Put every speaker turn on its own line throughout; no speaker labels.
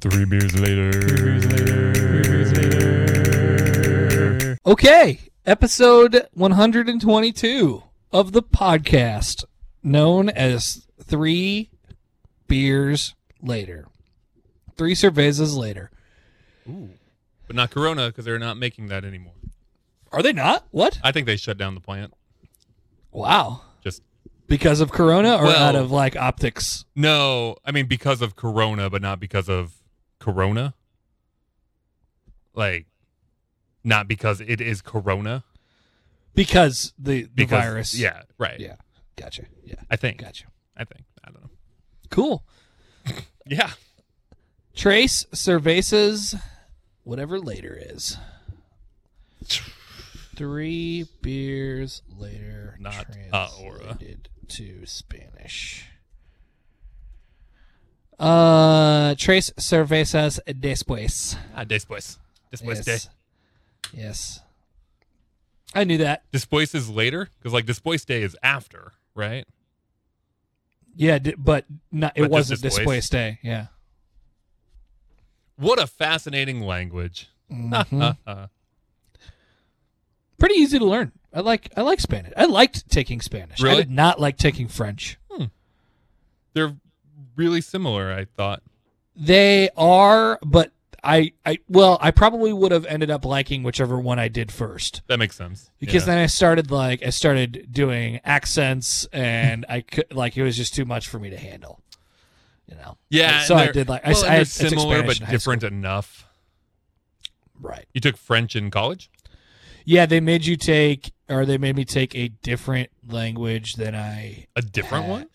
Three beers later.
Okay, episode 122 of the podcast known as Three Beers Later. Three cervezas later.
But not Corona because they're not making that anymore.
Are they not? What?
I think they shut down the plant.
Wow.
Just
Because of Corona or
Well-
out of like optics?
no, I mean because of Corona, but not because of Corona. Like, not because it is Corona.
Because the, the
Because,
virus.
Yeah. Right.
Yeah. Gotcha. Yeah.
I think.
Gotcha.
I think. I don't know.
Cool.
Yeah.
Trace Cervezas, whatever later is. Three beers later,
Not Aora.
translated to Spanish. Uh, Trace Cervezas después.
Ah, después. Después de.
yes. yes. I knew that.
Después is later because like después day is after, right?
Yeah, d- but not, it
But just
wasn't
después.
después day. Yeah.
What a fascinating language. Uh-uh.
Mhm. Pretty easy to learn. I like I like Spanish. I liked taking Spanish. I
Really?
did not like taking French.
They're really similar, I thought.
They are, but I, I well, I probably would have ended up liking whichever one I did first
That makes sense.
because
Yeah.
then I started like I started doing accents and I could like it was just too much for me to handle. You know.
Yeah,
So
and
I
they're-
did like I,
well,
I,
and they're
I took
similar
Spanish
but
in high
different enough.
school. Right.
You took French in college?
Yeah, they made you take or they made me take a different language than I
A different
had.
one?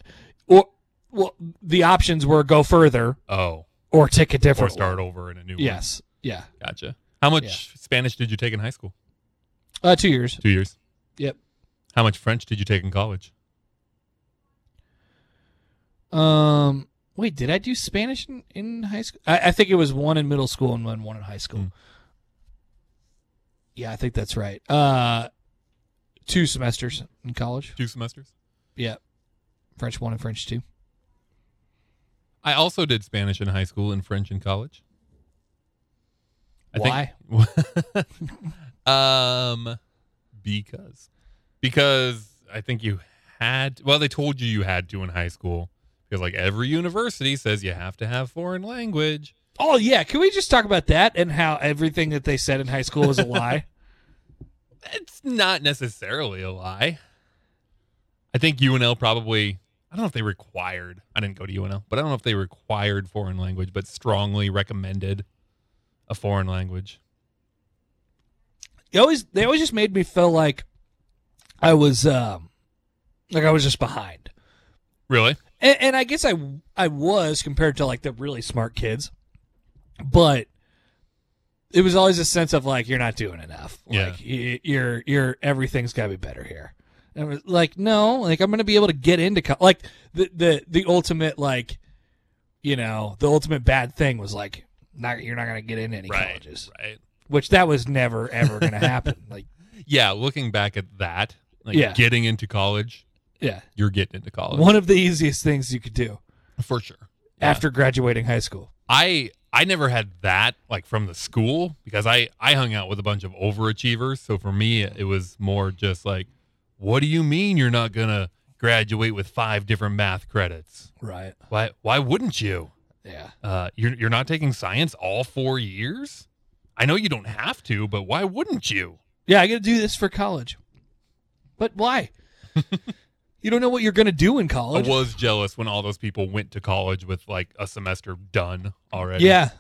Or well, the options were go further
Oh,
or take a
or
different
start
one.
over in a new one.
Yes. Yeah.
Gotcha. How much Spanish did you take in high school?
Uh, two years.
2 years.
Yep.
How much French did you take in college?
Um, wait, did I do Spanish in, in high school? I, I think it was one in middle school and one one in high school.
Hmm.
Yeah, I think that's right. Uh, two semesters in college.
2 semesters?
Yeah, French one and French two.
I also did Spanish in high school and French in college. Think, um, because because I think you had well they told you you had to in high school because like every university says you have to have foreign language.
Oh yeah, can we just talk about that and how everything that they said in high school was a lie?
It's not necessarily a lie. I think UNL probably I don't know if they required. I didn't go to UNL, but I don't know if they required foreign language, but strongly recommended a foreign language.
It always they always just made me feel like I was um like I was just behind.
Really?
and, and I guess I I was compared to like the really smart kids, but it was always a sense of like you're not doing enough.
Yeah.
Like y- you're you're everything's got to be better here. And it was like no, like I'm gonna be able to get into co- like the the the ultimate like you know the ultimate bad thing was like not you're not gonna get into any
Right.
colleges,
Right.
which that was never ever gonna happen. Like
Yeah, looking back at that, like
Yeah.
getting into college,
yeah,
you're getting into college
one of the easiest things you could do
for sure. Yeah.
after graduating high school.
I I never had that like from the school because I I hung out with a bunch of overachievers. So for me, it was more just like, what do you mean you're not gonna graduate with five different math credits?
Right.
Why why wouldn't you?
Yeah.
Uh, you're you're not taking science all four years. I know you don't have to, but why wouldn't you?
Yeah, I got to do this for college. But why? you don't know what you're going to do
I
in college.
was jealous when all those people went to college with like a semester done already.
yeah.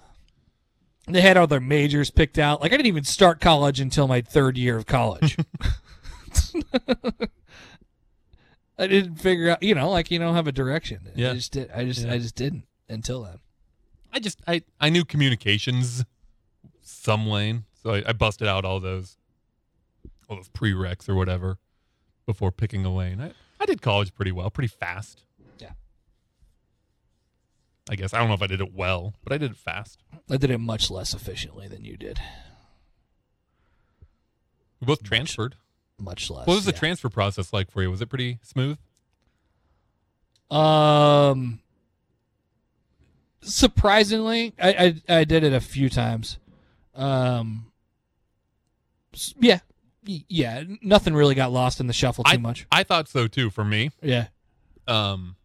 They had all their majors picked out. Like, I didn't even start college until my third year of college. I didn't figure out, you know, like, you don't have a direction.
Yeah.
I just, did, I just,
Yeah.
I just didn't until then.
I just I I knew communications some lane, so I, I busted out all those all those prereqs or whatever before picking a lane. I, I did college pretty well, pretty fast.
Yeah.
I guess I don't know if I did it well, but I did it fast.
I did it much less efficiently than you did.
We both transferred.
Much less.
What was the
yeah.
transfer process like for you? Was it pretty smooth?
Um, surprisingly, I, I I did it a few times. Um, s- yeah, Y- yeah. Nothing really got lost in the shuffle too much.
I thought so too for me.
Yeah,
Um,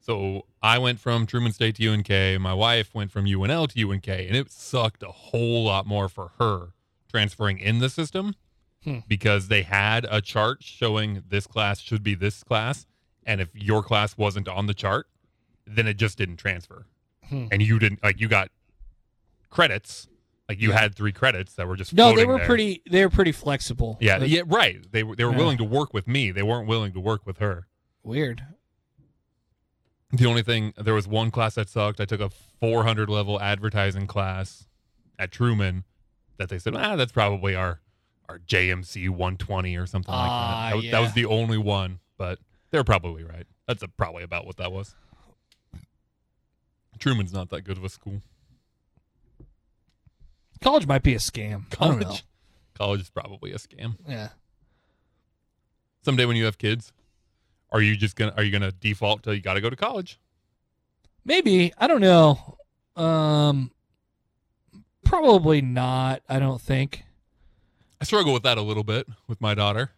so I went from Truman State to UNK. My wife went from UNL to UNK, and it sucked a whole lot more for her transferring in the system
Hmm.
because they had a chart showing this class should be this class, and if your class wasn't on the chart, then it just didn't transfer,
Hmm.
and you didn't like you got credits. Like you had three credits that were just
no, they
floating
were
there.
pretty. They were pretty flexible.
yeah
Like,
yeah right they were they were
Yeah.
willing to work with me they weren't willing to work with her
Weird.
The only thing there was one class that sucked. I took a 400 level advertising class at Truman that they said, ah, that's probably our our JMC 120 or something like
Ah,
that. That was, that was
yeah.
the only one, but they're probably right. That's a, probably about what that was. Truman's not that good of a school.
College might be a scam. I don't know.
College, college is probably a scam.
Yeah.
Someday when you have kids, are you just gonna are you gonna default to you got to go to college?
Maybe I don't know. Um, probably not. I don't think.
I struggle with that a little bit with my daughter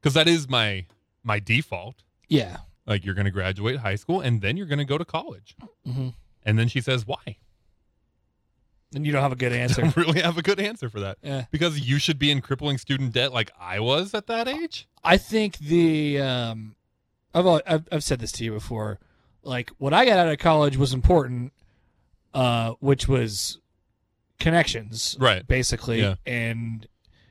because that is my my default.
Yeah.
like you're going to graduate high school and then you're going to go to college
Mm-hmm.
and then she says why
And you don't have a good
i
answer.
don't really have a good answer for that
yeah.
because you should be in crippling student debt like i was at that age
I think the um, I've, al- I've I've said this to you before. Like what I got out of college was important, uh, which was connections,
right
basically,
Yeah.
and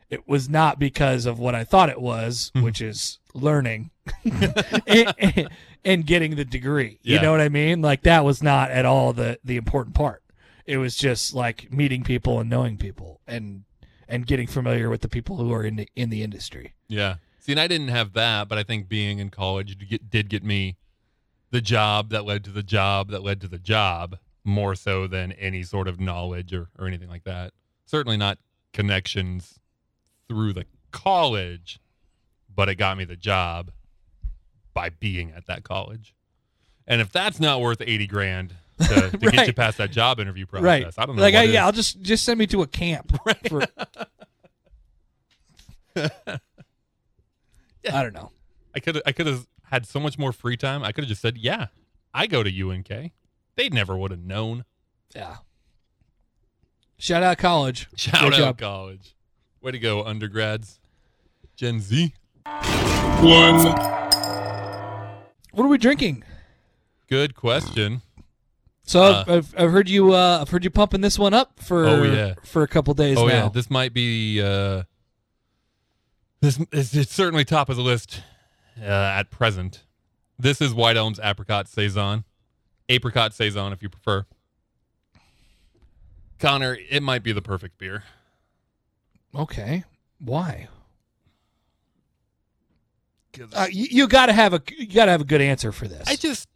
it was not because of what I thought it was,
Mhm.
which is learning and, and getting the degree. You
Yeah.
know what I mean? Like that was not at all the the important part. It was just like meeting people and knowing people and and getting familiar with the people who are in the, in the industry.
yeah see and i didn't have that but i think being in college did get, did get me the job that led to the job that led to the job more so than any sort of knowledge or, or anything like that certainly not connections through the college but it got me the job by being at that college. And if that's not worth 80 grand to, to get you
Right.
past that job interview process,
Right.
I don't know.
like,
what
I, yeah,
is.
I'll just just send me to a camp. For, I don't know.
I could I could have had so much more free time. I could have just said, "Yeah, I go to UNK." They never would have known.
Yeah. Shout out college.
Shout
Good
out
job.
college. Way to go, undergrads. Gen Z.
What are we drinking?
Good question.
So I've,
Uh,
I've, I've heard you uh, I've heard you pumping this one up for
Oh, yeah.
for a couple days
oh
now.
yeah, this might be uh this is it's certainly top of the list uh, at present. This is White Elm's apricot saison, apricot saison if you prefer. Connor, it might be the perfect beer.
okay. Why?
'Cause
Uh, you, you got to have a you got to have a good answer for this.
I just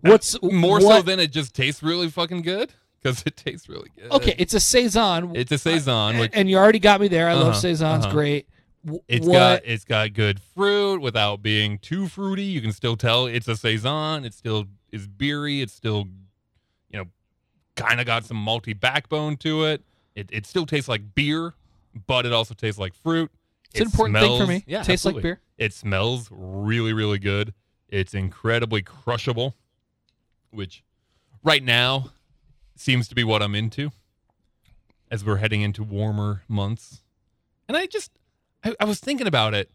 What's
more so
what-
than it just tastes really fucking good because it tastes really good.
Okay, it's a saison.
it's a saison, which
and you already got me there. I love
Uh-huh,
saisons.
uh-huh.
Great. W-
It's
what?
got it's got good fruit without being too fruity. You can still tell it's a saison. It's still is beery. It's still, you know, kind of got some malty backbone to it. It it still tastes like beer, but it also tastes like fruit.
it's an important thing for
smells-
me.
Yeah,
Tastes
absolutely.
like beer.
It smells really, really good. It's incredibly crushable, which right now seems to be what I'm into as we're heading into warmer months. And I just, I, I was thinking about it.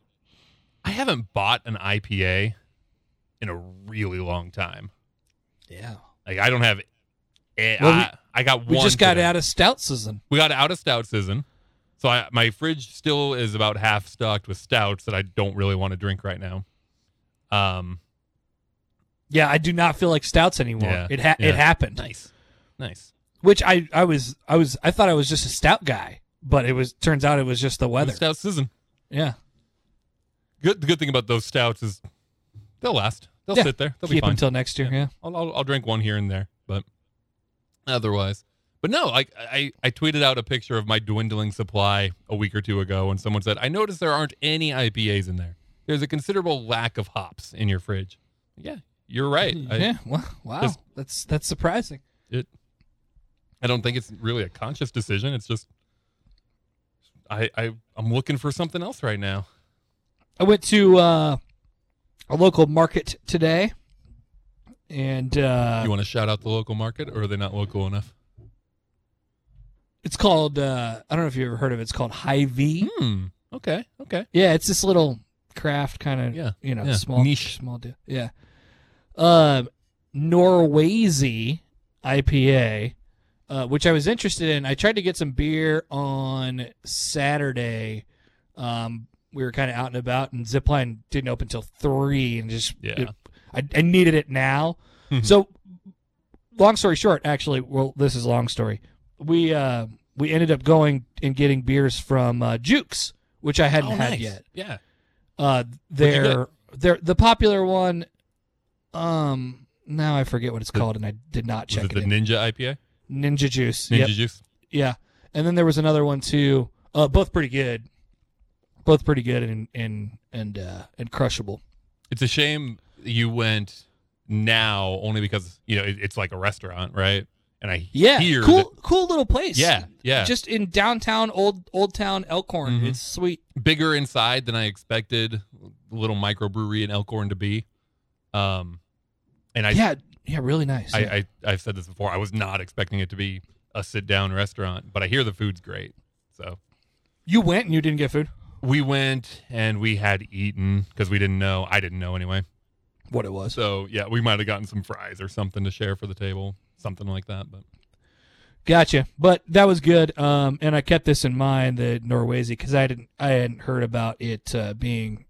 I haven't bought an IPA in a really long time.
Yeah.
Like, I don't have, eh,
Well, we-
I, I got
We
one.
just got
today.
out of stout season.
We got out of stout season. So I, my fridge still is about half stocked with stouts that I don't really want to drink right now. Um,
Yeah, I do not feel like stouts anymore.
Yeah,
It ha-
yeah.
it happened.
Nice. Nice.
Which I I was I was I thought I was just a stout guy, but it was turns out it was just the
It was
weather.
Stout season.
Yeah.
Good. The good thing about those stouts is they'll last. They'll
Yeah.
sit there. They'll be
Keep
fine.
until next year. Yeah.
I'll, I'll I'll drink one here and there, but otherwise. But no, like I I tweeted out a picture of my dwindling supply a week or two ago, and someone said, "I noticed there aren't any IPAs in there. There's a considerable lack of hops in your fridge." Yeah, you're right. I-
yeah. Well, wow.
just-
that's that's surprising.
It. I don't think it's really a conscious decision. It's just. I, I I'm looking for something else right now.
I went to uh, a local market today, and uh,
You want to shout out the local market, or are they not local enough?
it's called. Uh, I don't know if you ever heard of it. It's called High V.
Hmm. Okay. Okay.
Yeah, it's this little craft kind of.
Yeah,
You know,
yeah.
small
Niche.
small deal. Yeah. Um, Norwazy IPA, uh, which I was interested in. I tried to get some beer on Saturday. Um, we were kind of out and about, and Zipline didn't open until three, and just
Yeah.
it- I, I needed it now.
Mhm.
So, long story short, actually, well, this is a long story. We uh, we ended up going and getting beers from uh, Jukes, which I hadn't
Oh,
had
nice.
yet.
Yeah.
Uh,
What'd you
they're they're the popular one. Um, now I forget what it's called, and I did not
Was
check
it
it.
the
in.
Ninja IPA?
Ninja Juice.
Ninja
Yep.
Juice.
Yeah, and then there was another one too. Uh, both pretty good. Both pretty good and and and uh, and crushable.
It's a shame you went now only because you know it, it's like a restaurant, right? And I
Yeah,
hear
cool, cool little place.
That, yeah, yeah,
just in downtown old old town Elkhorn.
Mhm.
It's sweet.
bigger inside than I expected. Little microbrewery in Elkhorn to be. Um, and I,
yeah, yeah, really nice.
I,
yeah.
I, I've said this before. I was not expecting it to be a sit down restaurant, but I hear the food's great. So
you went and you didn't get food.
we went and we had eaten because we didn't know. I didn't know anyway.
What it was.
So yeah, we might have gotten some fries or something to share for the table, something like that. But
Gotcha. But that was good. Um, and I kept this in mind, the Norwazy, because I didn't, I hadn't heard about it uh, being,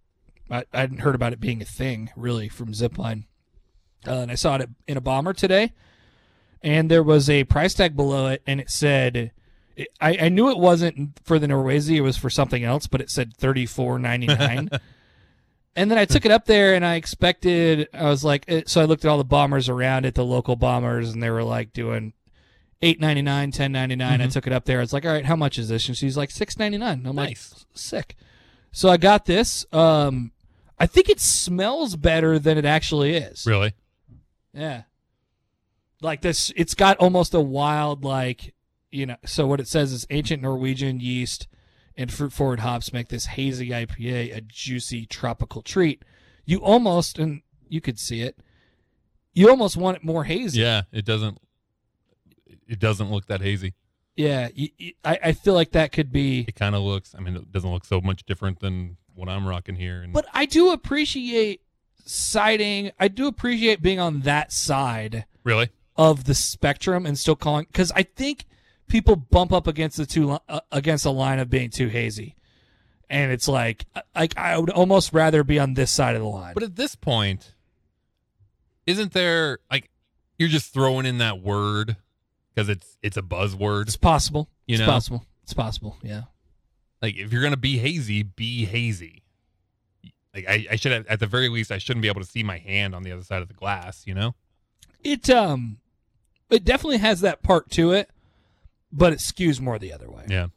I, I hadn't heard about it being a thing really from Zipline. Uh, and I saw it in a bomber today, and there was a price tag below it, and it said, it, I, I knew it wasn't for the Norwazy, it was for something else, but it said thirty four ninety nine. And then I took it up there and I expected, I was like, eh, so I looked at all the bombers around it, the local bombers, and they were like doing eight ninety nine, ten ninety nine. I
Mhm.
took it up there. I was like, all right, how much is this? And she's like six ninety nine.
Nice.
I'm like, sick. So I got this. Um, I think it smells better than it actually is.
really,
Yeah. Like this, it's got almost a wild, like, you know. So what it says is ancient Norwegian yeast and fruit forward hops make this hazy IPA a juicy tropical treat. You almost, and you could see it, you almost want it more hazy.
Yeah, it doesn't. It doesn't look that hazy.
Yeah, y- y- I, I feel like that could be.
It kind of looks. I mean, it doesn't look so much different than what I'm rocking here. And
But I do appreciate siding. I do appreciate being on that side
really,
of the spectrum and still calling because I think people bump up against the two li- uh, against a line of being too hazy, and it's like uh, like I would almost rather be on this side of the line.
but at this point, isn't there like you're just throwing in that word because it's it's a buzzword.
it's possible.
You
it's
know?
possible. It's possible. Yeah.
Like if you're gonna be hazy, be hazy. Like I, I should have, at the very least, I shouldn't be able to see my hand on the other side of the glass. You know,
It um, it definitely has that part to it, but it skews more the other way.
Yeah.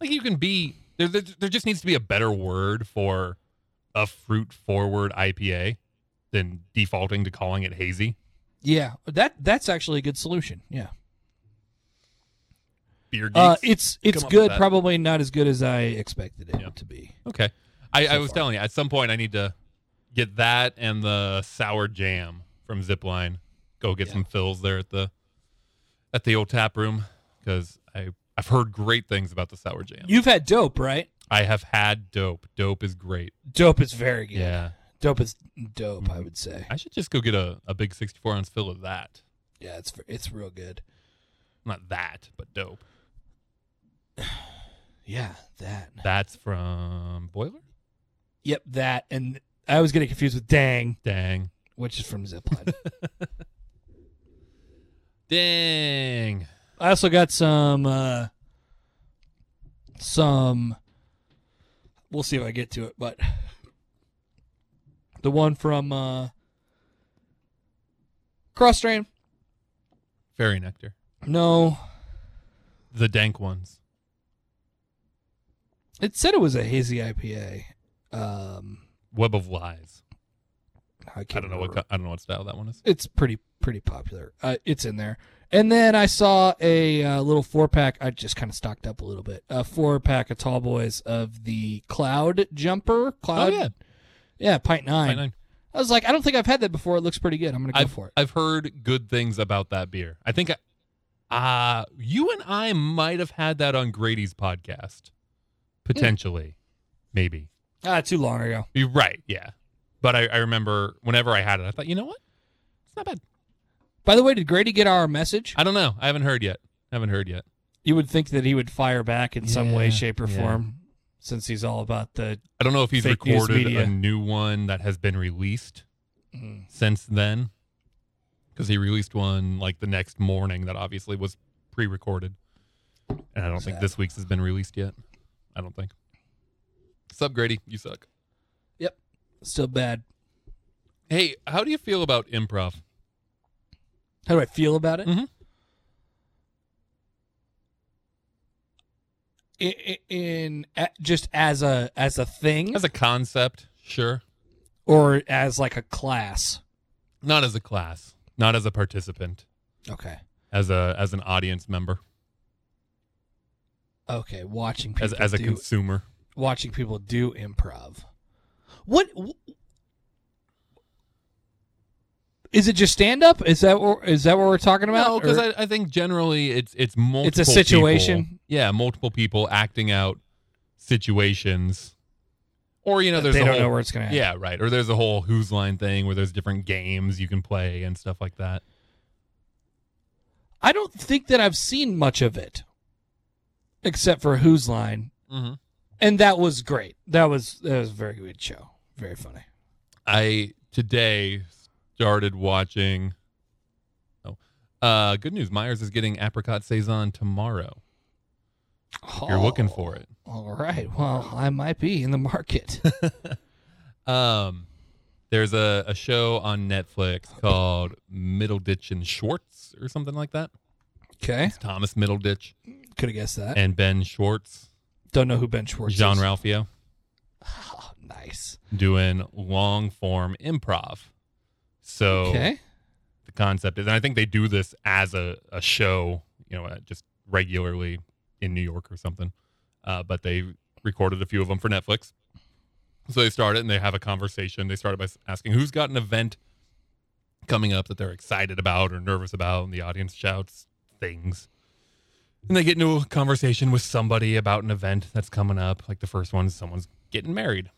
like you can be there. There, there just needs to be a better word for a fruit forward IPA than defaulting to calling it hazy.
Yeah. That that's actually a good solution. Yeah.
Beer geeks.
Uh, it's it's
come up with
good.
that.
Probably not as good as I expected it
Yeah.
to be.
okay. I,
so
I was
far.
telling you, at some point I need to get that and the sour jam from Zipline. Go get
Yeah.
some fills there at the at the old tap room because I I've heard great things about the sour jam.
You've had dope, right?
I have had dope. Dope is great.
Dope is very good.
Yeah.
Dope is dope. I would say.
I should just go get a, a big 64 ounce fill of that.
Yeah, it's it's real good.
Not that, but dope.
Yeah, that.
That's from Boiler?
Yep, that. And I was getting confused with Dang,
Dang.
which is from Zipline.
Dang.
I also got some uh some. We'll see if I get to it, but the one from uh Cross Strain.
Fairy nectar.
No,
The dank ones.
It said it was a hazy IPA. Um,
Web of lies.
I, can't
I don't know what
remember.
co- I don't know what style that one is.
It's pretty pretty popular. Uh, it's in there. And then I saw a uh, little four pack. I just kind of stocked up a little bit. A four pack of Tall Boys of the Cloud Jumper.
Oh
Cloud.
yeah,
Yeah, pint nine.
Pint Nine.
I was like, I don't think I've had that before. It looks pretty good. I'm gonna go for it.
I've heard good things about that beer. I think, I, uh, you and I might have had that on Grady's podcast, potentially, maybe.
Ah, too long ago.
You're right, yeah. But I, I remember whenever I had it, I thought, you know what, it's not bad.
By the way, did Grady get our message?
I don't know. I haven't heard yet. haven't heard yet.
You would think that he would fire back in some way,
Yeah,
shape, or
yeah.
form, since he's all about the.
I don't know if he's
Fake news
recorded
media.
a new one that has been released
Mm.
since then, because he released one like the next morning that obviously was pre-recorded, and I don't think
Sad.
this week's has been released yet. I don't think. Sub Grady, you suck.
Still bad.
Hey, how do you feel about improv?
How do I feel about it?
Mhm.
In, in a- just as a as a thing,
As a concept, sure.
or as like a class.
Not as a class, not as a participant,
Okay.
as a as an audience member,
Okay. Watching people
as as a
do,
consumer.
watching people do improv. What wh- is it? Just stand up? Is that what, is that what we're talking about?
No, because
Or-
I, I think generally it's it's multiple.
situation.
people- yeah, multiple people acting out situations, or you know, there's
they
a
don't
whole,
know where it's going to.
yeah, right. Or there's a whole who's line thing where there's different games you can play and stuff like that.
I don't think that I've seen much of it, except for Who's Line,
Mm-hmm.
and that was great. That was that was a very good show. Very funny.
I today started watching. Oh, uh, good news! Myers is getting apricot saison tomorrow. If you're looking
Oh,
for it.
All right. Well, I might be in the market.
Um, there's a, a show on Netflix called Middleditch and Schwartz or something like that.
okay.
It's Thomas Middleditch
Could have guessed that.
and Ben Schwartz,
Don't know who Ben Schwartz
John
is.
Ralphio,
Oh, nice.
doing long form improv. So
Okay.
the concept is, and I think they do this as a, a show, you know, uh, just regularly in New York or something. Uh, but they recorded a few of them for Netflix. So they start it and they have a conversation. They started by s- asking who's got an event coming up that they're excited about or nervous about, and the audience shouts things. And they get into a conversation with somebody about an event that's coming up. Like the first one, someone's getting married.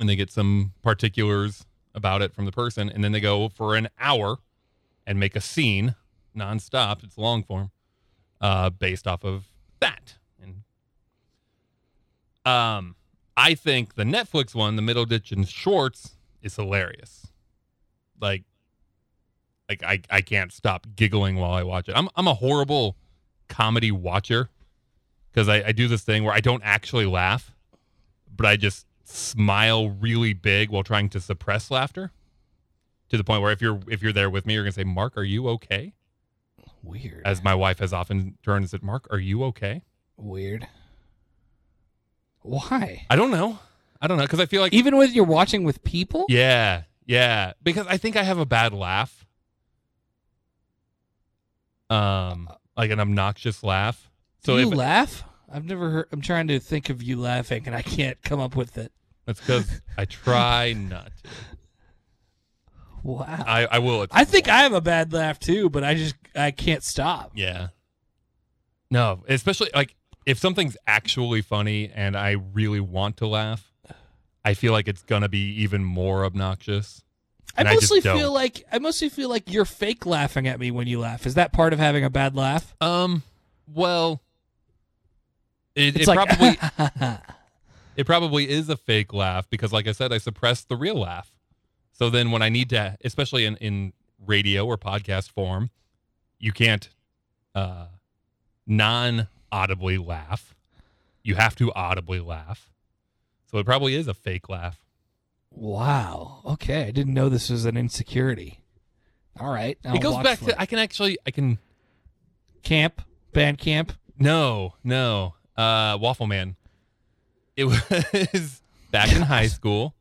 And they get some particulars about it from the person. And then they go for an hour and make a scene nonstop. It's long form uh, based off of that. And um, I think the Netflix one, the Middle Ditch and Shorts, is hilarious. Like, like I, I can't stop giggling while I watch it. I'm I'm a horrible comedy watcher because I, I do this thing where I don't actually laugh, but I just smile really big while trying to suppress laughter to the point where if you're if you're there with me, you're gonna say, "Mark, are you okay?"
Weird.
As my wife has often turned and said, "Mark, are you okay?"
Weird. Why?
I don't know. I don't know because I feel like
Even when you're watching with people?
yeah, yeah, because I think I have a bad laugh, um, like an obnoxious laugh.
Do
So
you
if
laugh? I've never heard. I'm trying to think of you laughing, and I can't come up with it.
that's because I try not. To.
Wow.
I I will. at
I think
some
I have a bad laugh too, but I just I can't stop.
point. yeah. No, especially like if something's actually funny and I really want to laugh, I feel like it's gonna be even more obnoxious.
I
And I just
mostly
don't.
feel like I mostly feel like you're fake laughing at me when you laugh. Is that part of having a bad laugh?
Um, well, it, it
It's like
probably it probably is a fake laugh because, like I said, I suppress the real laugh. So then, when I need to, especially in in radio or podcast form, you can't uh, non audibly laugh. You have to audibly laugh. So it probably is a fake laugh.
wow. Okay, I didn't know this was an insecurity. All right, I'll
it goes
watch
back
for
to I can actually I can
camp, band camp.
No, no. Uh, Waffle Man. It was back in high school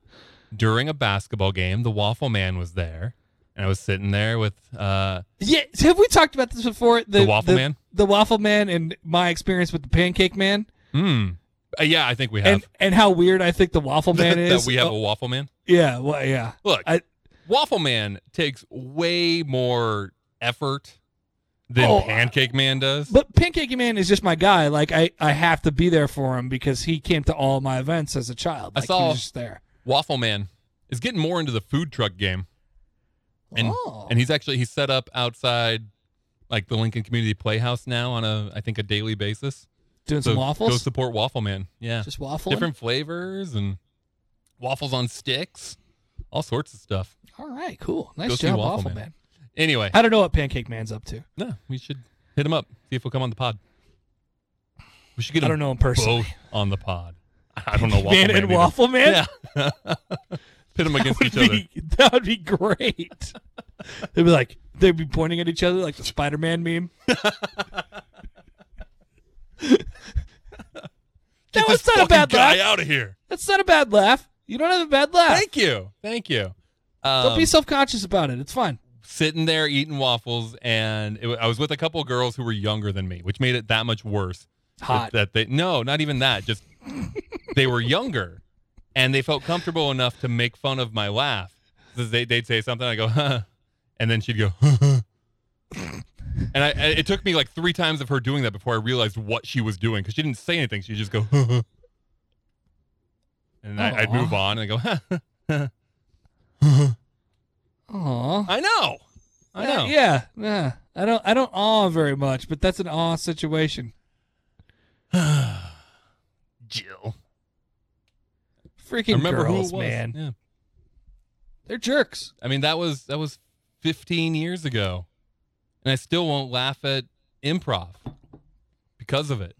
during a basketball game. The Waffle Man was there. and I was sitting there with uh,
Yeah, have we talked about this before?
The Waffle Man?
the Waffle Man, and my experience with the Pancake Man,
mm, Uh, yeah, I think we have
and and how weird I think the Waffle
that,
Man is.
we have
Oh,
a waffle man.
yeah, well, yeah,
Look,
I-
waffle man takes way more effort than
Oh,
pancake man does.
but Pancake Man is just my guy. Like I, I have to be there for him because he came to all my events as a child.
I
Like, he
saw-
was just there.
waffle man is getting more into the food truck game, and
oh.
and he's actually he's set up outside like the Lincoln Community Playhouse now on a I think a daily basis.
doing some
So go
waffles,
support waffle man. Yeah,
just waffle.
different flavors and waffles on sticks, all sorts of stuff.
All right, cool, nice
Go see
job,
Waffle
Waffle
Man.
Man.
Anyway,
I don't know what Pancake Man's up to.
no, we should hit him up. See if he'll come on the pod. We should get
I
him
don't know him personally.
both on the pod. I don't know waffle
man
man
and
either.
Waffle Man.
Yeah, pit them against
would
each other.
be- That would be great. they'd be like, they'd be pointing at each other like the Spider Man meme. that
Get
was
this
not a
fucking
bad
guy
laugh.
out of here.
That's not a bad laugh. You don't have a bad laugh.
Thank you, thank you. Um,
don't be self conscious about it. It's fine.
sitting there eating waffles, and it, wa- I was with a couple of girls who were younger than me, which made it that much worse.
Hot.
that they no, not even that. Just they were younger, and they felt comfortable enough to make fun of my laugh. So They, they'd say something, I go, huh, and then she'd go, huh. and I, I- it took me like three times of her doing that before I realized what she was doing because she didn't say anything. She'd just go, huh, huh. and I, I'd
Aw.
move on and I'd go, huh, huh.
Aw.
I know, I know.
yeah. Yeah. I don't I don't awe very much, but that's an awe situation.
Jill.
Freaking
remember who it
girls,
was.
man.
Yeah.
They're jerks.
I mean, that was that was 15 years ago, and I still won't laugh at improv because of it.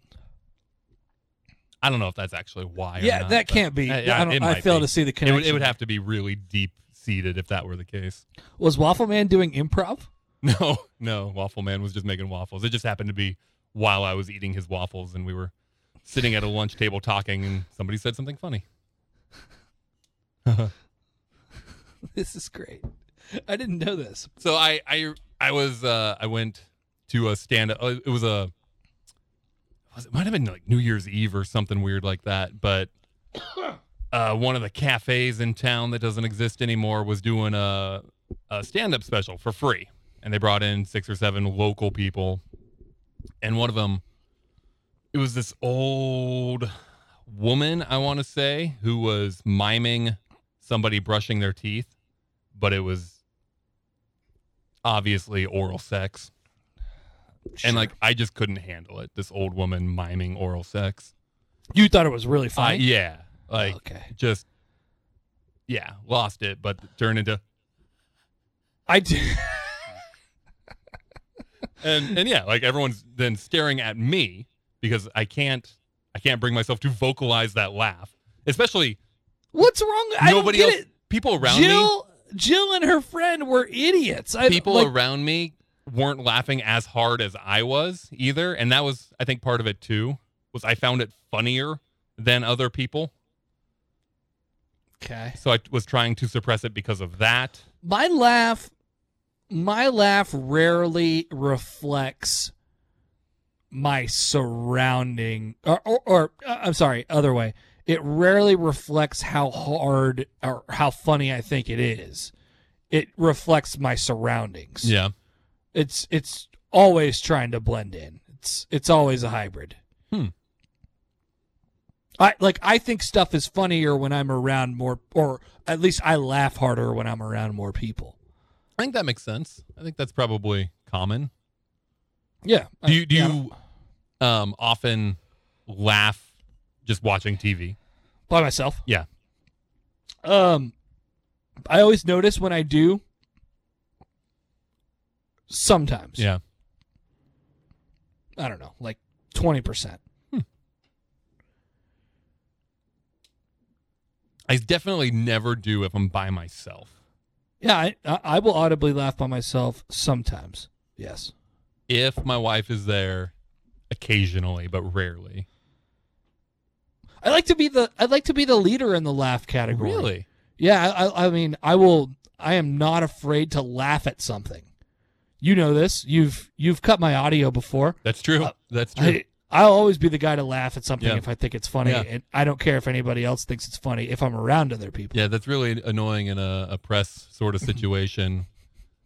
I don't know if that's actually why.
yeah,
or not,
that
but-
can't be.
Uh, yeah,
I, don't,
it
I
might
fail
be.
to see the
It
connection.
would, it would have to be really deep seated if that were the case.
Was Waffle Man doing improv?
No, no, Waffle Man was just making waffles. It just happened to be while I was eating his waffles, and we were sitting at a lunch table talking, and somebody said something funny.
This is great. I didn't know this.
so I I I was uh I went to a stand up. It was a was it might have been like New Year's Eve or something weird like that, but uh one of the cafes in town that doesn't exist anymore was doing a a stand up special for free, and they brought in six or seven local people, and one of them it was this old woman I want to say who was miming somebody brushing their teeth, but it was obviously oral sex
Sure.
and like i just couldn't handle it this old woman miming oral sex
you thought it was really
I,
funny.
yeah like
okay.
just yeah lost it but turned into
I do.
and and yeah like everyone's then staring at me because i can't i can't bring myself to vocalize that laugh especially
What's wrong? I
nobody
don't
else
get
people
it.
around me
Jill, Jill and her friend were idiots. I,
people
like,
around me weren't laughing as hard as i was either and that was i think part of it too was i found it funnier than other people
Okay.
So I was trying to suppress it because of that.
My laugh, my laugh rarely reflects my surrounding, or, or, or uh, I'm sorry, other way. It rarely reflects how hard or how funny I think it is. It reflects my surroundings.
Yeah.
it's it's always trying to blend in. It's it's always a hybrid.
Hmm.
I like I think stuff is funnier when I'm around more or at least I laugh harder when I'm around more people.
I think that makes sense. I think that's probably common.
Yeah.
Do you do
Yeah.
you um often laugh just watching TV?
by myself?
Yeah.
Um I always notice when I do sometimes.
Yeah.
I don't know, like 20%.
I definitely never do if I'm by myself.
Yeah, I I I will audibly laugh by myself sometimes. Yes.
If my wife is there occasionally, but rarely.
I like to be the I'd like to be the leader in the laugh category.
Really?
Yeah. I, I, I mean, I will I am not afraid to laugh at something. You know this. You've you've cut my audio before.
That's true.
Uh,
That's true.
I, I'll always be the guy to laugh at something
Yeah.
if I think it's funny,
Yeah.
and I don't care if anybody else thinks it's funny if I'm around other people.
yeah, that's really annoying in a, a press sort of situation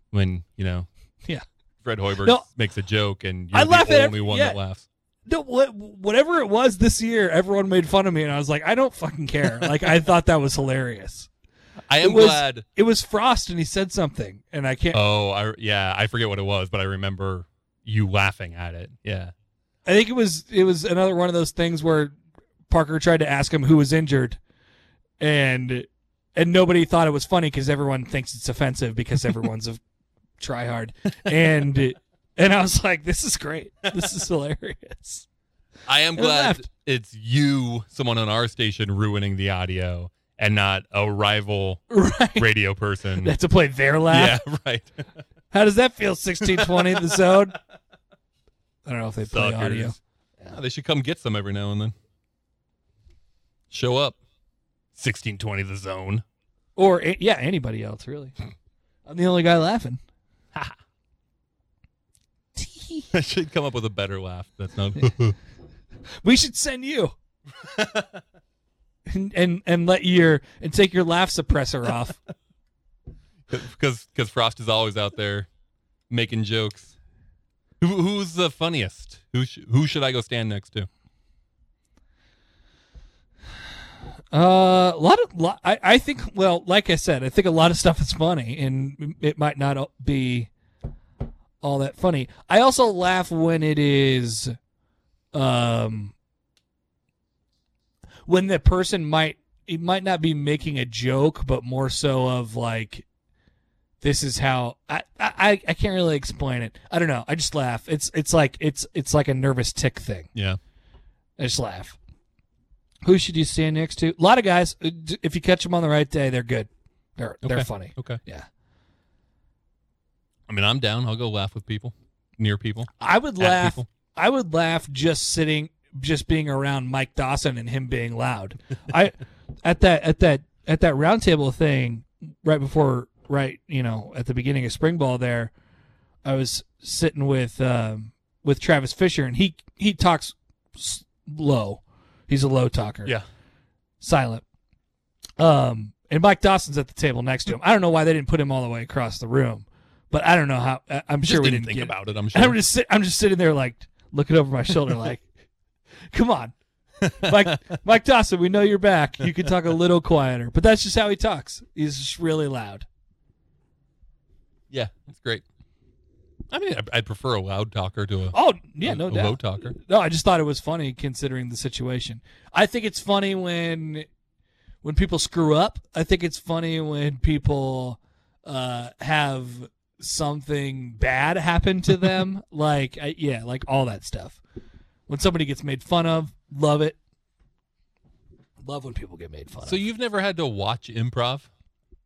when, you know,
Yeah.
Fred Hoiberg
No.
makes a joke and you're
I
the
laugh at
only
every-
one
yeah.
that laughs.
No, wha- whatever it was this year, everyone made fun of me, and I was like, I don't fucking care. like I thought that was hilarious.
I
It
am
was-
glad.
It was Frost, and he said something, and I can't.
Oh, I yeah, I forget what it was, but I remember you laughing at it. Yeah.
I think it was it was another one of those things where Parker tried to ask him who was injured, and and nobody thought it was funny because everyone thinks it's offensive because everyone's a tryhard, and and I was like, this is great, this is hilarious.
I am
And I
glad
laughed.
it's you, someone on our station, ruining the audio and not a rival
Right,
radio person.
they have to play their laugh.
yeah, right.
How does that feel? Sixteen twenty the zone. I don't know if they play
Suckers.
audio.
Yeah, they should come get some every now and then. Show up. 1620 the zone.
or a- yeah, anybody else really. I'm the only guy laughing.
I should come up with a better laugh. That's not.
We should send you. and, and and let your and take your laugh suppressor off.
Because because Frost is always out there making jokes. Who, who's the funniest? Who sh- who should I go stand next to?
Uh, a lot of lot, I I think well, like I said, I think a lot of stuff is funny, and it might not be all that funny. I also laugh when it is, um, when the person might it might not be making a joke, but more so of like. This is how I, I I- I can't really explain it. I don't know. I just laugh. It's it's like it's it's like a nervous tick thing.
Yeah.
I just laugh. Who should you stand next to? A lot of guys. uh, d- If you catch them on the right day, they're good. They're they're
Okay.
funny.
Okay.
Yeah.
I mean, I'm down. I'll go laugh with people, near people,
I would
at
laugh.
people.
I would laugh just sitting, just being around Mike Dawson and him being loud. I at that at that at that roundtable thing right before right you know at the beginning of spring ball there, I was sitting with um, with Travis Fisher and he he talks s- low. He's a low talker.
Yeah.
silent. Um, and Mike Dawson's at the table next to him. I don't know why they didn't put him all the way across the room, but I don't know how. I- I'm
Just
sure we
didn't
didn't
think
get
about it. I'm
And I'm
sure.
just sit, I'm just sitting there like looking over my shoulder, like, come on, Mike Mike Dawson, we know you're back. You can talk a little quieter, but that's just how he talks. He's just really loud.
yeah, it's great. I mean, I, I prefer a loud talker to a,
Oh yeah,
a-
no
a
doubt.
low talker.
No, I just thought it was funny considering the situation. I think it's funny when when people screw up. I think it's funny when people uh, have something bad happen to them. like I, yeah, like all that stuff. When somebody gets made fun of, love it. Love when people get made fun
So
of.
you've never had to watch improv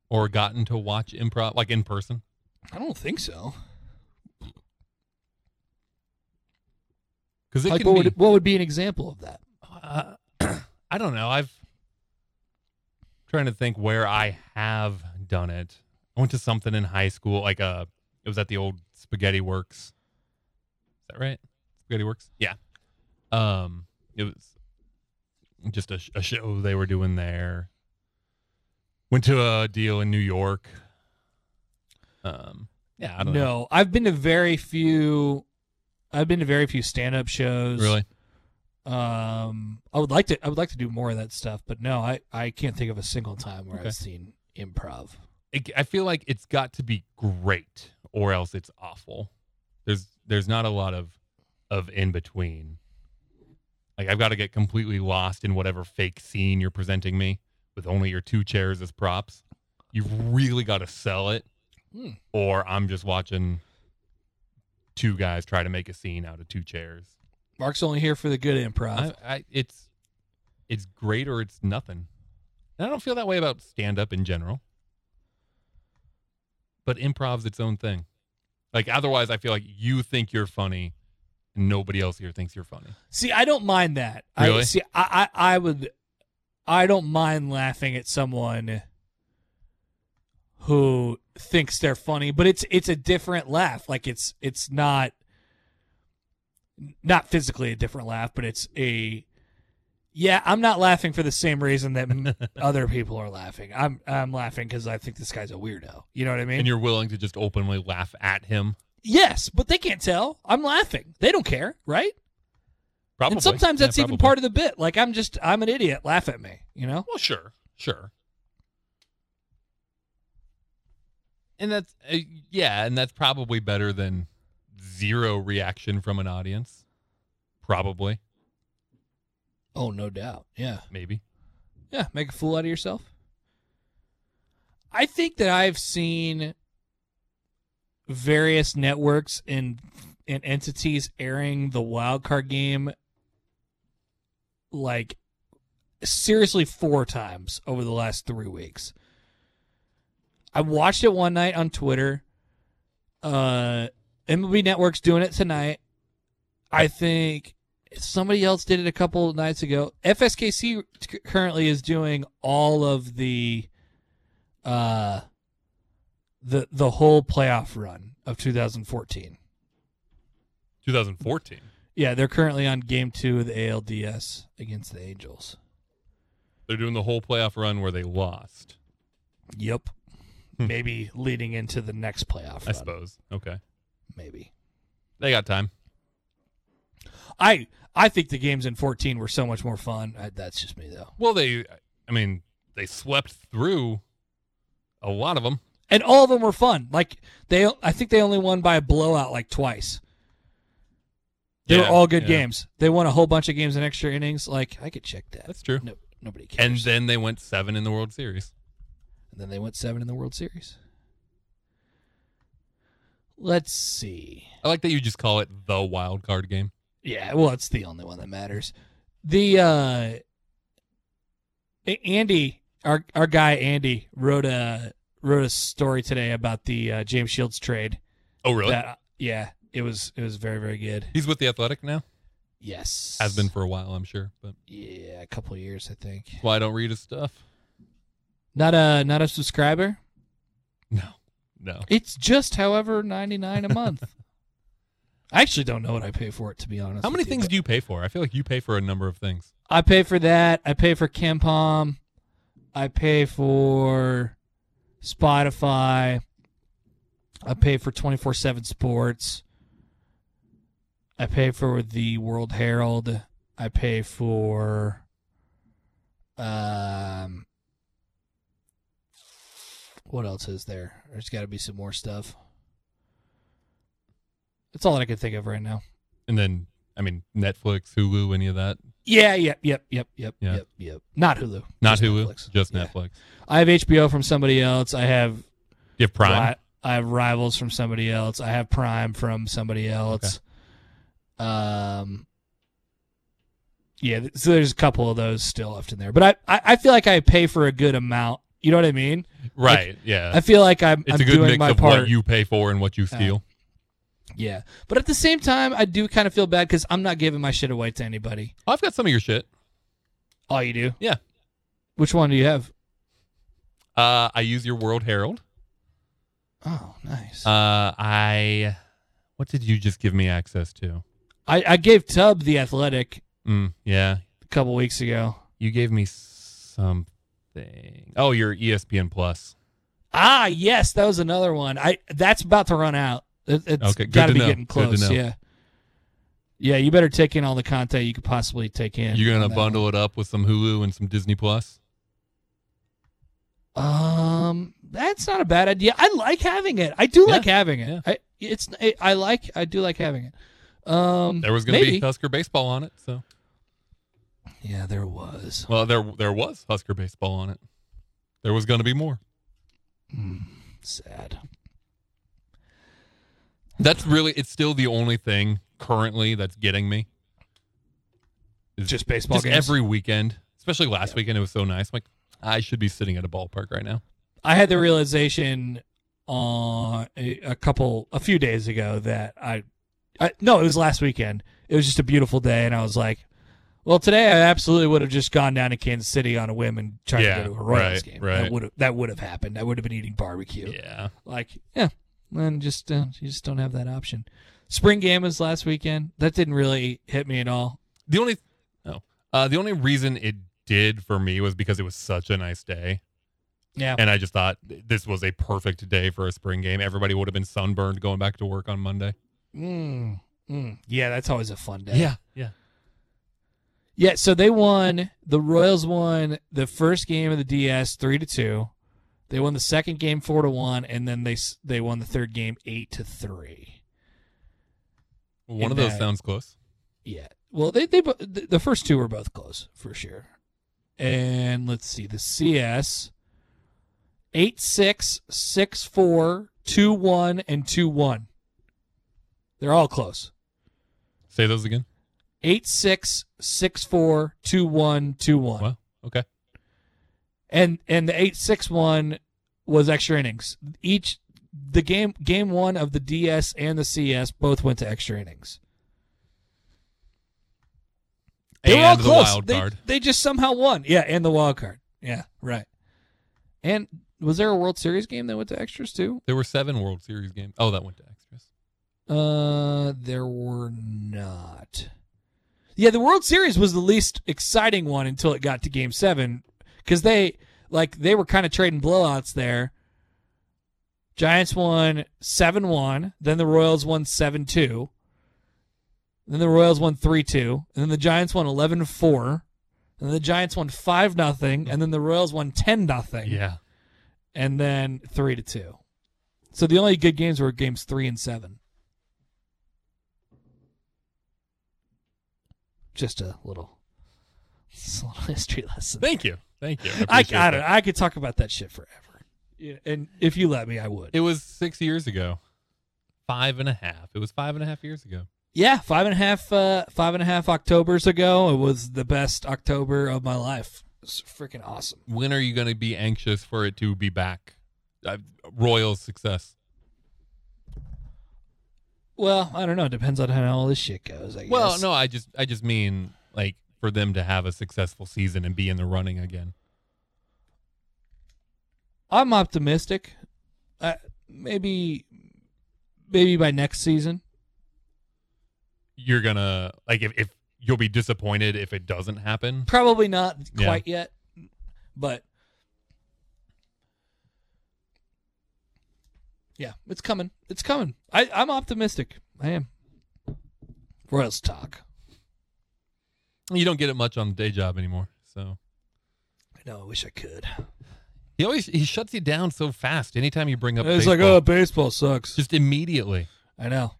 or gotten to watch improv like in person?
I don't think so.
Because it
Like
can
what
be.
would what would be an example of that?
uh, I don't know. I've trying to think where I have done it. I went to something in high school, like a it was at the old Spaghetti Works. Is that right? Spaghetti Works. Yeah. Um, it was just a, sh- a show they were doing there. Went to a deal in New York. Um, yeah, I don't
no,
know.
I've been to very few. I've been to very few stand-up shows.
Really?
Um, I would like to. I would like to do more of that stuff, but no, I I can't think of a single time where
Okay.
I've seen improv.
it, I feel like it's got to be great or else it's awful. There's there's not a lot of of in between. Like I've got to get completely lost in whatever fake scene you're presenting me with only your two chairs as props. You've really got to sell it
Hmm.
or I'm just watching two guys try to make a scene out of two chairs.
Mark's only here for the good improv.
I, I, it's it's great or it's nothing. And I don't feel that way about stand up in general. But improv's its own thing. Like otherwise I feel like you think you're funny and nobody else here thinks you're funny.
see, I don't mind that. I
Really?
see. I, I I would. I don't mind laughing at someone who thinks they're funny, but it's it's a different laugh. Like it's it's not not physically a different laugh, but it's a yeah, I'm not laughing for the same reason that m- other people are laughing. I'm I'm laughing cuz I think this guy's a weirdo. You know what I mean?
and you're willing to just openly laugh at him.
Yes, but they can't tell. I'm laughing. They don't care, right?
Probably.
And sometimes that's even
part
part of the bit. Like I'm just I'm an idiot. Laugh at me, you know?
Well, sure, sure. And that's uh, yeah, and that's probably better than zero reaction from an audience. Probably,
Oh, no doubt. Yeah.
maybe.
Yeah, make a fool out of yourself. I think that I've seen various networks and and entities airing the wild card game like seriously four times over the last 3 weeks. I watched it one night on Twitter. Uh MLB Network's doing it tonight. I think somebody else did it a couple of nights ago. FSKC c- currently is doing all of the uh the the whole playoff run of 2014.
2014.
Yeah, they're currently on game 2 of the ALDS against the Angels.
They're doing the whole playoff run where they lost.
Yep.
Hmm.
Maybe leading into the next playoff run.
I suppose. Okay,
Maybe.
they got time.
I I think the games in 14 were so much more fun. I, that's just me though.
Well, they. I mean, they swept through a lot of them.
And all of them were fun. Like they I think they only won by a blowout like twice. They were all good games. They won a whole bunch of games in extra innings. Like I could check that.
That's true.
No, nobody cares.
And then they went seven in the World Series.
And then they went seven in the World Series. Let's see.
I like that you just call it the wild card game.
Yeah, well, it's the only one that matters. The uh A- Andy, our our guy Andy wrote a wrote a story today about the uh, James Shields trade.
Oh, really?
That- yeah, it was it was very very good.
He's with the Athletic now.
Yes,
Has been for a while, I'm sure. But
yeah a couple of years I think.
that's why I don't read his stuff.
Not a not a subscriber.
No, no.
It's just however ninety nine a month. I actually don't know what I pay for it to be honest.
How
with
many
you,
things
but
do you pay for? I feel like you pay for a number of things.
I pay for that? I pay for Kempom. I pay for Spotify. I pay for twenty four seven Sports. I pay for the World Herald. I pay for um what else is there? There's got to be some more stuff. That's all that I can think of right now.
And then, I mean, Netflix, Hulu, any of that?
Yeah, yep, yep, yep, yep,
Yeah.
yep, yep. Not Hulu.
Not
just
Hulu,
Netflix.
just
Yeah.
Netflix.
I have HBO from somebody else. I have
You have Prime.
Ri- I have Rivals from somebody else. I have Prime from somebody else. Um. Yeah, th- so there's a couple of those still left in there, but I, I, I feel like I pay for a good amount. You know what I mean?
Right. yeah.
I feel like I'm,
it's
I'm
a good
doing
mix
my
of
part.
what you pay for and what you steal.
yeah, but at the same time, I do kind of feel bad because I'm not giving my shit away to anybody.
Oh, I've got some of your shit.
Oh, you do?
Yeah.
Which one do you have?
Uh, I use your World Herald.
Oh, nice.
Uh, I. What did you just give me access to?
I, I gave Tub the Athletic
Mm, yeah.
a couple weeks ago.
You gave me something. Oh, your ESPN Plus.
Ah, yes, that was another one. I that's about to run out. It, has
Okay, good
got
to
to be
know.
getting
Good to
close.
know.
Yeah, yeah. You better take in all the content you could possibly take in.
You're
on
going
that
to bundle it up with some Hulu and some Disney Plus?
one. Um, that's not a bad idea. I like having it. I do
Yeah,
like having it.
yeah.
I it's I I like I do like having it. Um,
There was going to be
maybe.
Husker baseball on it, so
yeah, there was.
well, there there was Husker baseball on it. There was going to be more.
Hmm, sad.
That's really it's still the only thing currently that's getting me. Is
Just baseball
just
games.
every weekend, especially last weekend, it was so nice. I'm like I should be sitting at a ballpark right now.
I had the realization uh, a, a couple, a few days ago that I, I, no, it was last weekend. It was just a beautiful day, and I was like, Well, today I absolutely would have just gone down to Kansas City on a whim and tried
Yeah,
to go to a Royals
right,
game.
right.
That would have that would have happened. I would have been eating barbecue.
Yeah.
Like, yeah, and just uh, you just don't have that option. Spring game was last weekend. That didn't really hit me at all.
The only no, uh, the only reason it did for me was because it was such a nice day,
Yeah,
and I just thought th- this was a perfect day for a spring game. Everybody would have been sunburned going back to work on Monday.
mm, mm. yeah, that's always a fun day.
Yeah, yeah.
Yeah, so they won. The Royals won the first game of the DS three to two. They won the second game four to one, and then they s- they won the third game eight to three.
One
In
of those
that-
sounds close.
Yeah, well, they they bo- th- the first two were both close for sure. And let's see the CS eight six six four two one and two one. They're all close.
Say those again.
Eight six six four two one two one.
Wow. Okay.
and and the eight six one was extra innings. Each the game game one of the DS and the CS both went to extra innings. They
and
were all
the
close.
wild
they,
card.
they just somehow won. Yeah, and the wild card. Yeah, right. And was there a World Series game that went to extras too?
There were seven World Series games. Oh, that went to extras.
Uh, there were not. Yeah, the World Series was the least exciting one until it got to Game Seven, because they like they were kind of trading blowouts there. Giants won seven one, then the Royals won seven two, then the Royals won three two, and then the Giants won 11-4, and the Giants won five nothing, and then the Royals won ten nothing
Yeah.
and then three to two. So the only good games were games three and seven. Just a little, just a little history lesson.
Thank you. Thank you.
I, I,
appreciate
don't,
that.
I could talk about that shit forever. Yeah, and if you let me, I would.
It was six years ago. Five and a half. It was five and a half years ago.
yeah, five and a half, uh, five and a half Octobers ago, it was the best October of my life. It's freaking awesome.
When are you going to be anxious for it to be back? Uh, Royals success.
Well, I don't know. It depends on how all this shit goes. I guess.
Well, no, I just I just mean like for them to have a successful season and be in the running again.
I'm optimistic. Uh, maybe, maybe by next season.
You're gonna like if, if you'll be disappointed if it doesn't happen.
Probably not
Yeah.
quite yet, but yeah, it's coming. It's coming. I, I'm optimistic. I am. Royals talk.
You don't get it much on the day job anymore. So
I know. I wish I could.
he always he shuts you down so fast. Anytime you bring up,
It's like,
baseball.
oh, baseball sucks.
just immediately.
I know.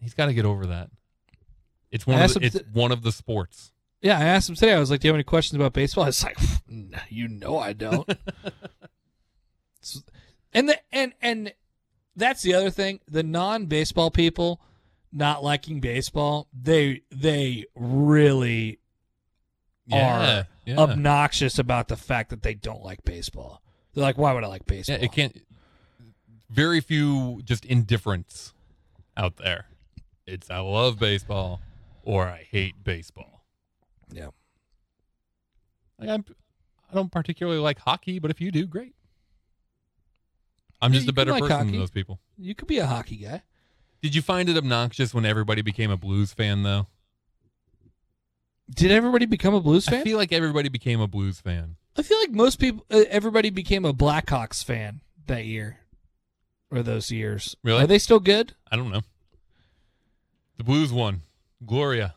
He's got to get over that. It's one
I
of
asked
the,
him
it's one of the sports.
Yeah, I asked him today. I was like, "Do you have any questions about baseball?" I was like, "N- "You know, I don't." S- and the and and that's the other thing: the non-baseball people not liking baseball. They they really
Yeah,
are
yeah.
obnoxious about the fact that they don't like baseball. They're like, "Why would I like
Yeah,
baseball?"
it can't. Very few just indifference out there. It's I love baseball or I hate baseball.
Yeah.
Like I'm, I don't particularly like hockey, but if you do, great. I'm
Yeah,
just
you
a better
can like
person
hockey.
than those people.
You could be a hockey guy.
Did you find it obnoxious when everybody became a Blues fan, though?
Did everybody become a Blues fan?
I feel like everybody became a Blues fan.
I feel like most people, uh, everybody became a Blackhawks fan that year or those years.
Really?
Are they still good?
I don't know. The Blues won. Gloria.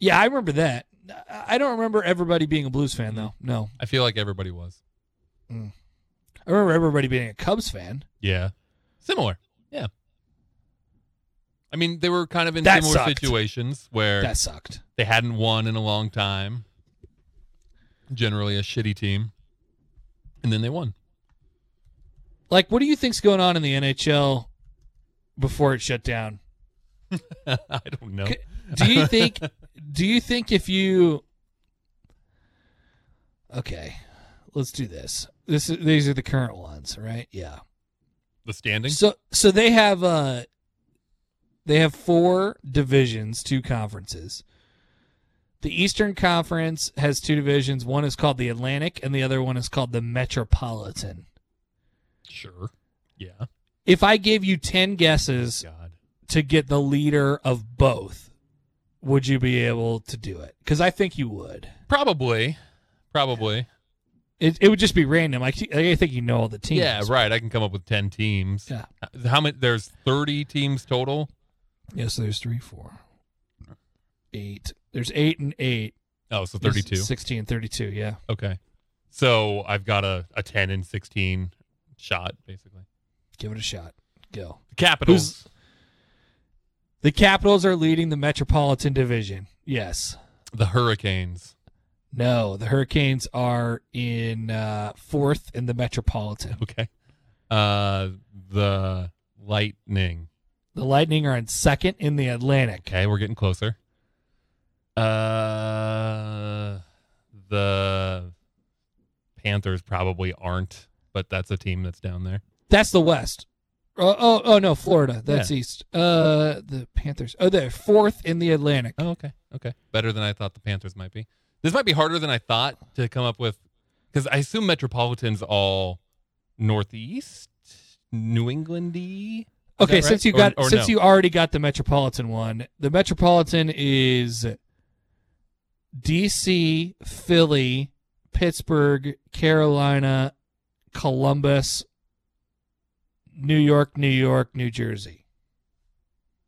Yeah, I remember that. I- I don't remember everybody being a Blues fan though. No,
I feel like everybody was.
I remember everybody being a Cubs fan.
Yeah. Similar. Yeah. I mean, they were kind of in
That
similar
sucked.
situations where
That sucked.
they hadn't won in a long time. Generally a shitty team. And then they won.
Like, what do you think's going on in the NHL before it shut down?
I don't know.
C- Do you think? do you think if you? Okay, let's do this. This is, these are the current ones, right? Yeah.
The standing?
So so they have uh they have four divisions, two conferences. The Eastern Conference has two divisions. One is called the Atlantic, and the other one is called the Metropolitan.
Sure. Yeah.
If I gave you 10 guesses
God.
to get the leader of both, would you be able to do it? Because I think you would.
Probably. Probably.
It, it would just be random. I, I think you know all the teams.
Yeah, right. I can come up with 10 teams. Uh,
Yeah.
How, how many? There's 30 teams total.
Yes, there's three, four, eight. There's eight and eight.
Oh, so
There's
32.
16, 32, yeah.
Okay. So I've got a, a 10 and 16 shot, basically.
Give it a shot. Go.
The Capitals.
The Capitals are leading the Metropolitan Division. Yes.
the Hurricanes.
No, the Hurricanes are in uh, fourth in the Metropolitan.
Okay. Uh, the Lightning.
The Lightning are in second in the Atlantic.
Okay, we're getting closer. Uh, the Panthers probably aren't, but that's a team that's down there.
That's the West. Oh, oh, oh no, Florida. That's East. Uh, the Panthers. Oh, they're fourth in the Atlantic.
Oh, okay. Okay. Better than I thought the Panthers might be. This might be harder than I thought to come up with because I assume Metropolitan's all Northeast, New Englandy. Is
Okay,
that right?
since you
Or-
got
or
since
no?
you already got the Metropolitan one, the Metropolitan is DC, Philly, Pittsburgh, Carolina, Columbus, New York, New York, New Jersey.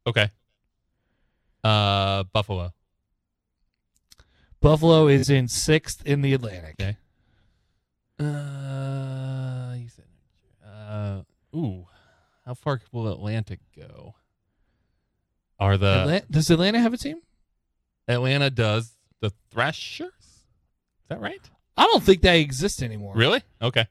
Okay. Uh, Buffalo.
Buffalo is in sixth in the Atlantic.
Okay. Uh, you said, uh, ooh, how far will Atlantic go? Are the
Atla- does Atlanta have a team?
Atlanta does the Thrashers? Is that right?
I don't think they exist anymore.
Really? Okay.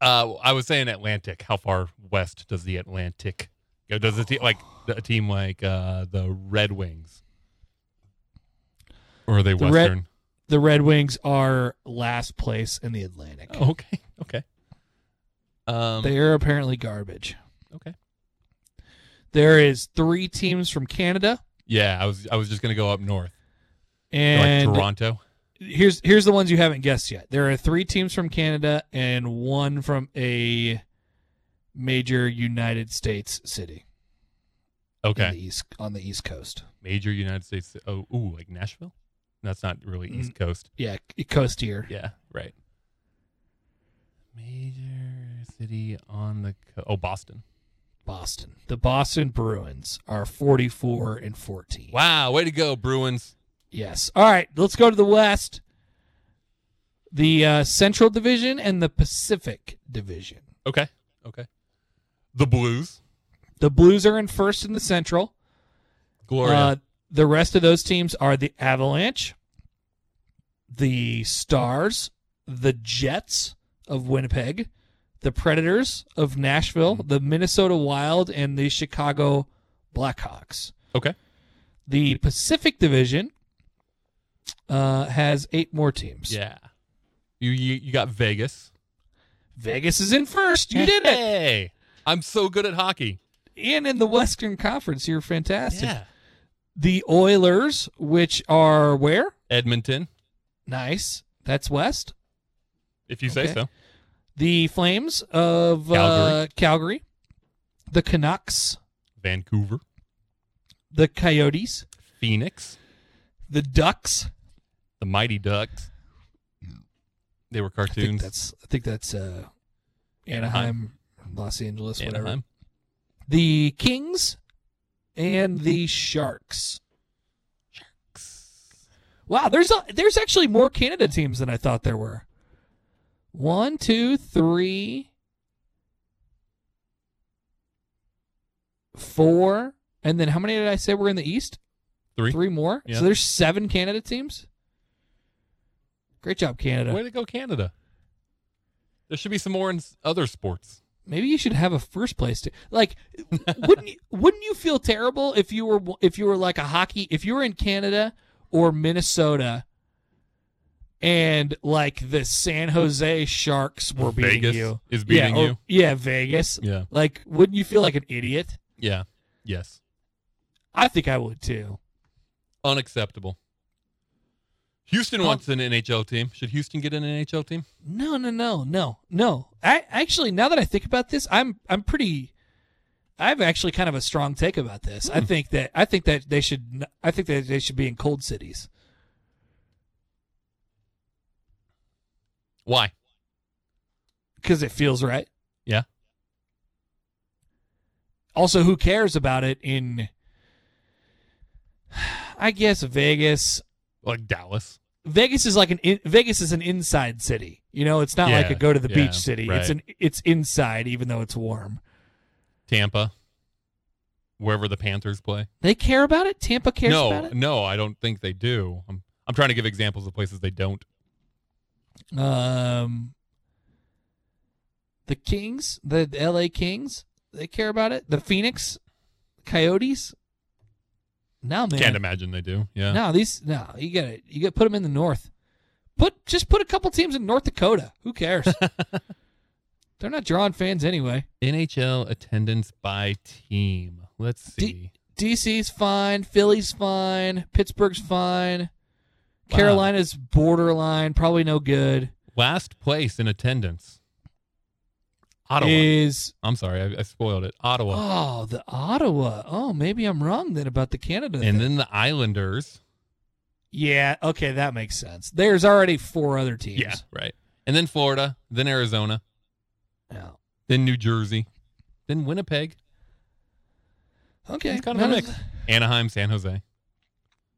Uh, I was saying Atlantic. How far west does the Atlantic go? Does a team like a team like uh, the Red Wings, or are they
The Red-
Western?
The Red Wings are last place in the Atlantic.
Oh, okay, okay. Um,
They are apparently garbage.
okay.
There is three teams from Canada.
Yeah, I was I was just gonna go up north,
And
like Toronto.
here's here's the ones you haven't guessed yet. There are three teams from Canada and one from a major United States city in
Okay,
the east on the East Coast.
major United States. Oh, ooh, like Nashville. That's not really
Mm.
East Coast.
Yeah, c- coast here.
Yeah, right. Major city on the co- oh Boston.
Boston. The Boston Bruins are 44 and 14.
Wow, way to go, Bruins.
Yes. All right, let's go to the West. The uh, Central Division and the Pacific Division.
Okay. Okay. The Blues.
The Blues are in first in the Central.
Gloria.
Uh, the rest of those teams are the Avalanche, the Stars, the Jets of Winnipeg, the Predators of Nashville,
Mm-hmm.
the Minnesota Wild, and the Chicago Blackhawks.
Okay.
The Pacific Division uh, has eight more teams.
yeah. You, you you got Vegas.
Vegas is in first. You did it.
Hey. I'm so good at hockey.
And in the Western Conference, you're fantastic.
Yeah.
The Oilers, which are where?
Edmonton,
Nice. That's West.
if you say
Okay.
so.
the Flames of Uh, Calgary, the Canucks,
Vancouver,
the Coyotes,
Phoenix,
the Ducks.
the Mighty Ducks. They were
I think
cartoons.
that's I think that's uh, Anaheim,
Anaheim.
Los Angeles, whatever.
Anaheim.
The Kings and the Sharks. Wow, there's a, there's actually more Canada teams than I thought there were. One, two, three, four, and then how many did I say were in the East?
Three.
Three more.
Yeah.
So there's seven Canada teams. Great job, Canada.
Way to go, Canada. There should be some more in s- other sports.
Maybe you should have a first place to like. wouldn't you, wouldn't you feel terrible if you were if you were like a hockey if you were in Canada or Minnesota, and like the San Jose Sharks were beating
Vegas
you
is beating
yeah, or-
you.
yeah Vegas
Yeah.
like wouldn't you feel like an idiot?
Yeah. Yes.
I think I would too.
Unacceptable. Houston wants an NHL team. Should Houston get an NHL team?
No, no, no, no, no. I actually, now that I think about this, I'm I'm pretty. I have actually kind of a strong take about this.
Hmm.
I think that I think that they should. n- I think that they should be in cold cities.
Why?
because it feels right.
Yeah.
Also, who cares about it in, I guess Vegas.
Like Dallas.
Vegas is like an in, Vegas is an inside city. You know, it's not like
Yeah,
a go to the
yeah,
beach city. It's
right.
an it's inside, even though it's warm.
Tampa, wherever the Panthers play.
They care about it. Tampa cares
no,
about it.
no, I don't think they do. I'm, I'm trying to give examples of places they don't.
Um, the Kings, the the L.A. Kings, they care about it. The Phoenix, Coyotes. No man,
Can't imagine they do. Yeah.
No, these no. You got to you got to put them in the north. Put just put a couple teams in North Dakota. Who cares? They're not drawing fans anyway.
NHL attendance by team. Let's
D-
see.
DC's fine, Philly's fine, Pittsburgh's fine. Carolina's borderline, probably no good.
Last place in attendance. Ottawa.
Is
I'm sorry, I, I spoiled it. Ottawa.
oh the Ottawa. Oh, maybe I'm wrong then about the Canada. thing.
and then the Islanders.
yeah, okay, that makes sense. There's already four other teams.
Yeah, right. And then Florida, then Arizona,
Yeah.
then New Jersey, then Winnipeg.
Okay.
It's kind of a
none
mix. Anaheim, San Jose.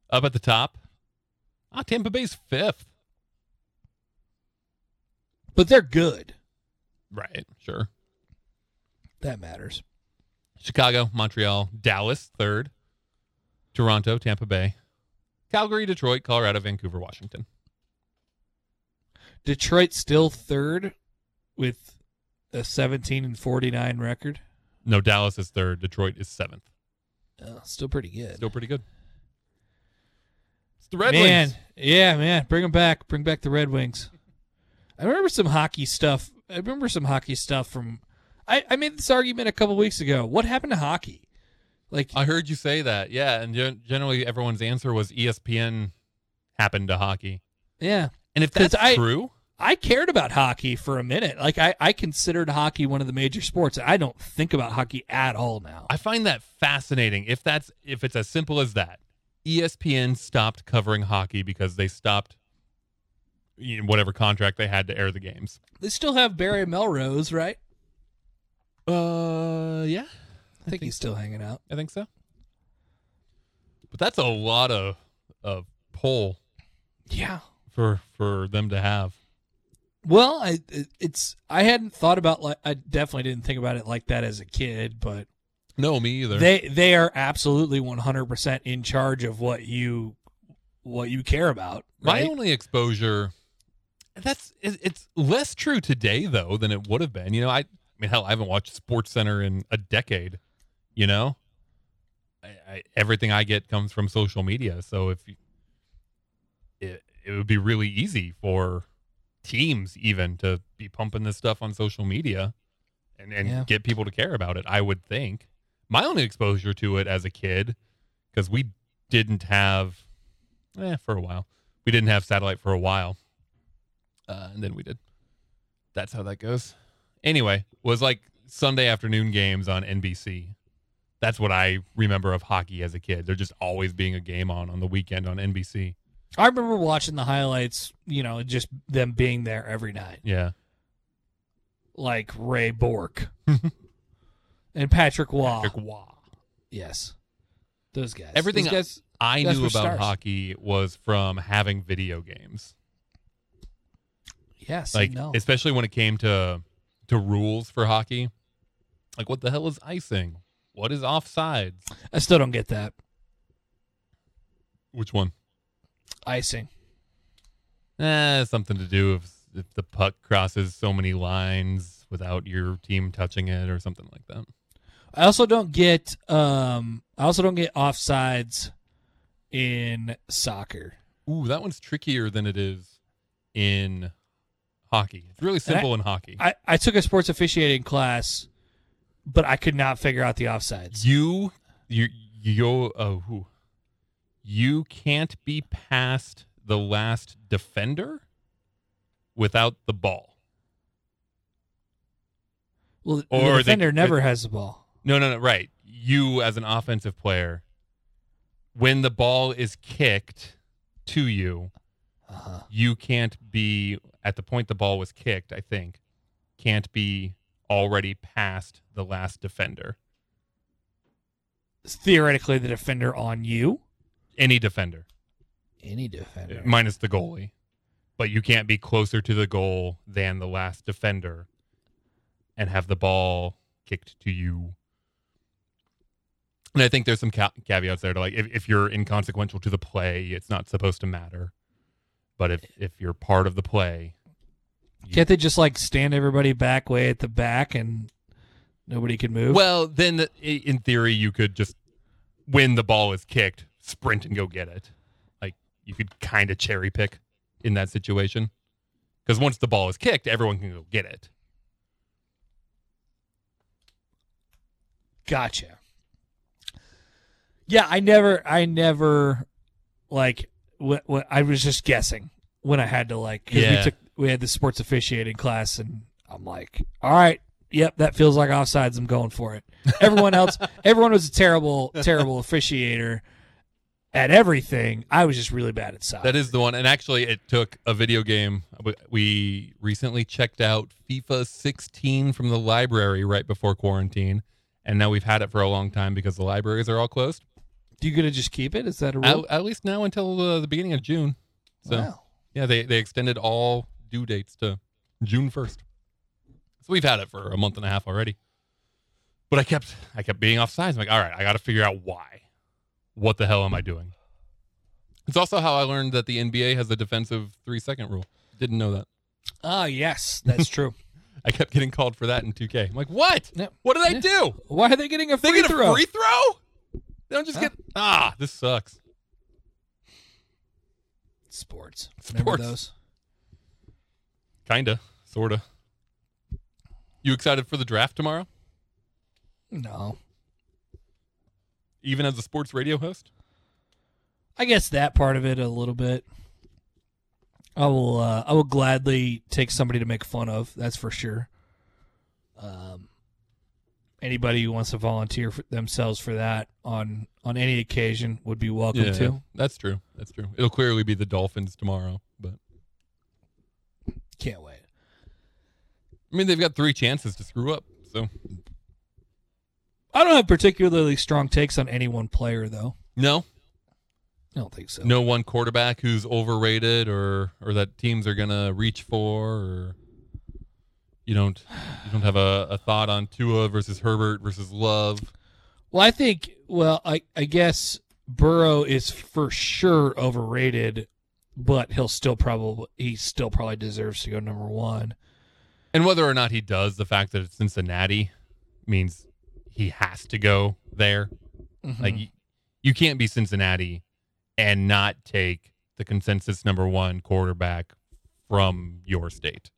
Up at the top. Ah, Tampa Bay's fifth.
But they're good.
Right, sure.
That matters.
Chicago, Montreal, Dallas, third. Toronto, Tampa Bay, Calgary, Detroit, Colorado, Vancouver, Washington.
Detroit still third with a 17 and 49 record.
No, Dallas is third. Detroit is seventh.
Oh, still pretty good.
Still pretty good. It's the Red
man,
Wings.
yeah, man, bring them back. Bring back the Red Wings. I remember some hockey stuff. I remember some hockey stuff from. I, I made this argument a couple weeks ago. What happened to hockey? Like,
I heard you say that. Yeah, and gen- generally everyone's answer was E ESPN happened to hockey.
yeah,
And if
'Cause
that's
I-
true,
I cared about hockey for a minute. Like, I, I considered hockey one of the major sports. I don't think about hockey at all now.
I find that fascinating. If that's if it's as simple as that, E ESPN stopped covering hockey because they stopped you know, whatever contract they had to air the games.
They still have Barry Melrose, right?
Uh, yeah,
I think he's still hanging out.
I think so. But that's a lot of of pull
Yeah.
for for them to have.
Well, I it- it's I hadn't thought about like I definitely didn't think about it like that as a kid, but
No, me either.
they they are absolutely 100% in charge of what you what you care about,
My
right?
only exposure that's it- it's less true today though than it would have been. You know, I I mean hell, I haven't watched Sports Center in a decade, you know? I, I, everything I get comes from social media, so if you, it it would be really easy for teams even to be pumping this stuff on social media and and
Yeah.
get people to care about it, I would think. My only exposure to it as a kid cuz we didn't have eh, for a while. We didn't have satellite for a while, uh, and then we did. That's how that goes. Anyway, was like Sunday afternoon games on NBC. That's what I remember of hockey as a kid. There just always being a game on on the weekend on NBC.
I remember watching the highlights, you know, just them being there every night,
Yeah,
like Ray Bork and Patrick Waugh.
Like, wow.
Yes. Those guys.
Everything
Those guys,
I
That's
knew
where
about
stars.
hockey was from having video games.
yes,
like
no.
especially when it came to to rules for hockey. Like what the hell is icing? What is offsides?
I still don't get that.
Which one?
Icing.
Eh, something to do if if the puck crosses so many lines without your team touching it or something like that.
I also don't get um I also don't get offsides in soccer.
Ooh, that one's trickier than it is in hockey. It's really simple in hockey.
I, I took a sports officiating class, but I could not figure out the offsides.
you you you oh who you can't be past the last defender without the ball.
Well, the-
Or
the
they-
defender never has the ball.
No, no, no, right. You as an offensive player when the ball is kicked to you,
Uh-huh.
you can't be at the point the ball was kicked, I think. Can't be already past the last defender.
It's theoretically the defender on you.
Any defender.
Any defender.
minus the goalie. But you can't be closer to the goal than the last defender and have the ball kicked to you. And I think there's some ca- caveats there to like if, if you're inconsequential to the play, it's not supposed to matter. But if, if you're part of the play,
Can't they just like stand everybody back way at the back and nobody can move?
well, then the- i- in theory, you could just when the ball is kicked, sprint and go get it. Like you could kind of cherry pick in that situation because once the ball is kicked, everyone can go get it.
Gotcha. Yeah, I never, I never, like, wh- wh- I was just guessing when I had to like, 'cause we
Yeah.
took, we had the sports officiating class, and I'm like, all right, yep, that feels like offsides. I'm going for it. Everyone else, everyone was a terrible, terrible officiator at everything. I was just really bad at soccer.
That is the one. And actually, it took a video game. We recently checked out FIFA 16 from the library right before quarantine. And now we've had it for a long time because the libraries are all closed,
you gonna just keep it? Is that a
at,
rule?
at least now until uh, the beginning of June. So,
Wow.
yeah, they, they extended all due dates to June 1st. So we've had it for a month and a half already. But I kept I kept being offsides. I'm like, all right, I got to figure out why. What the hell am I doing? It's also how I learned that the NBA has a defensive three second rule. Didn't know that.
Ah, yes, that's true.
I kept getting called for that in 2K. I'm like, what?
Yeah.
What did I
Yeah.
do?
Why are they getting a
They
free
get a
throw?
free throw? They don't just
Huh.
get ah. This sucks.
Sports. Remember
Sports.
those?
Kinda, sorta. You excited for the draft tomorrow?
No.
Even as a sports radio host?
I guess that part of it a little bit. I will. Uh, I will gladly take somebody to make fun of. That's for sure. Um, anybody who wants to volunteer for themselves for that on on any occasion would be welcome to.
that's true. That's true. It'll clearly be the Dolphins tomorrow, but
Can't wait.
I mean they've got three chances to screw up. So
I don't have particularly strong takes on any one player, though.
no,
I don't think so.
no one quarterback who's overrated or or that teams are gonna reach for or you don't you don't have a, a thought on Tua versus Herbert versus Love.
Well, I think. Well, I I guess Burrow is for sure overrated, but he'll still probably he still probably deserves to go number one.
And whether or not he does, the fact that it's Cincinnati means he has to go there. Like you, you can't be Cincinnati and not take the consensus number one quarterback from your state.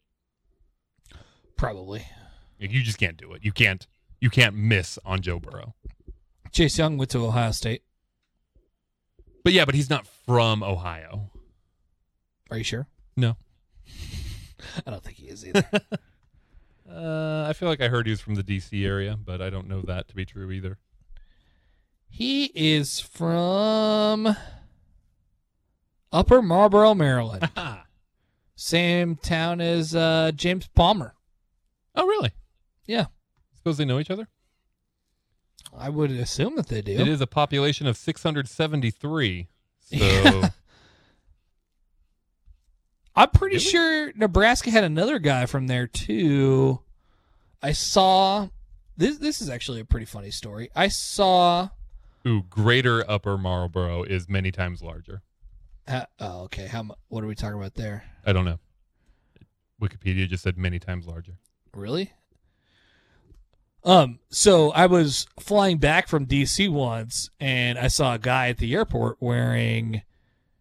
Probably.
Like, You just can't do it. You can't you can't miss on Joe Burrow.
Chase Young went to Ohio State.
But yeah, but he's not from Ohio.
Are you sure?
No.
I don't think he is either.
Uh, I feel like I heard he was from the DC area, but I don't know that to be true either.
he is from Upper Marlboro, Maryland.
Oh,
Same town as uh, James Palmer.
oh really?
Yeah.
Suppose they know each other?
I would assume that they do.
It is a population of 673. So
Yeah. I'm pretty
Really?
sure Nebraska had another guy from there too. I saw this. This is actually a pretty funny story. I saw.
ooh, greater upper Marlboro is many times larger.
Uh, oh, okay. How? mu- What are we talking about there?
I don't know. Wikipedia just said many times larger.
Really? Um, so I was flying back from DC once and I saw a guy at the airport wearing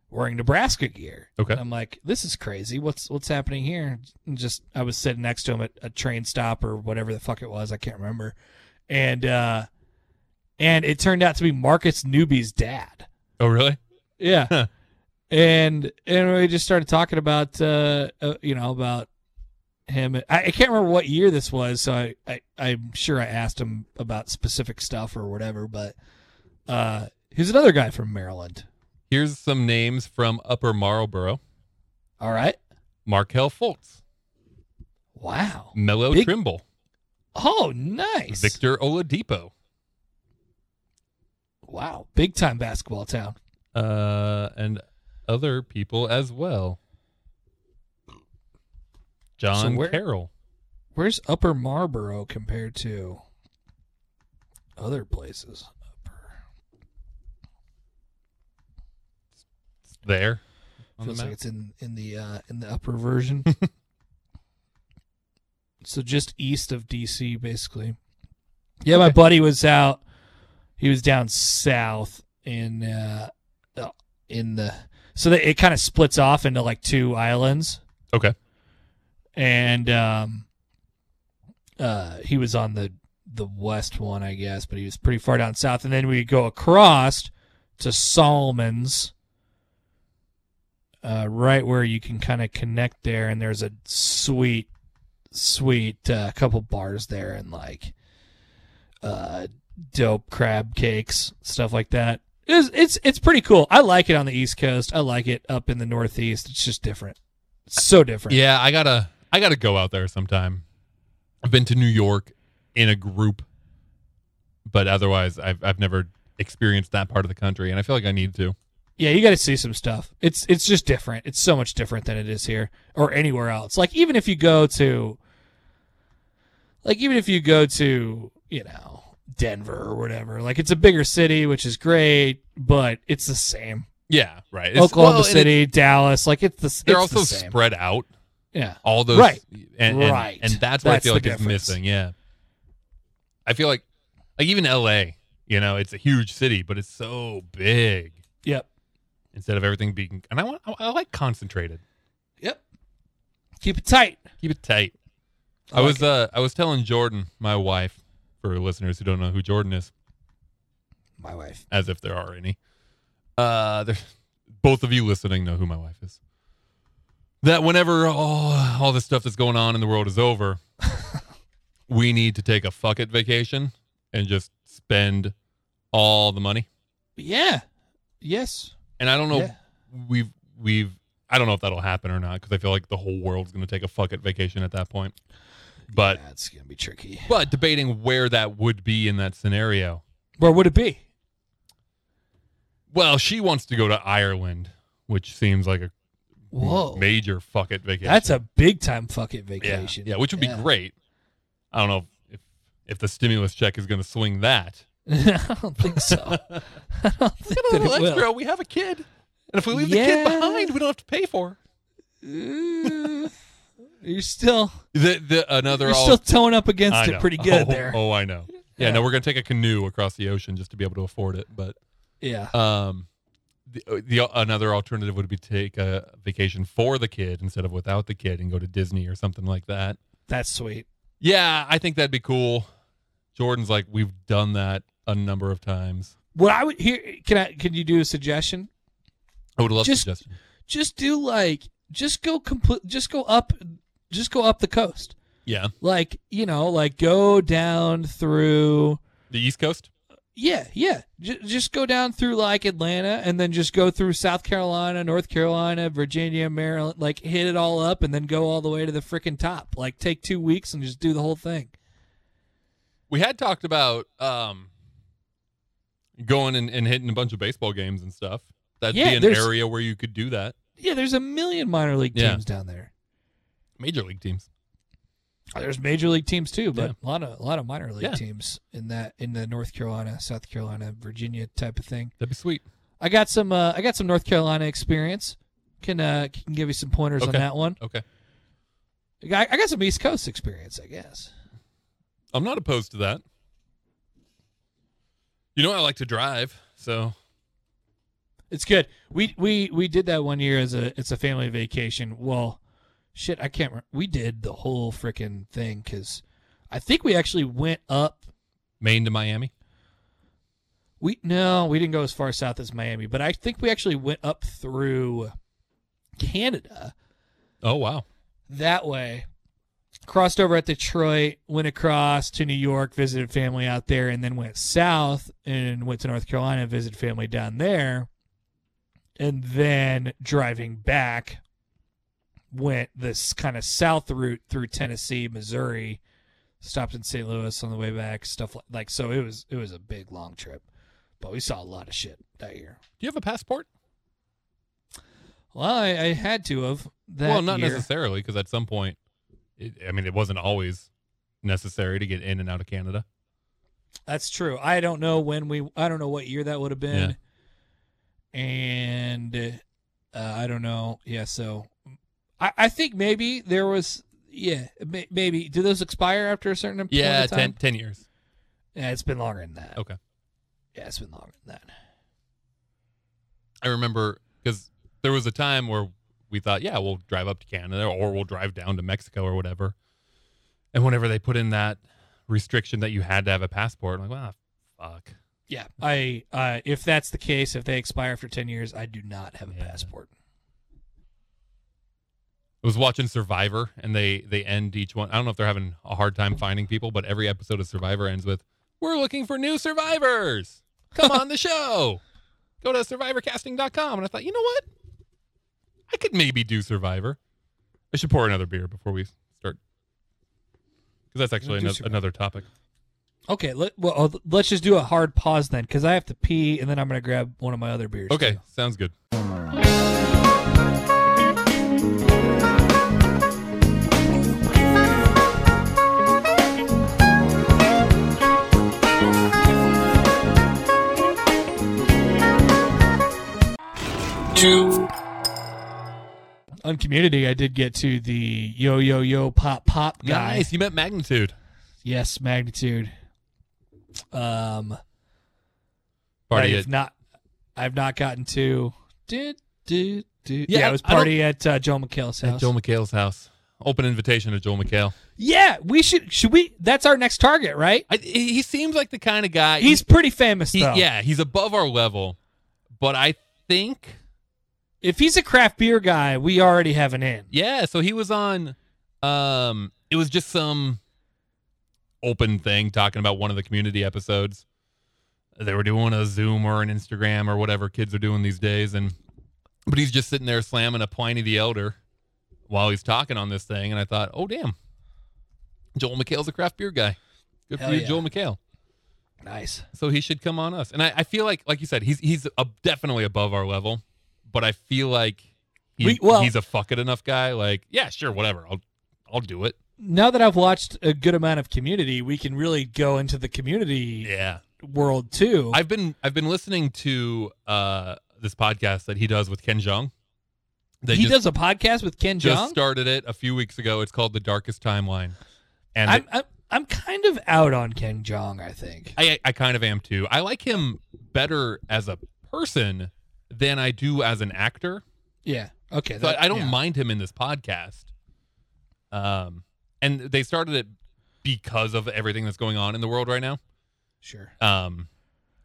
wearing Nebraska gear.
Okay.
And I'm like, this is crazy. What's what's happening here? And just I was sitting next to him at a train stop or whatever the fuck it was, I can't remember. And uh and it turned out to be Marcus Newby's dad.
Oh, really?
Yeah.
Huh.
and and we just started talking about uh, uh you know about him. I, I can't remember what year this was, so I, I I'm sure I asked him about specific stuff or whatever. But uh, he's another guy from Maryland.
Here's some names from Upper Marlboro:
All right,
Markel Fultz,
wow.
Mello
Big-
Trimble,
Oh, nice.
Victor Oladipo,
Wow, big time basketball town.
uh, and other people as well. John
where-
Carroll.
Where's Upper Marlboro compared to other places? Upper.
It's there. On the
Feels
map.
like it's in in the uh, in the upper version. so just east of DC, basically. Yeah, my buddy was out. He was down south in uh, uh, in the so that it kind of splits off into like two islands.
Okay.
and um, uh, he was on the the west one, I guess, but he was pretty far down south. And then we go across to Solomon's, uh, right where you can kind of connect there. And there's a sweet, sweet uh, couple bars there, and like uh, dope crab cakes, stuff like that. It's, it's it's pretty cool. I like it on the East Coast. I like it up in the Northeast. It's just different. So different.
Yeah, I gotta I gotta go out there sometime. I've been to New York in a group, but otherwise I've I've never experienced that part of the country, and I feel like I need to.
Yeah, you got to see some stuff. It's it's just different. It's so much different than it is here or anywhere else. Like even if you go to like even if you go to, you know, Denver or whatever. Like it's a bigger city, which is great, but it's the same.
Yeah, right. It's-
Oklahoma
well, and it-
City, Dallas, like it's the s-
they're
it's
also
the same.
spread out.
yeah.
All those
Right.
and, and,
Right.
and that's what I
That's
feel
the
like is
difference.
missing. Yeah, I feel like like even L.A. You know, it's a huge city, but it's so big.
Yep.
Instead of everything being, and I want I, I like concentrated.
Yep. Keep it tight.
Keep it tight. I,
like
was uh I was telling Jordan, my wife, for listeners who don't know who Jordan is,
it.
uh,
my wife.
as if there are any. Uh there both of you listening know who my wife is. That whenever all all this stuff that's going on in the world is over, we need to take a fuck it vacation and just spend all the money.
Yeah. Yes.
And I don't know
Yeah.
we've we've I don't know if that'll happen or not because I feel like the whole world's going to take a fuck it vacation at that point. But
that's going to be tricky.
but debating where that would be in that scenario.
Where would it be?
Well, she wants to go to Ireland, which seems like a Mm-hmm.
Whoa.
major fuck it vacation.
That's a big time fucking
yeah,
vacation.
yeah, which would be great. I don't know if if the stimulus check is going to swing that.
I don't think so. I don't think
Oh,
that it will.
we have a kid, and if we
leave the kid Yeah. behind,
we don't have to pay for.
Mm, You're still
The the another
you're
all
still towing up against
I
it
know.
pretty good
oh,
there.
Oh, I know. Yeah,
Yeah.
no, we're going to take a canoe across the ocean just to be able to afford it, but
Yeah.
um the, the uh, another alternative would be to take a vacation for the kid instead of without the kid and go to Disney or something like that.
That's sweet.
Yeah, I think that'd be cool. Jordan's like, we've done that a number of times.
What I would here can I can you do a suggestion?
I would love
Just-
suggestion.
Just do like just go complete just go up just go up the coast.
Yeah,
Like, you know, like go down through
the East Coast.
Yeah, yeah. J- just go down through like Atlanta and then just go through South Carolina, North Carolina, Virginia, Maryland, like hit it all up and then go all the way to the freaking top. Like take 2 weeks and just do the whole thing.
We had talked about um going and, and hitting a bunch of baseball games and stuff. That'd
Yeah,
be an
there's-
area where you could do that.
Yeah, there's a million minor league
Yeah.
teams down there.
Major league teams.
There's major league teams too, but a lot of a lot of minor league
Yeah.
teams in that in the North Carolina, South Carolina, Virginia type of thing.
That'd be sweet.
I got some uh, I got some North Carolina experience. Can uh can give you some pointers on
Okay.
that one.
Okay.
I got, I got some East Coast experience, I guess.
I'm not opposed to that. You know, I like to drive, so
It's good. We we we did that one year as a it's a family vacation. Well, shit, I can't. Remember. We did the whole freaking thing because I think we actually went up.
Maine to Miami.
We no, we didn't go as far south as Miami, but I think we actually went up through Canada
Oh wow.
that way. Crossed over at Detroit, went across to New York, visited family out there, and then went south and went to North Carolina, and visited family down there. And then driving back, went this kind of south route through Tennessee, Missouri, stopped in St. Louis on the way back, stuff like, like so. It was it was a big long trip, but we saw a lot of shit that year.
Do you have a passport?
Well, I, I had to have that.
well, not
year.
necessarily, because at some point, it, I mean, it wasn't always necessary to get in and out of Canada.
That's true. I don't know when we. I don't know what year that would have been, and uh, I don't know. Yeah, so I, I think maybe there was. Yeah, may, maybe. Do those expire after a certain point
Yeah,
of time?
ten, 10 years.
Yeah, it's been longer than that.
Okay.
Yeah, it's been longer than that.
I remember because there was a time where we thought, yeah, we'll drive up to Canada or we'll drive down to Mexico or whatever. And whenever they put in that restriction that you had to have a passport, I'm like, wow, fuck.
Yeah, I. Uh, if that's the case, if they expire after ten years, I do not have a
Yeah.
passport.
I was watching Survivor, and they they end each one. I don't know if they're having a hard time finding people, but every episode of Survivor ends with, "We're looking for new survivors. Come on the show. Go to survivorcasting.com." And I thought, you know what? I could maybe do Survivor. I should pour another beer before we start, because that's actually
do
ano-
Survivor.
another topic.
Okay. Let, well, oh, let's just do a hard pause then, because I have to pee, and then I'm gonna grab one of my other beers.
Okay,
too.
sounds good.
on community i did get to the yo yo yo pop pop guy
Nice. You met Magnitude.
yes magnitude um
Party
i've
at
not i've not gotten to did did did
Yeah,
yeah, it was
I don't-
party at uh, joe McHale's house
at Joel McHale's house. Open invitation to Joel McHale.
yeah we should should we that's our next target right
I, he he seems like the kind of guy.
he's pretty famous
Uh, He,
though
yeah, he's above our level, but I think
if he's a craft beer guy we already have an in
yeah. So he was on. Um, it was just some open thing talking about one of the community episodes. They were doing a Zoom or an Instagram or whatever kids are doing these days, and but he's just sitting there slamming a Pliny the Elder while he's talking on this thing, and I thought, oh damn, Joel McHale's a craft beer guy. Good for
Hell
you,
yeah.
Joel McHale.
nice
So he should come on us. And I, I feel like, like you said, he's he's uh definitely above our level, but I feel like he,
We- well-
he's a fuck it enough guy. Like, yeah, sure, whatever, I'll I'll do it.
now that i've watched a good amount of community we can really go into the community
Yeah,
world too
I've been I've been listening to uh this podcast that he does with Ken Jeong. They
he
just,
does a podcast with ken
just
jong
started it a few weeks ago. It's called The Darkest Timeline, and
I'm, I'm I'm kind of out on Ken Jong. I think.
I I kind of am too. I like him better as a person than I do as an actor.
Yeah. Okay.
So
that-
I, I don't
yeah.
mind him in this podcast. Um, and they started it because of everything that's going on in the world right now.
Sure.
Um,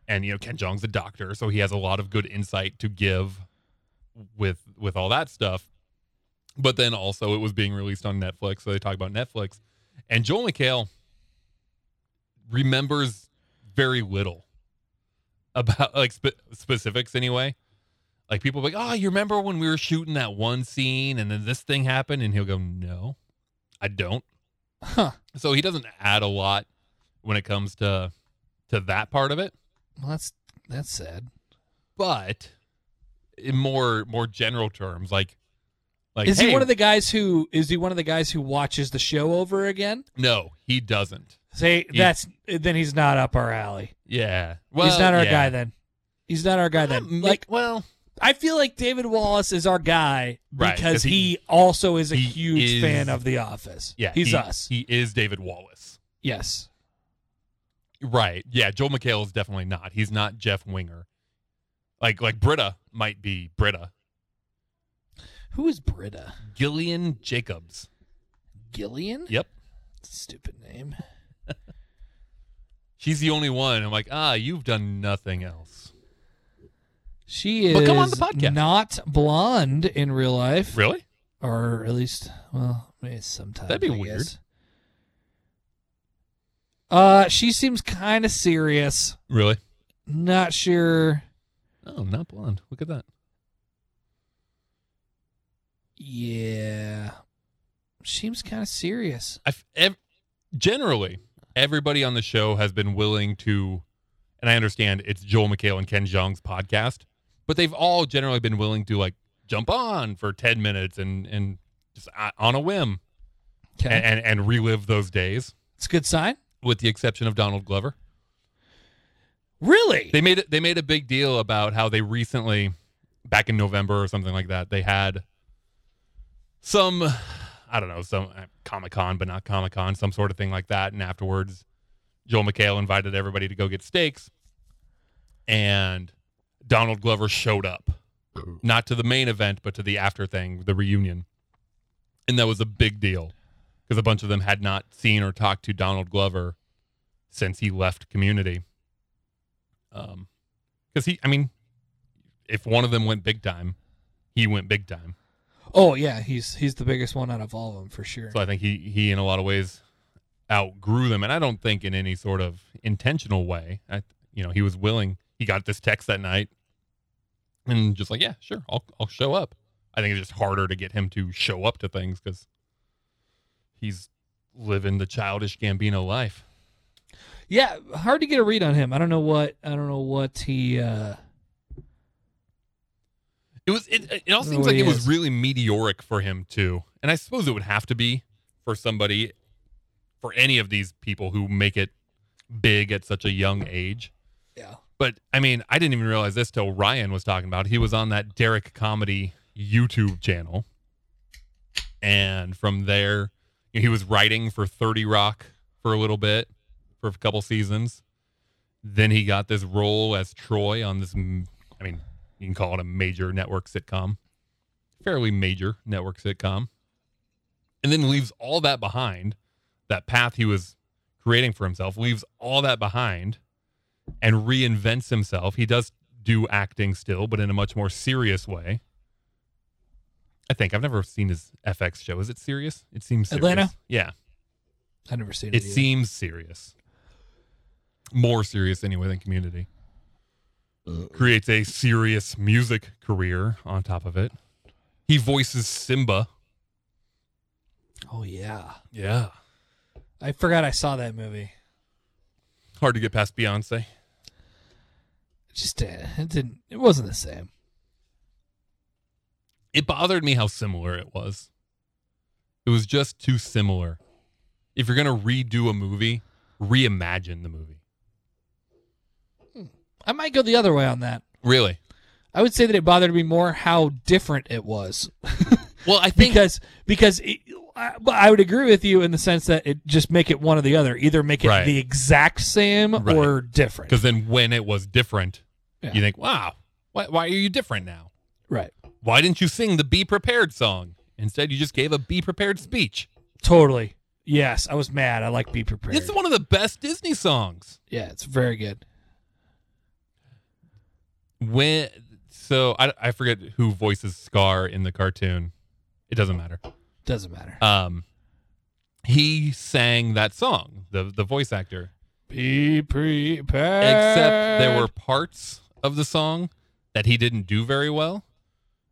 and you know Ken Jong's a doctor, so he has a lot of good insight to give with with all that stuff. But then also it was being released on Netflix, so they talk about Netflix. And Joel McHale remembers very little about like spe- specifics anyway. Like people be like, oh, you remember when we were shooting that one scene and then this thing happened, and he'll go, no, I don't
Huh.
so he doesn't add a lot when it comes to to that part of it
Well, that's that's sad.
but in more more general terms like like
is
hey,
he one of the guys who is he one of the guys who watches the show over again?
no he doesn't
Say
He-
that's then he's not up our alley.
yeah well
he's not our
yeah.
guy then. He's not our guy
Not
then.
ma-
Like
well
I feel like David Wallace is our guy
Right, 'cause
because he,
he-
also is a
he
huge
is-
fan of The Office.
yeah
he's
he-
us.
he is david wallace
yes.
right yeah joel McHale is definitely not he's not jeff winger like like britta might be britta
Who is Britta?
gillian jacobs
Gillian?
yep
Stupid name.
She's the only one. I'm like, ah, you've done nothing else.
She is
But come on the podcast.
not blonde in real life,
Really?
or at least, well, maybe sometimes
That'd be
I
weird.
guess. Uh, she seems kind of serious.
Really?
Not sure.
Oh, not blonde. Look at that.
Yeah, seems kind of serious.
I f- ev- generally everybody on the show has been willing to, and I understand it's Joel McHale and Ken Jeong's podcast, but they've all generally been willing to like jump on for ten minutes and and just o- on a whim
Okay,
and, and and relive those days,
it's a good sign.
with the exception of Donald Glover.
Really?
They made they made a big deal about how they recently, back in November or something like that, they had some, I don't know, some Comic Con, but not Comic Con, some sort of thing like that. And afterwards, Joel McHale invited everybody to go get steaks, and Donald Glover showed up, not to the main event, but to the after thing, the reunion, and that was a big deal because a bunch of them had not seen or talked to Donald Glover since he left Community. Um, because he, I mean, if one of them went big time, he went big time.
oh yeah, he's he's the biggest one out of all of them for sure.
So I think he he in a lot of ways outgrew them, and I don't think in any sort of intentional way. I you know he was willing. He got this text that night, and just like yeah, sure, I'll I'll show up. I think it's just harder to get him to show up to things because he's living the childish Gambino life.
Yeah, hard to get a read on him. I don't know what I don't know what he. uh
It was. It, it all
That's
seems
what
like
he
it was
is.
really meteoric for him too, and I suppose it would have to be for somebody, for any of these people who make it big at such a young age.
Yeah.
But I mean, I didn't even realize this till Ryan was talking about. it. He was on that Derek Comedy YouTube channel, and from there, you know, he was writing for Thirty Rock for a little bit, for a couple seasons. Then he got this role as Troy on this. m- I mean, you can call it a major network sitcom, fairly major network sitcom, and then leaves all that behind. That path he was creating for himself leaves all that behind and reinvents himself. He does do acting still, but in a much more serious way. I think I've never seen his FX show. Is it serious? It seems serious.
Atlanta?
Yeah,
I never seen
it
either.
seems serious. More serious anyway than Community. Creates a serious music career on top of it. He voices Simba.
Oh yeah,
Yeah.
I forgot I saw that movie.
Hard to get past Beyonce.
Just uh, it didn't. It wasn't the same.
it bothered me how similar it was. It was just too similar. If you're gonna redo a movie, reimagine the movie.
I might go the other way on that.
Really?
I would say that it bothered me more how different it was
Well, I think
because because it, I, but I would agree with you in the sense that it just make it one or the other. Either make it
Right.
the exact same
Right.
or different.
because then when it was different,
Yeah.
you think, wow, why, why are you different now?
Right.
Why didn't you sing the Be Prepared song? Instead, you just gave a Be Prepared speech.
Totally. Yes, I was mad. I like be prepared.
It's one of the best Disney songs.
yeah, it's very good.
when so I, I forget who voices scar in the cartoon it doesn't matter
Doesn't matter.
um he sang that song the the voice actor
Be prepared.
except there were parts of the song that he didn't do very well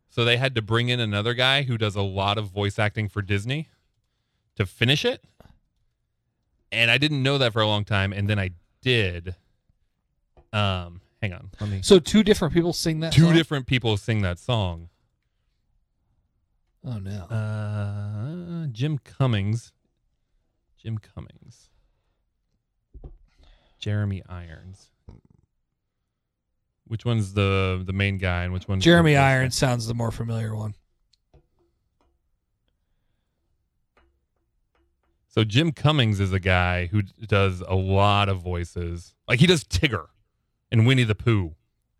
so they had to bring in another guy who does a lot of voice acting for disney to finish it and i didn't know that for a long time and then i did um hang on let me
So two different people sing that.
two
song?
different people sing that song
Oh no.
Uh, Jim Cummings. Jim Cummings. Jeremy Irons. Which one's the the main guy and which one's the
Jeremy
voice guy?
Irons sounds the more familiar one.
So Jim Cummings is a guy who d- does a lot of voices. Like he does Tigger and Winnie the Pooh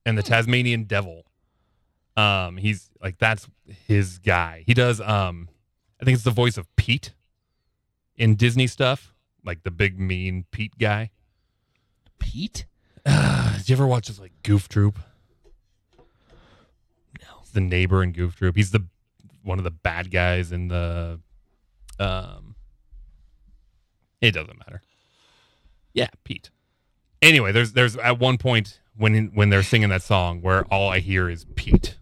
and the Tasmanian Devil. Um he's like that's his guy. He does um I think it's the voice of Pete in Disney stuff, like the big mean Pete guy.
Pete?
Did you ever watch this like Goof Troop?
No.
It's the neighbor in Goof Troop. He's the one of the bad guys in the. Um. It doesn't matter. Yeah, Pete. Anyway, there's there's at one point when when they're singing that song where all I hear is Pete,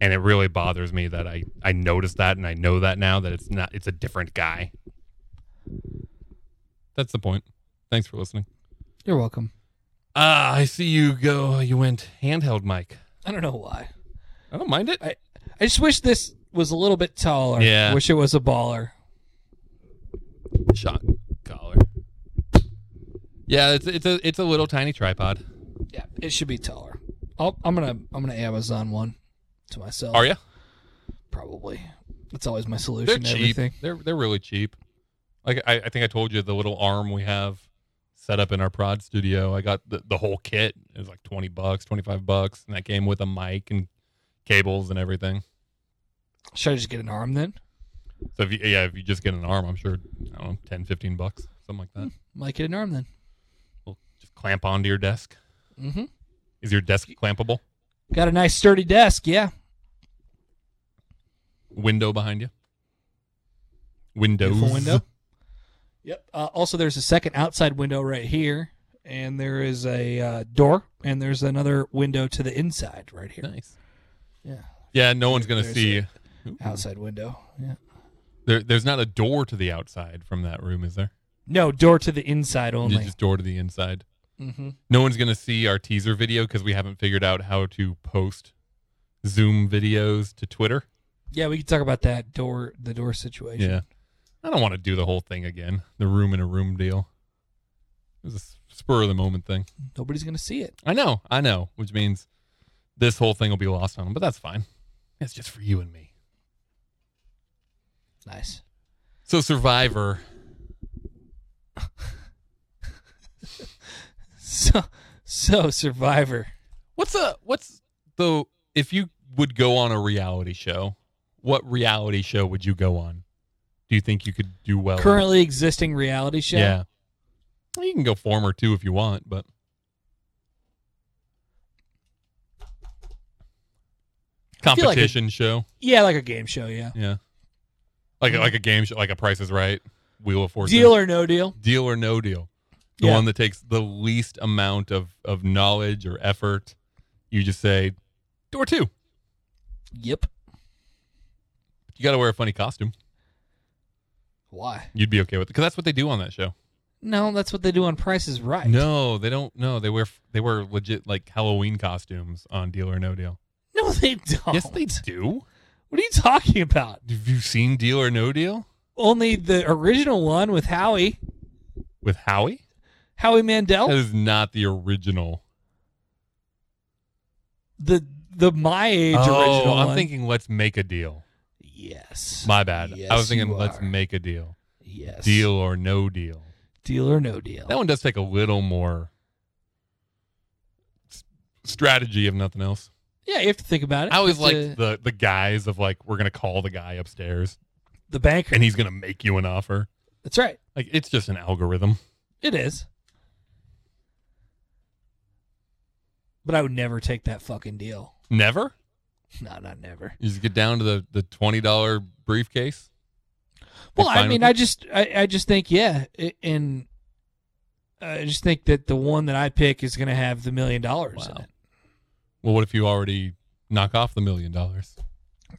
and it really bothers me that I I noticed that and I know that now that it's not it's a different guy. That's the point. Thanks for listening.
You're welcome.
Ah, I see you go. You went handheld mic.
I don't know why.
I don't mind it.
I just wish this was a little bit taller.
Yeah.
Wish it was a baller.
Shot collar. Yeah, it's it's a it's a little tiny tripod.
Yeah, it should be taller. I'll, I'm gonna I'm gonna Amazon one to myself.
Are you?
Probably. That's always my
They're
solution. to
cheap.
Everything.
They're they're really cheap. Like I, I think I told you the little arm we have set up in our prod studio. I got the, the whole kit. It was like twenty bucks, twenty five bucks, and that came with a mic and cables and everything.
Should I just get an arm then?
So if you, yeah, if you just get an arm, I'm sure I don't know, 10, 15 bucks, something like that.
Might get an arm then.
Just clamp onto your desk.
Mm-hmm.
Is your desk clampable?
Got a nice sturdy desk. Yeah.
window behind you. Windows.
Beautiful window. Yep. Uh, also, there's a second outside window right here, and there is a uh, door, and there's another window to the inside right here.
Nice.
Yeah.
Yeah, no one's gonna
There's
see.
Outside window. Yeah.
There, there's not a door to the outside from that room, is there?
No door to the inside
Ju-
only.
Just door to the inside.
hmm
No one's gonna see our teaser video because we haven't figured out how to post Zoom videos to Twitter.
Yeah, we can talk about that door, the door situation.
Yeah, I don't want to do the whole thing again. The room in a room deal. It was a s- spur of the moment thing.
Nobody's gonna see it.
I know, I know, which means this whole thing will be lost on them, but that's fine. It's just for you and me.
Nice.
So Survivor.
So, so Survivor.
What's a what's the if you would go on a reality show, what reality show would you go on? Do you think you could do well? on?
Currently existing reality show.
Oh. yeah. Well, you can go former too if you want, but
feel like a-
competition show,
Yeah, like a game show. Yeah.
yeah, like a, like a game show, like a Price is Right, Wheel of Fortune,
Deal or no deal.
Deal or No Deal, the
Yeah.
one that takes the least amount of of knowledge or effort. You just say door two.
Yep.
You got to wear a funny costume.
Why?
You'd be okay with it because that's what they do on that show.
No, that's what they do on Price is Right.
No, they don't. No, they wear they wear legit like Halloween costumes on Deal or No Deal.
No, they don't.
Yes, they do.
What are you talking about?
Have you seen Deal or No Deal
Only the original one with Howie,
with Howie?
Howie
That
Mandel,
is not the original.
the the my age original.
Oh, I'm
one.
thinking Let's Make a Deal.
yes.
My bad. I
Yes,
was thinking
you
Let's
are.
Make a Deal.
yes
Deal or No Deal.
deal or no deal.
That one does take a little more s- strategy, if nothing else.
yeah, you have to think about it.
I always
It's
like
a-
the the guise of like we're gonna call the guy upstairs
the banker.
and he's gonna make you an offer.
That's right.
Like it's just an algorithm.
It is. But I would never take that fucking deal.
Never.
No, not never.
You just get down to the the twenty dollar briefcase.
Well,
fine
I
with
mean,
it?
I just, I, I just think, yeah, i- and I just think that the one that I pick is going to have the million dollars in
Wow.
it.
Well, what if you already knock off the million dollars?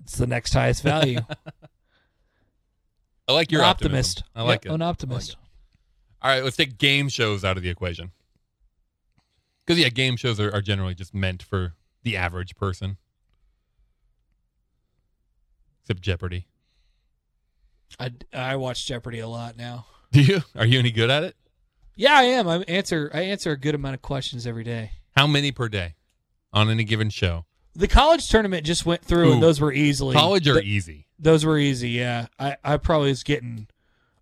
It's the next highest value.
I like your
An
optimism.
optimist.
I like
Yep,
it.
An optimist.
All right, let's take game shows out of the equation. Because yeah, game shows are, are generally just meant for the average person. Except Jeopardy.
I, I watch Jeopardy a lot now.
Do you? Are you any good at it?
Yeah, I am. I answer I answer a good amount of questions every day.
How many per day on any given show?
The college tournament just went through,
Ooh.
and those were easily
College are
th-
easy.
those were easy. Yeah, I I probably was getting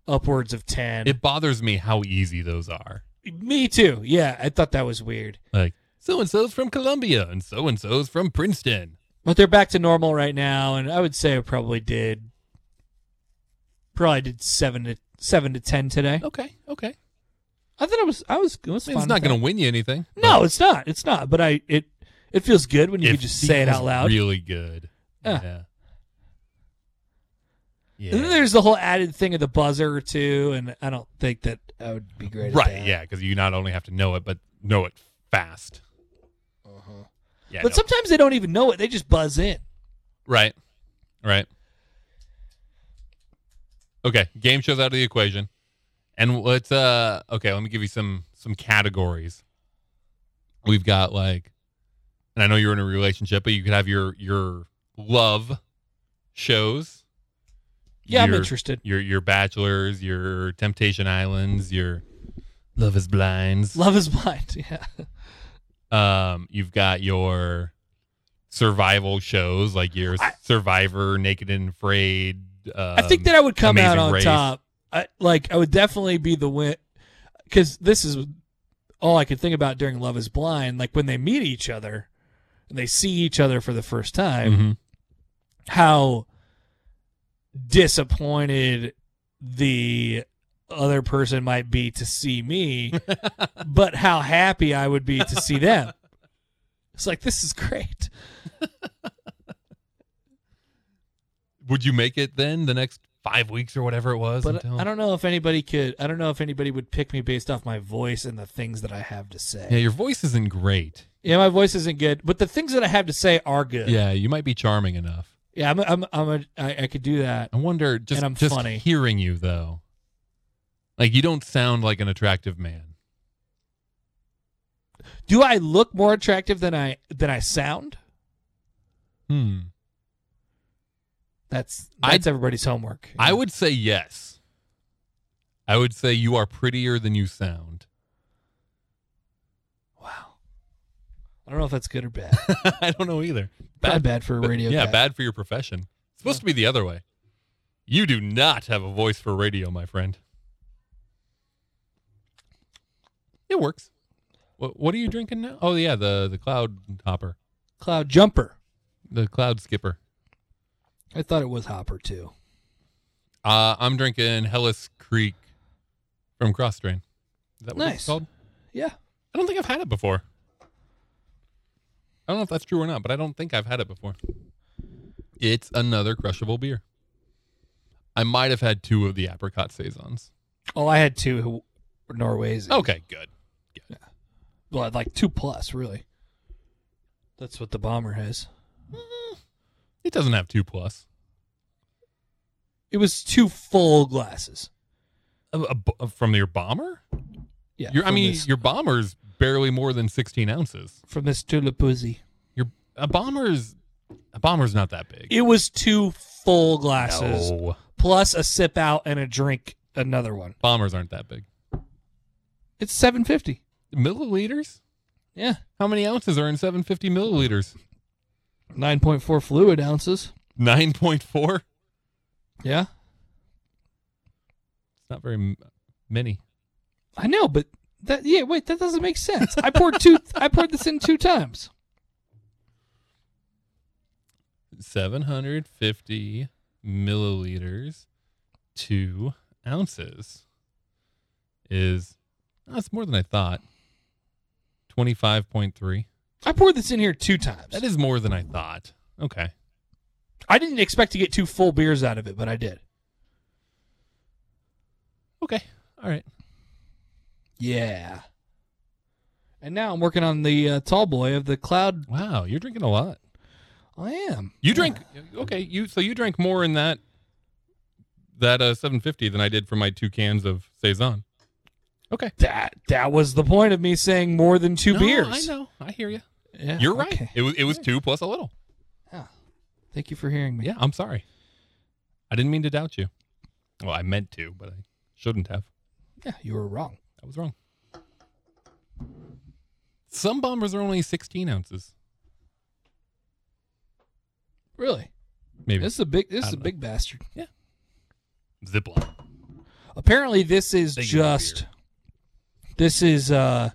upwards of ten.
It bothers me how easy those are.
Me too. Yeah, I thought that was weird.
Like so and so's from Columbia and so and so's from Princeton.
But they're back to normal right now, and I would say I probably did probably did seven to seven to ten today.
Okay, okay.
I thought it was. I was. It was
I mean, it's
fun
not
with
going
that.
to win you anything.
No, it's not. It's not. But I. It. It feels good when you can just say it
feels
out loud.
Really good.
Yeah.
Yeah. Yeah.
And then there's the whole added thing of the buzzer too, and I don't think that I would be great.
right.
At that.
Yeah, because you not only have to know it, but know it fast.
Uh-huh.
Yeah.
But
no.
sometimes they don't even know it; they just buzz in.
right. Right. Okay. Game shows out of the equation, and let's uh. Okay, let me give you some some categories. We've got like, and I know you're in a relationship, but you could have your your love shows.
Yeah, I'm
Your-
interested.
your your bachelors, your temptation islands, your love is blinds.
Love is blind. Yeah.
Um, you've got your survival shows like your
I-
Survivor, Naked and Afraid. Um,
I think that I would come out
Amazing
on
Race.
top. I, like I would definitely be the win because this is all I could think about during Love Is Blind. Like when they meet each other and they see each other for the first time,
Mhm.
how disappointed the other person might be to see me, but how happy I would be to see them. It's like this is great.
Would you make it then the next five weeks or whatever it was?
But
until-
I don't know if anybody could. I don't know if anybody would pick me based off my voice and the things that I have to say.
Yeah, your voice isn't great.
Yeah, my voice isn't good, but the things that I have to say are good.
Yeah, you might be charming enough.
yeah, I'm, I'm, I'm a, I, I could do that.
I wonder just
And I'm
just
funny.
hearing you though. Like you don't sound like an attractive man.
Do I look more attractive than I than I sound?
Hmm.
That's
I-
that's everybody's homework.
I would say yes. I would say you are prettier than you sound.
Wow. I don't know if that's good or bad.
I don't know either.
Probably bad for a radio.
yeah,
guy.
bad for your profession. It's supposed to be the other way. You do not have a voice for radio, my friend. It works. What, what are you drinking now? Oh yeah, the the cloud hopper,
Cloud jumper.
the cloud skipper.
I thought it was Hopper too.
Uh, I'm drinking Hellas Creek from Cross Train. Is that what
Nice.
it's called?
Yeah.
I don't think I've had it before. I don't know if that's true or not, but I don't think I've had it before. It's another crushable beer. I might have had two of the apricot saisons.
Oh, I had two who were Norways.
Okay, good.
well, I'd like two plus really. That's what the bomber has.
It doesn't have two plus.
It was two full glasses.
A- a b- from your bomber?
Yeah.
Your, I
from
mean,
this,
your bomber's barely more than 16 ounces.
from this Tulipuzzi.
Your a bomber's a bomber's not that big.
It was two full glasses
No.
plus a sip out and a drink, another one.
Bombers aren't that big.
It's seven fifty.
Milliliters?
Yeah,
How many ounces are in 750 milliliters?
nine point four fluid ounces.
9.4? It's
Yeah,
not very m- many.
I know, but that yeah, wait, that doesn't make sense. I poured two. I poured this in two times.
750 milliliters, two ounces is oh, that's more than I thought. 25.3.
I poured this in here two times.
That is more than I thought. Okay.
I didn't expect to get two full beers out of it, but I did.
Okay. All right.
Yeah. And now I'm working on the uh, tall boy of the cloud.
Wow. You're drinking a lot.
I am.
You drink. Okay. You, so you drank more in that, that uh, 750 than I did for my two cans of Saison. Okay.
That that was the point of me saying more than two
No,
beers.
I know. I hear you.
Yeah,
You're right.
okay.
It was, it was two plus a little.
Thank you for hearing me.
Yeah, I'm sorry. I didn't mean to doubt you. Well, I meant to, but I shouldn't have.
Yeah, you were wrong.
I was wrong. Some bombers are only 16 ounces,
Really?
maybe.
This is a big this
I
is a
don't know.
big bastard.
Ziploc.
Apparently this is
They give you
just this is uh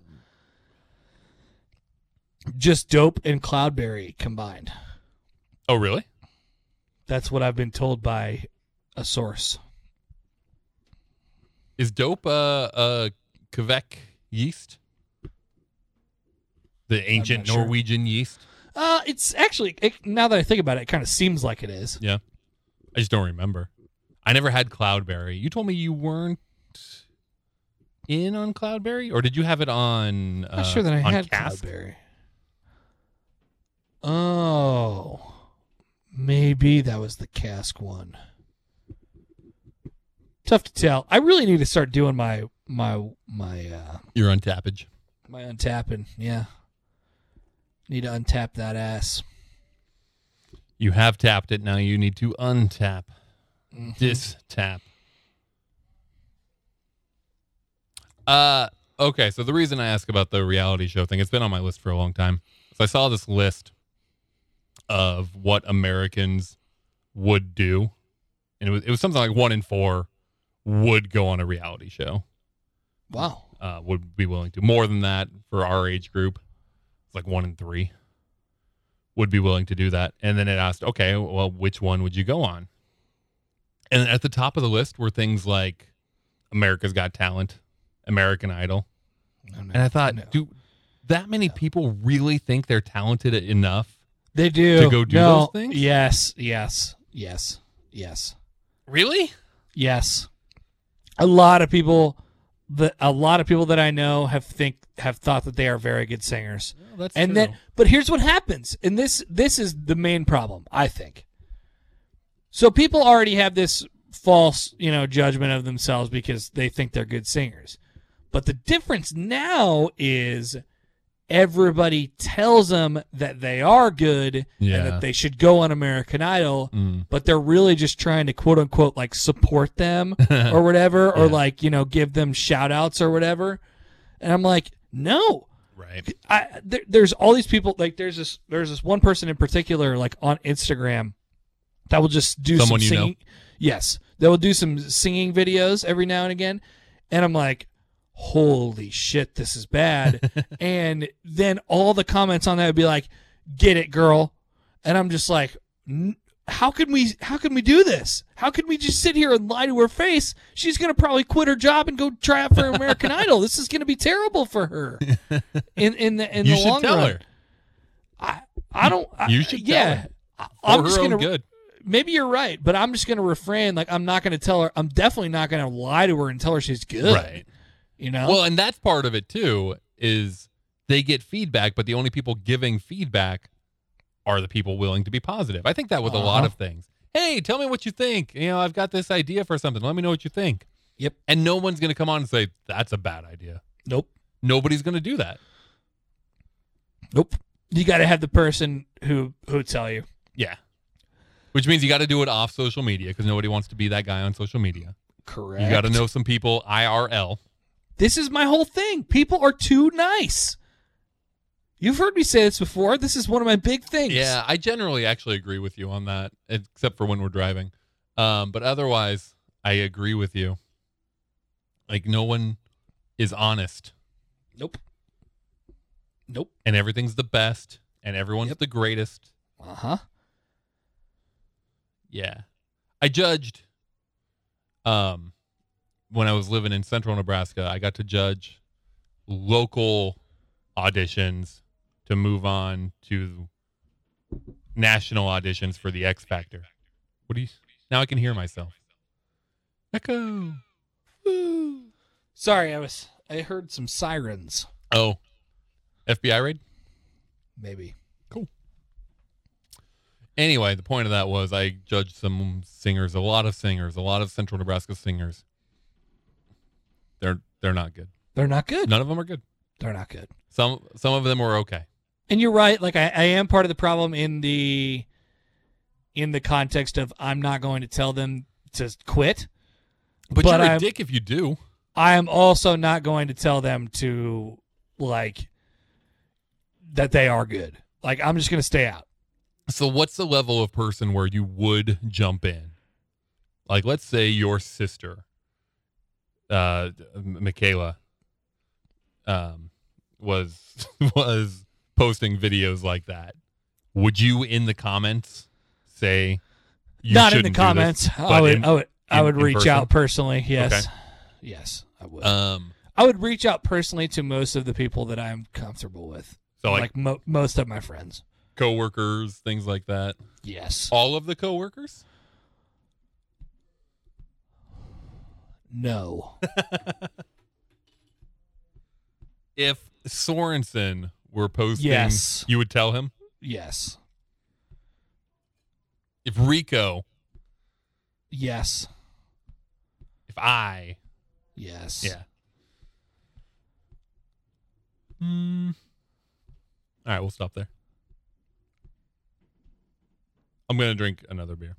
just dope and cloudberry combined.
Oh, really?
That's what I've been told by a source.
Is dope uh, a Quebec yeast? The ancient
sure.
Norwegian yeast?
Uh, it's actually it, now that I think about it, it kind of seems like it is.
I just don't remember. I never had cloudberry. You told me you weren't in on cloudberry, or did you have it on? Uh,
Not sure that I
on
had
cask?
cloudberry. Oh, maybe that was the cask one. Tough to tell. I really need to start doing my my my uh
You're on tappage.
my untapping. Yeah, need to untap that ass.
You have tapped it. Now you need to untap,
Mhm.
distap. Uh, okay. So the reason I ask about the reality show thing, it's been on my list for a long time. So I saw this list of what Americans would do, and it was it was something like one in four would go on a reality show.
Wow.
uh, would be willing to. More than that for our age group, it's like one in three would be willing to do that. And then it asked, okay, well, which one would you go on? And at the top of the list were things like America's Got Talent, American Idol.
No, no,
And I thought,
no.
do that many people really think they're talented enough?
they do
to go do
No.
those things?
Yes, yes, yes, yes.
Really?
Yes. A lot of people that a lot of people that I know have think have thought that they are very good singers.
that's
and then but here's what happens. And this this is the main problem, I think. So people already have this false, you know, judgment of themselves because they think they're good singers. But the difference now is everybody tells them that they are good and
Yeah.
that they should go on American Idol
Mm.
but they're really just trying to quote unquote like support them or whatever or
Yeah.
like you know give them shout outs or whatever and i'm like no
right.
I there, there's all these people like there's this there's this one person in particular like on Instagram that will just do
Someone
some
you know?
singing. Yes, that will do some singing videos every now and again, and I'm like, holy shit, this is bad. and then all the comments on that would be like, get it, girl, and I'm just like. "N- How can we? How can we do this? How can we just sit here and lie to her face? She's gonna probably quit her job and go try out for American Idol. This is gonna be terrible for her in in the in
you
the
should
long
tell
run.
her.
I I don't. I,
You should tell
Yeah,
her.
I-
For
I'm
her
just
own
gonna.
good.
Maybe you're right, but I'm just gonna refrain. Like I'm not gonna tell her. I'm definitely not gonna lie to her and tell her she's good.
Right.
You know.
Well, and that's part of it too is they get feedback, but the only people giving feedback are the people willing to be positive. I think that with a lot
Uh-huh.
of things. Hey, tell me what you think. You know, I've got this idea for something. Let me know what you think.
Yep.
And no one's going to come on and say that's a bad idea.
nope.
Nobody's going to do that.
Nope. You got to have the person who who tell you.
Yeah. Which means you got to do it off social media because nobody wants to be that guy on social media.
Correct.
You got to know some people IRL.
This is my whole thing. People are too nice. You've heard me say this before. This is one of my big things.
Yeah, I generally actually agree with you on that, except for when we're driving. Um, but otherwise, I agree with you. Like no one is honest,
Nope. Nope.
and everything's the best, and everyone's
Yep.
the greatest.
Uh huh.
Yeah, I judged. Um, when I was living in Central Nebraska, I got to judge local auditions to move on to national auditions for the X Factor. What do you? Now I can hear myself. Echo. Woo.
Sorry, I was. I heard some sirens.
Oh, FBI raid.
Maybe.
Anyway, the point of that was I judged some singers, a lot of singers, a lot of Central Nebraska singers. They're they're not good.
They're not good.
None of them are good.
They're not good.
Some some of them were okay.
And you're right. Like I, I am part of the problem in the in the context of I'm not going to tell them to quit.
But,
But
you're a
I'm-
dick if you do.
I am also not going to tell them to like that they are good. Like I'm just going to stay out.
So what's the level of person where you would jump in? Like let's say your sister, uh, M- Michaela, um, was was posting videos like that. Would you in the comments say you
not in the
shouldn't do this?
comments. I
but
would
in-
I would I
in-
would
in
reach
person?
out personally. Yes.
Okay.
Yes, I would.
Um,
I would reach out personally to most of the people that I'm comfortable with,
So
like,
like,
mo- most of my friends.
coworkers, things like that.
Yes.
All of the coworkers?
No.
If Sorensen were posting,
Yes.
you would tell him.
yes.
If Rico,
Yes.
if I,
Yes.
yeah. Hmm. All right, we'll stop there. I'm gonna drink another beer.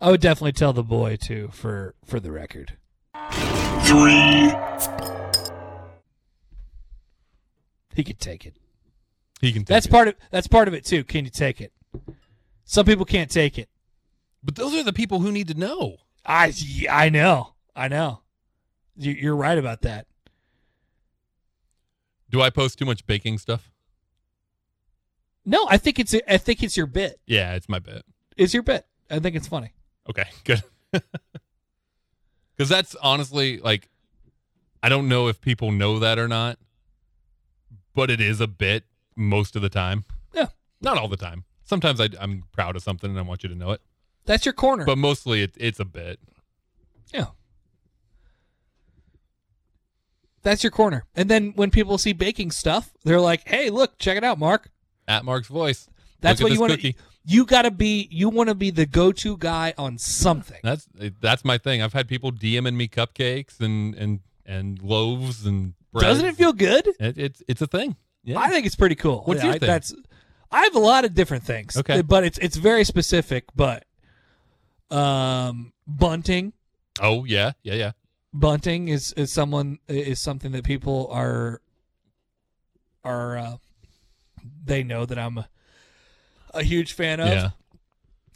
I would definitely tell the boy too for for the record. Three. He could take it.
He can. Take
that's
it.
part of that's part of it too. Can you take it? Some people can't take it.
But those are the people who need to know.
I I know. I know. You, you're right about that.
Do I post too much baking stuff?
No, I think it's I think it's your bit.
Yeah, it's my bit.
It's your bit. I think it's funny.
Okay, good. Because that's honestly like, I don't know if people know that or not, but it is a bit most of the time.
Yeah.
Not all the time. Sometimes I, I'm proud of something and I want you to know it,
That's your corner.
but mostly it, it's a bit.
yeah. That's your corner. And then when people see baking stuff, they're like, "Hey, look, check it out, Mark."
At Mark's voice.
That's
Look
what
at
you want
this
to
cookie.
you got to be you want to be the go-to guy on something.
That's that's my thing. I've had people DMing me cupcakes and and and loaves and bread.
Doesn't it feel good?
It, it's it's a thing. Yeah.
I think it's pretty cool.
What's your
I,
thing?
That's I have a lot of different things. eh,
Okay.
but it's it's very specific. But um, bunting,
oh yeah, yeah, yeah.
bunting is is someone is something that people are are uh, they know that I'm a, a huge fan of.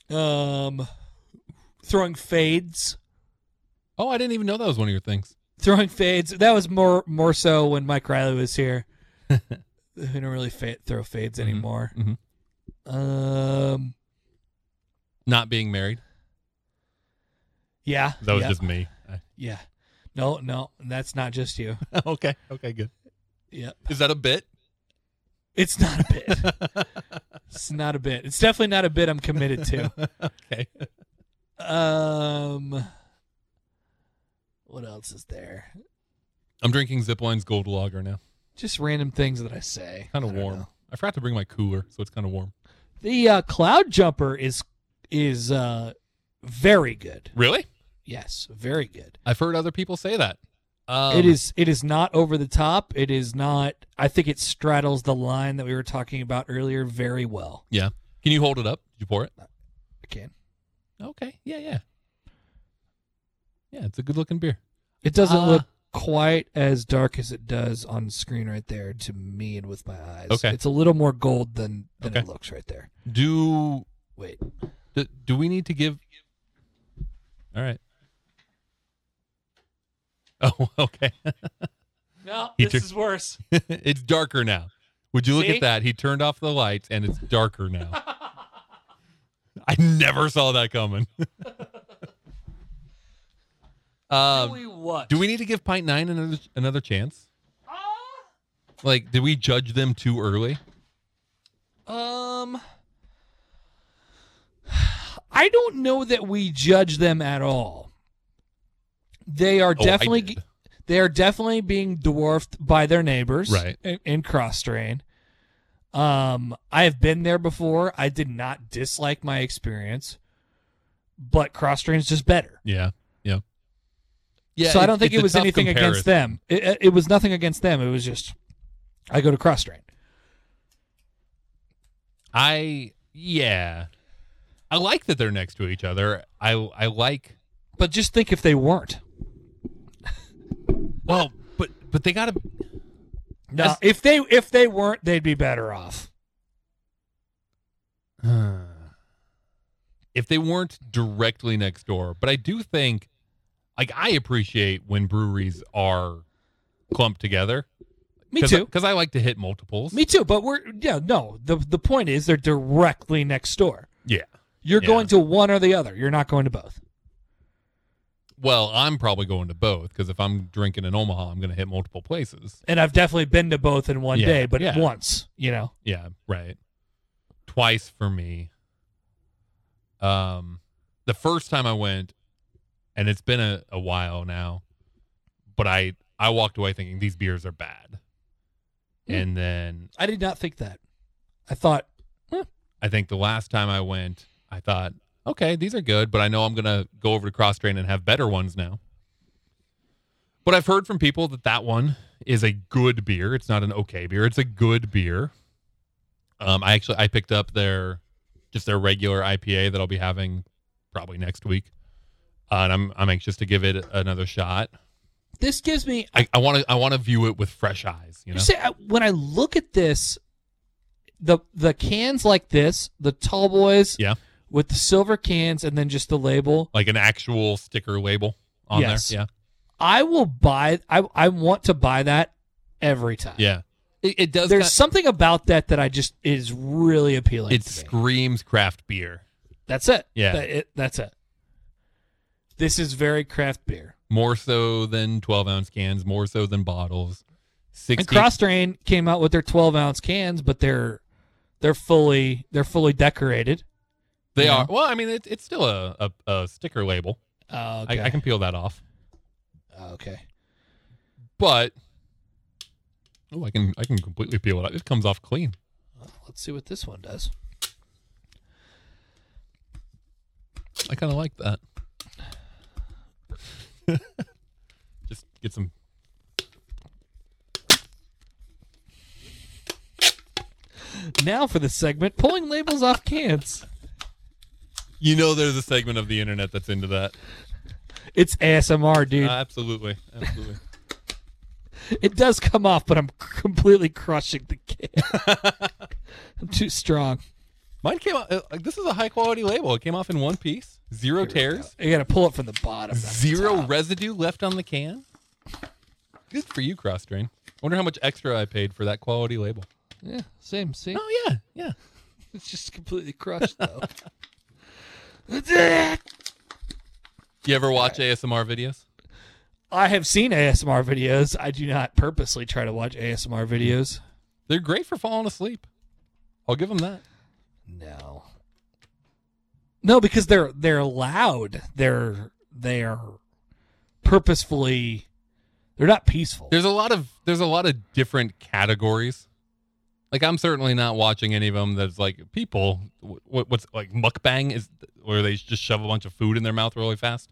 Yeah.
Um, throwing fades,
Oh, I didn't even know that was one of your things.
throwing fades. That was more more so when Mike Riley was here. we don't really fa- throw fades anymore.
mhm.
Um.
Not being married.
Yeah.
That was
yeah,
just me. I-
yeah. No, no, that's not just you.
okay. Okay, good.
Yeah.
Is that a bit?
It's not a bit. it's not a bit. It's definitely not a bit I'm committed to.
okay.
Um what else is there?
I'm drinking Zipline's Gold Lager now.
Just random things that I say.
Kind
I
of
don't
warm.
know.
I forgot to bring my cooler, so it's kind of warm.
The uh, cloud jumper is is uh very good.
Really?
Yes, very good.
I've heard other people say that. Um,
it is it is not over the top. It is not I think it straddles the line that we were talking about earlier very well.
Yeah. Can you hold it up? Did you pour it?
I can.
Okay. Yeah, yeah. Yeah, it's a good looking beer.
It doesn't
Ah.
look quite as dark as it does on screen right there to me and with my eyes.
Okay.
It's a little more gold than, than it
Okay.
looks right there.
Do
Wait.
do, do we need to give All right. Oh, okay.
No,
He this took-
is worse.
it's darker now. Would you look
See?
at that? He turned off the lights and it's darker now. I never saw that coming. um,
what?
do we need to give Pint Nine another another chance? Like, did we judge them too early?
Um I don't know that we judge them at all. They are
Oh, I
definitely
did.
they are definitely being dwarfed by their neighbors
Right.
in, in cross strain. Um I have been there before. I did not dislike my experience, but cross strain is just better.
Yeah, yeah, yeah.
so I
it's-
don't think
it's
it
a
was
tough
anything against
comparison.
them. It, it was nothing against them. It was just I go to cross strain.
I yeah, I like that they're next to each other. I I like
But just think if they weren't.
well, but but they gotta
No, if they if they weren't, they'd be better off.
if they weren't directly next door. But I do think, like, I appreciate when breweries are clumped together.
Me too.
Because I like to hit multiples.
Me too. But we're yeah no. The the point is they're directly next door.
Yeah.
You're
Yeah.
going to one or the other. You're not going to both.
Well, I'm probably going to both because if I'm drinking in Omaha, I'm going to hit multiple places.
And I've definitely been to both in one
Yeah,
day, but
yeah.
once, you know.
Yeah, right. Twice for me. Um, the first time I went, and it's been a, a while now, but I I walked away thinking these beers are bad,
Hmm.
and then
I did not think that. I thought
I think the last time I went, I thought, okay, these are good, but I know I'm gonna go over to Cross Train and have better ones now. But I've heard from people that that one is a good beer. It's not an okay beer. It's a good beer. Um, I actually I picked up their just their regular IPA that I'll be having probably next week, uh, and I'm I'm anxious to give it another shot.
this gives me
I I want to I want to view it with fresh eyes. You
You
know,
say I- when I look at this, the the cans like this, the tall boys,
Yeah.
with the silver cans, and then just the label.
like an actual sticker label on
Yes.
there. Yeah.
I will buy. I I want to buy that every time.
Yeah. It, it does.
There's something about that that I just is really appealing.
it
to me.
screams craft beer
that's it.
Yeah.
That- it- that's it. This is very craft beer.
more so than 12 ounce cans more so than bottles 60
And Cross Train came out with their 12 ounce cans, but they're they're fully they're fully decorated.
they
yeah.
are well i mean it, it's still a, a, a sticker label
Oh,
I, I can peel that off
okay.
but oh i can i can completely peel it off it comes off clean
Let's see what this one does.
i kind of like that just get some
Now for the segment pulling labels off cans.
you know there's a segment of the internet that's into that Uh,
It's ASMR, dude.
absolutely absolutely
it does come off, but I'm completely crushing the can. I'm too strong.
mine came out uh, like, this is a high quality label it came off in one piece zero tears
You gotta pull it from the bottom. not the
Zero
top.
residue left on the can. Good for you, cross drain. I wonder how much extra I paid for that quality label.
yeah, same. See,
Oh yeah, yeah.
it's just completely crushed though. I
Do you ever watch ASMR videos?
have seen ASMR videos. I do not purposely try to watch ASMR videos.
They're great for falling asleep. I'll give them that.
No. No, because they're they're loud. They're they're purposefully they're not peaceful.
There's a lot of there's a lot of different categories. Like I'm certainly not watching any of them that's like people. What, what's like mukbang is where they just shove a bunch of food in their mouth really fast,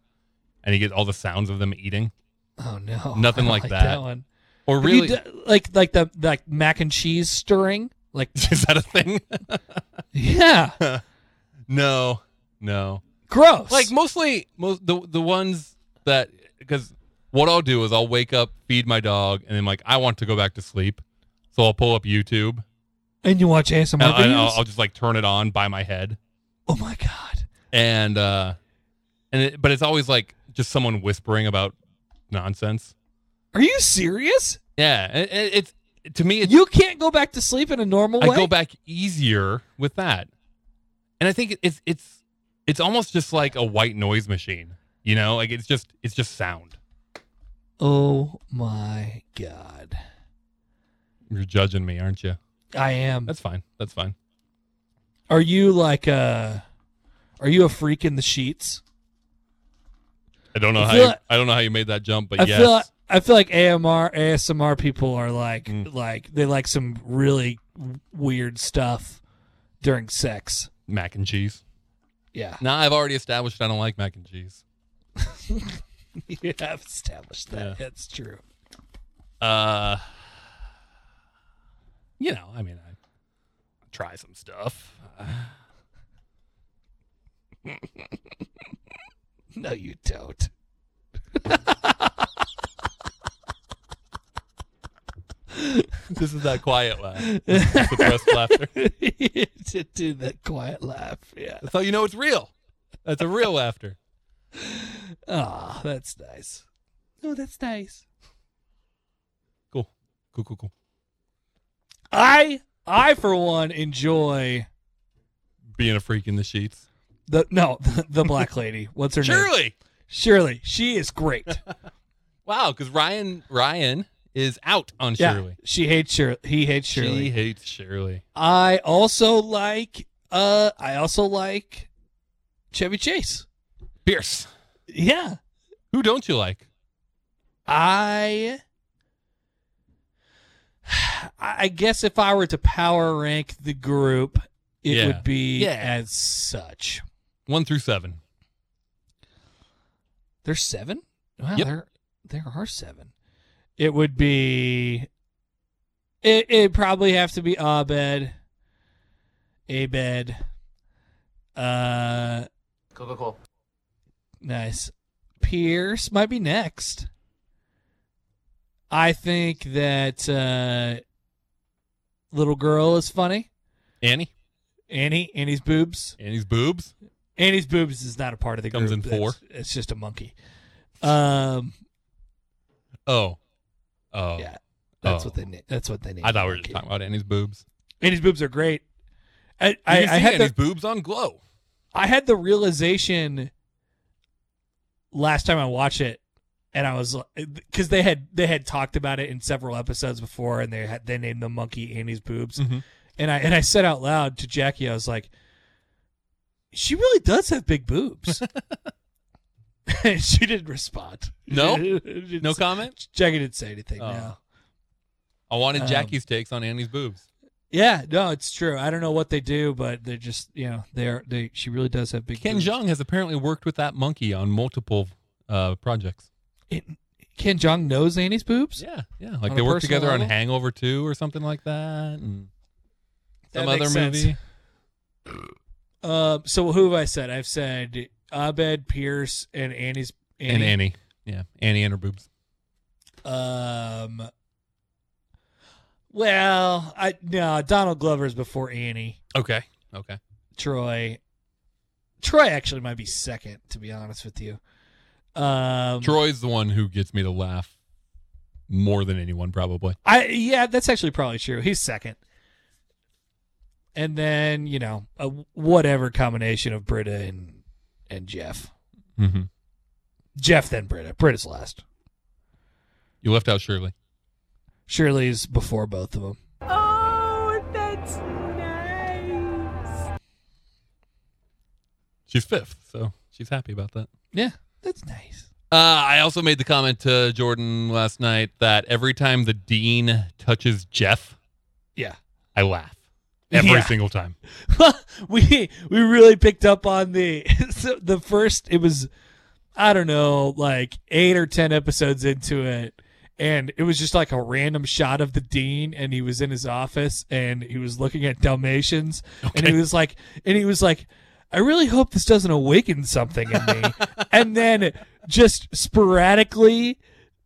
and you get all the sounds of them eating.
oh no.
Nothing
I don't
like that.
one.
Or
Have you
really,
d- like like the like mac and cheese stirring? Like
is that a thing?
yeah.
no, no.
Gross.
like mostly most the the ones that because what I'll do is I'll wake up, feed my dog, and then like I want to go back to sleep, so I'll pull up YouTube
and you watch ASMR
and, I-
videos?
and I'll, I'll just like turn it on by my head
oh my god.
and uh and it, but it's always like just someone whispering about nonsense.
Are you serious?
Yeah, and it, it's to me it's
You can't go back to sleep in a normal way.
I go back easier with that, and I think it's it's it's almost just like a white noise machine, you know, like it's just it's just sound.
Oh my god.
You're judging me, aren't you?
I am.
That's fine. That's fine.
Are you like a are you a freak in the sheets?
I don't know
I
how
feel
you,
like-
I don't know how you made that jump, but
I
yes,
feel I feel like AMR ASMR people are like
Mm.
like they like some really w- weird stuff during sex.
mac and cheese.
Yeah,
Now I've already established I don't like mac and cheese.
you have established that. That's true.
Uh, you know, I mean, I try some stuff.
No, you don't.
this is that quiet laugh, This is suppressed laughter.
to do that quiet laugh. Yeah.
That's how you know it's real. That's a real laughter.
Ah, that's nice. Oh, that's nice.
Cool, cool, cool, cool.
I I for one enjoy
Being a freak in the sheets.
the no the, the black lady. What's her name?
Shirley,
Shirley, she is great.
Wow, because Ryan Ryan is out on
yeah,
Shirley.
she hates Shirley. He hates Shirley.
She hates Shirley.
I also like. Uh, I also like Chevy Chase.
Pierce.
Yeah,
Who don't you like?
I. I guess if I were to power rank the group, it
Yeah.
would be
Yeah.
as such.
One through seven.
There's seven. Wow,
Yep.
there there are seven. It would be. It it probably have to be Abed, Abed. Uh,
Cool, cool, cool.
nice. Pierce might be next. I think that uh, little girl is funny.
Annie.
Annie, Annie's boobs.
Annie's boobs.
Annie's boobs is not a part of the
Comes
group.
in four.
That's- It's just a monkey. Um,
Oh. Oh.
Yeah. that's
Oh.
what they need. That's what they need.
I thought we were just talking about Annie's boobs.
And his boobs are great. I, I,
You can
I
see
had
Annie's
the
boobs on glow.
I had the realization last time I watched it, and I was because they had they had talked about it in several episodes before, and they had they named the monkey Annie's boobs,
Mhm.
and I and I said out loud to Jackie, I was like, "She really does have big boobs," and she didn't respond.
No?
She didn't
No
say-
comment?
Jackie didn't say anything.
Oh.
No.
I wanted
Um,
Jackie's takes on Annie's boobs.
Yeah, no, it's true. I don't know what they do, but they're just you know they're they. She really does have big.
Ken
boobs.
Jeong has apparently worked with that monkey on multiple uh, projects.
It, Ken Jong knows Annie's boobs.
Yeah, yeah. Like
On
they
a
worked
personal
together on
level?
Hangover Two or something like that, and
That
some
makes
other
sense.
movie.
Uh, so who have I said? I've said Abed, Pierce, and Annie's.
And Annie, yeah, Annie and her boobs.
Um. Well, I no Donald Glover's before Annie.
Okay, okay.
Troy. Troy actually might be second, to be honest with you. Um,
Troy's the one who gets me to laugh more than anyone, probably.
I yeah, that's actually probably true. He's second. And then, you know, a whatever combination of Britta and and Jeff.
Mm-hmm.
Jeff then Britta. Britta's last.
You left out Shirley.
Shirley's before both of them.
Oh, that's nice.
She's fifth, so she's happy about that.
Yeah, that's nice.
Uh, I also made the comment to Jordan last night that every time the dean touches Jeff,
Yeah.
I laugh every
Yeah.
single time.
we we really picked up on the so the first it was I don't know, like 8 or 10 episodes into it and it was just like a random shot of the dean and he was in his office and he was looking at Dalmatians and he was like and he was like I really hope this doesn't awaken something in me. and then just sporadically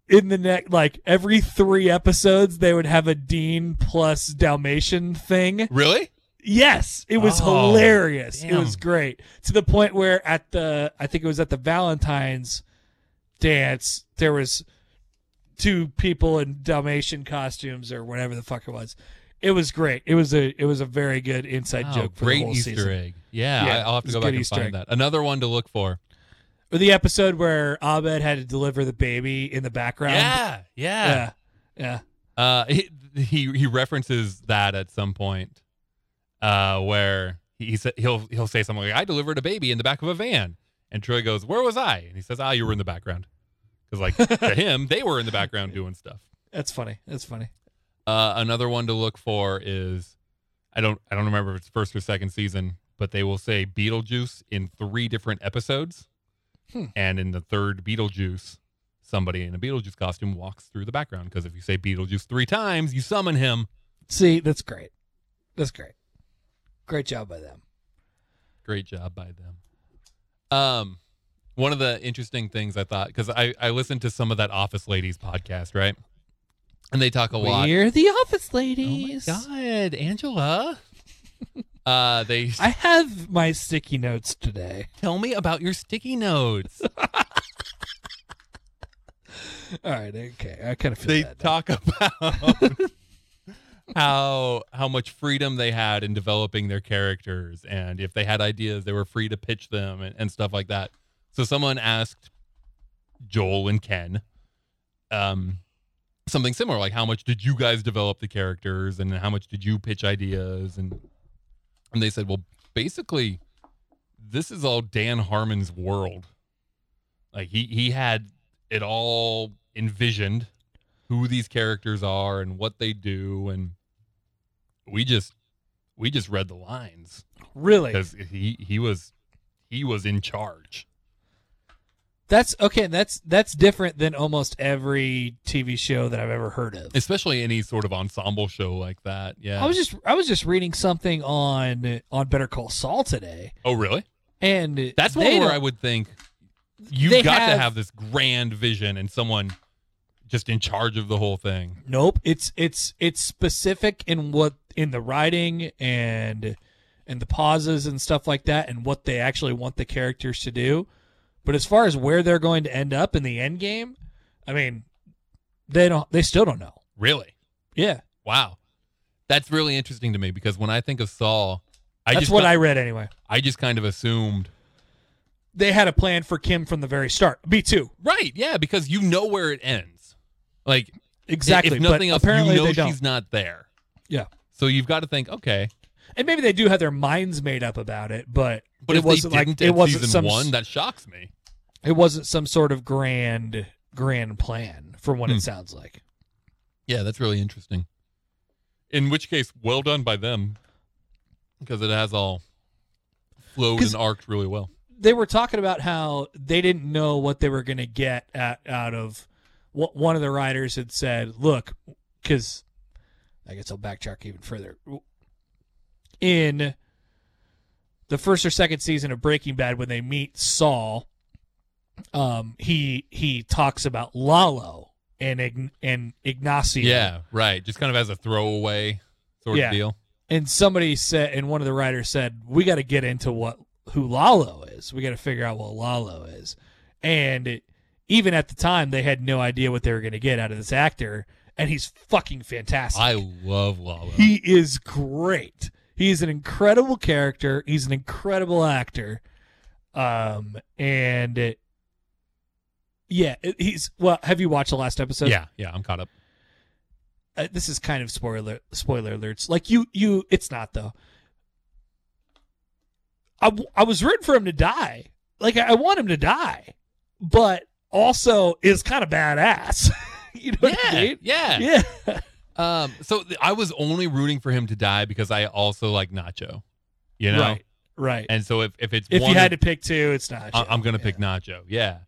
in the next like every 3 episodes they would have a dean plus Dalmatian thing.
Really?
Yes, it was
Oh,
hilarious. It was
damn.
great to the point where at the I think it was at the Valentine's dance there was two people in Dalmatian costumes or whatever the fuck it was. It was great. It was a it was a very good inside
Wow,
joke for
Oh, great
the whole
Easter
season.
egg. Yeah,
Yeah,
I- I'll have to
it's
go
a
back
good
and
Easter
find
egg.
that. Another one to look for.
Or the episode where Abed had to deliver the baby in the background.
Yeah, yeah.
yeah, yeah.
Uh, he, he he references that at some point, uh, where he, he sa- he'll he'll say something like, "I delivered a baby in the back of a van," and Troy goes, "Where was I?" And he says, "Ah, you were in the background," because like to him, they were in the background doing stuff.
That's funny. That's funny.
Uh, another one to look for is I don't I don't remember if it's first or second season, but they will say Beetlejuice in three different episodes,
Hmm.
and in the third Beetlejuice, somebody in a Beetlejuice costume walks through the background because if you say Beetlejuice three times, you summon him.
See, that's great. That's great. Great job by them.
Great job by them. Um, one of the interesting things I thought because I I listened to some of that Office Ladies podcast right, and they talk a lot.
We're the office
Oh my
ladies.
God, Angela. uh, they
I have my sticky notes today.
Tell me about your sticky notes.
All right, okay. I kind of feel
they
bad. now.
talk about how how much freedom they had in developing their characters and if they had ideas they were free to pitch them and, and stuff like that. So someone asked Joel and Ken, um, something similar. Like, how much did you guys develop the characters, and how much did you pitch ideas? And and they said, well, basically, this is all Dan Harmon's world. Like he he had it all envisioned, who these characters are and what they do, and we just we just read the lines
Really?
because he he was he was in charge.
That's okay. That's that's different than almost every TV show that I've ever heard of.
especially any sort of ensemble show like that. Yeah.
I was just I was just reading something on on Better Call Saul today,
oh, really?
and
That's one
they
where
don't-
I would think you've
they
got to
have-
have this grand vision and someone just in charge of the whole thing.
Nope. It's it's it's specific in what in the writing and and the pauses and stuff like that and what they actually want the characters to do. But as far as where they're going to end up in the end game, I mean, they don't they still don't know.
Really?
Yeah.
Wow. That's really interesting to me because when I think of Saul, I
That's
just
what
ki-
I read anyway.
I just kind of assumed.
They had a plan for Kim from the very start. Me too.
Right. Yeah, because you know where it ends. Like
Exactly.
if nothing
but
else
apparently
you know
they don't.
she's not there.
Yeah.
So you've got to think, okay,
And maybe they do have their minds made up about it, but
but
it
if
wasn't
they didn't
like it
at
wasn't
season
some
one, that shocks me.
it wasn't some sort of grand grand plan from what
Hmm.
it sounds like.
Yeah, that's really interesting. In which case, well done by them, because it has all flowed
'Cause-
and arced really well.
they were talking about how they didn't know what they were going to get at, out of what one of the writers had said look because i guess i'll backtrack even further in the first or second season of breaking bad when they meet saul um, he he talks about lalo and Ign- and ignacio
Yeah, right. Just kind of as a throwaway sort
Yeah.
of deal.
and somebody said and one of the writers said we got to get into what who lalo is we got to figure out what lalo is and it- even at the time they had no idea what they were going to get out of this actor and he's fucking fantastic
I love Lalo.
he is great he's an incredible character he's an incredible actor um and it- yeah it- he's well have you watched the last episode
yeah, yeah, I'm caught up.
uh, this is kind of spoiler spoiler alerts. Like you you it's not though. I, w- I was rooting for him to die. Like I, I want him to die, but also is kind of badass. you know what I
Yeah,
mean?
yeah.
Yeah.
Um, so th- I was only rooting for him to die because I also like Nacho, you know.
Right. Right.
And so if if it's
if
one
you had
of- Uh,
to pick two, it's not.
I- I'm gonna
Yeah.
pick Nacho. Yeah,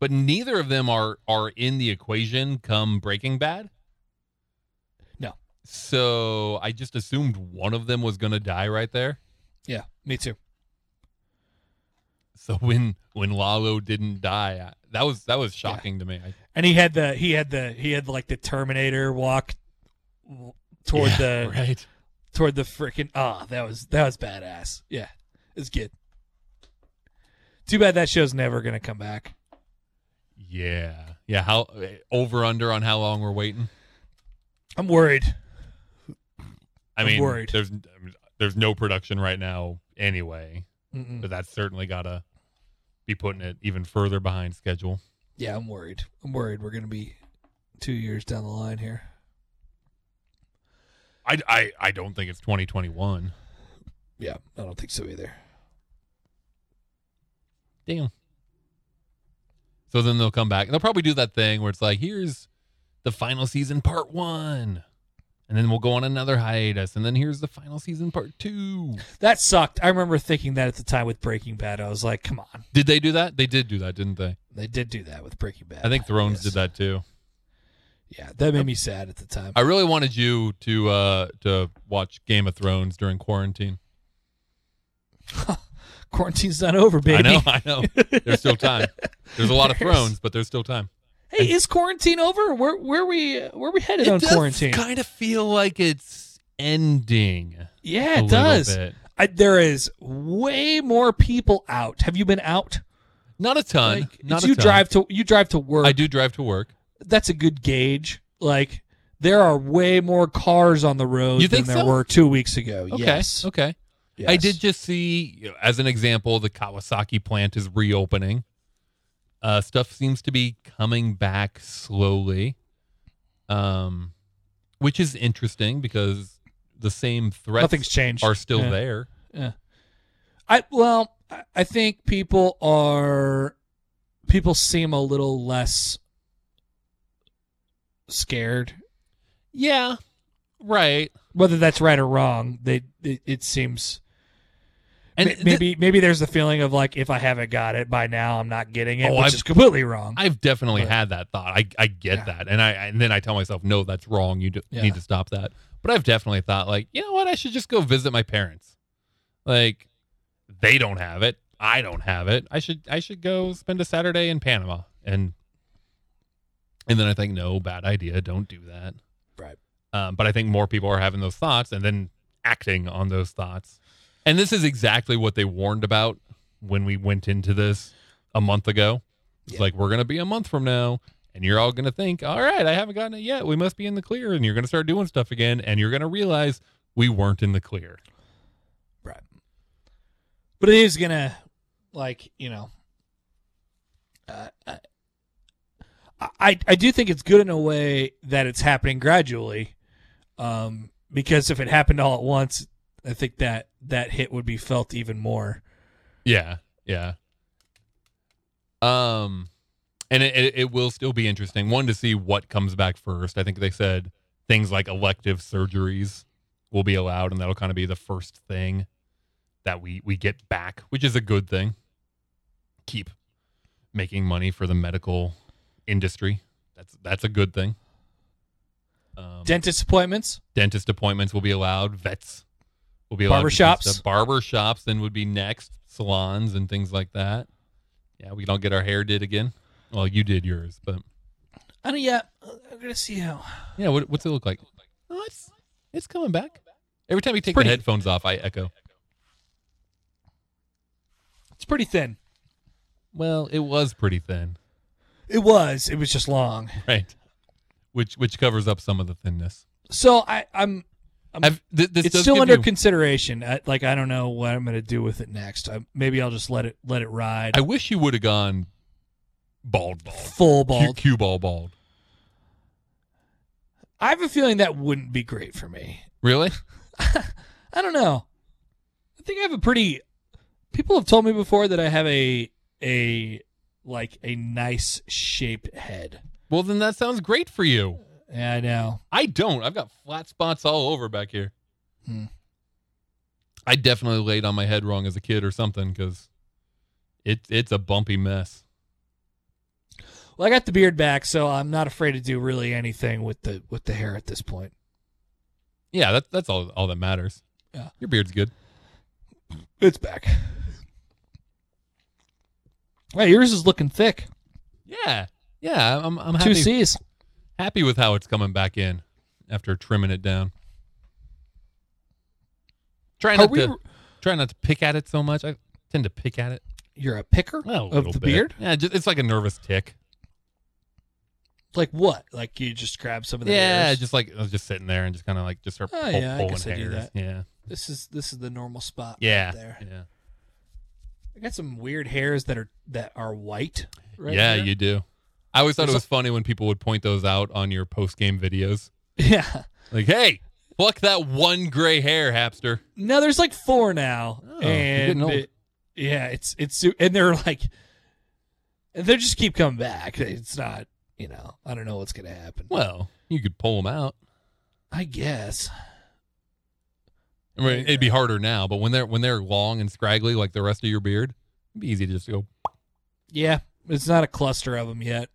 but neither of them are are in the equation come Breaking Bad.
No.
So I just assumed one of them was gonna die right there.
Yeah, me too.
So when when Lalo didn't die, I, that was that was shocking to me. I,
And he had the he had the he had like the Terminator walk w- toward
Yeah,
the
right.
toward the freaking ah that was that was badass yeah it's good too bad that show's never gonna come back
Yeah, yeah. How over under on how long we're waiting?
i'm worried
I
I'm
mean,
worried.
there's I mean, there's no production right now anyway,
Mm-mm.
but that's certainly gotta be putting it even further behind schedule.
yeah i'm worried i'm worried we're gonna be two years down the line here
I, I, I don't think it's 2021.
yeah i don't think so either
Damn. So then they'll come back and they'll probably do that thing where it's like, here's the final season part one. And then we'll go on another hiatus. And then here's the final season part two.
that sucked i remember thinking that at the time with breaking bad i was like come on
Did they do that? They did do that, didn't they?
they did do that with breaking bad
I think Thrones
Yes.
did that too.
yeah that made me sad at the time
I really wanted you to uh to watch Game of Thrones during quarantine.
quarantine's not over baby
I know, I know. There's still time. There's a lot of
There's-
thrones, but there's still time.
hey is quarantine over where where we where we headed on quarantine
kind of feel like it's ending.
yeah it does I, there is way more people out. Have you been out?
Not a ton.
Like,
not
it's-
a
you
ton.
drive to you drive to work.
I do drive to work.
That's a good gauge. Like there are way more cars on the road
You
than
think
there
so?
were two weeks ago.
Okay.
Yes.
Okay.
Yes.
I did just see, as an example, the Kawasaki plant is reopening. Uh, stuff seems to be coming back slowly, um, which is interesting because the same threats
Nothing's changed.
are still
Yeah.
there.
I well, I- I think people are people seem a little less scared.
Yeah, right.
Whether that's right or wrong, they it, it seems.
And
And
th-
maybe maybe there's the feeling of like if I haven't got it by now, I'm not getting it,
Oh,
which
I've-
is completely wrong.
I've definitely
Right.
had that thought. I, I get
Yeah.
that, and I and then I tell myself, no, that's wrong. You do,
Yeah.
need to stop that. But I've definitely thought, like, you know what? I should just go visit my parents. Like, they don't have it. I don't have it. I should I should go spend a Saturday in Panama and and then I think, no, bad idea. Don't do that.
Right.
Um, but I think more people are having those thoughts and then acting on those thoughts. And this is exactly what they warned about when we went into this a month ago. It's
Yeah.
like we're gonna be a month from now, and you're all gonna think, "All right, I haven't gotten it yet. We must be in the clear." And you're gonna start doing stuff again, and you're gonna realize we weren't in the clear.
but it is gonna like you know uh, I, I i do think it's good in a way that it's happening gradually um because if it happened all at once i think that that hit would be felt even more
Yeah, yeah. Um, and it, it, it will still be interesting. One to see what comes back first. I think they said things like elective surgeries will be allowed, and that'll kind of be the first thing that we we get back, which is a good thing. Keep making money for the medical industry. That's that's a good thing. Um,
dentist appointments
dentist appointments will be allowed. Vets will be allowed. to do
Barbershops.
stuff. Barbershops then would be next. Salons and things like that. Yeah, we can all get our hair did again. Well, you did yours, but
i don't yeah i'm gonna see how
yeah, what, what's it look like? Oh, it's it's coming back. Every time you take
pretty-
the headphones off, I echo.
it's pretty thin
Well, it was pretty thin,
it was it was just long
right? Which which covers up some of the thinness.
so i i'm I'm-
I've, th- this
it's
does
still
give
under
you-
consideration. I, like I don't know what I'm going to do with it next. I, maybe I'll just let it let it ride.
I wish you would have gone bald, bald,
full
Q-
bald.
cue ball, bald.
I have a feeling that wouldn't be great for me.
Really?
I don't know. I think I have a pretty. People have told me before that I have a a like a nice shaped head.
Well, then that sounds great for you.
Yeah, I know.
I don't. I've got flat spots all over back here.
Hmm.
I definitely laid on my head wrong as a kid or something because it, it's a bumpy mess.
Well, I got the beard back, so I'm not afraid to do really anything with the with the hair at this point.
Yeah, that, that's all, all that matters.
Yeah.
Your beard's good.
It's back. Hey, yours is looking thick.
Yeah. Yeah. I'm, I'm
Two
happy,
C's.
happy with how it's coming back in after trimming it down. Try
Are
not,
we?
to, try not to pick at it so much. I tend to pick at it
You're a picker
well, a
of
little
the
bit.
beard.
Yeah, just, it's like a nervous tick.
Like what? Like you just grab some of the
Yeah,
hairs?
just like I was just sitting there and just kind of like just start
Oh,
pull-
yeah, I
pulling
guess I do
hairs.
that.
Yeah,
This is this is the normal spot.
yeah,
Right there.
yeah.
I got some weird hairs that are that are white. Right
yeah,
here.
you do. I always thought
There's
it was funny when people would point those out on your post game videos.
Yeah.
Like, hey, pluck that one gray hair, Hapster.
No, there's like four now,
Oh, you're
and
getting old.
it- yeah, it's it's su- and they're like, and they just keep coming back. It's not, you know, I don't know what's gonna happen.
Well, you could pull them out.
I guess.
I mean, it'd be harder now, but when they're when they're long and scraggly like the rest of your beard, it'd be easy to just go.
Yeah, it's not a cluster of them yet.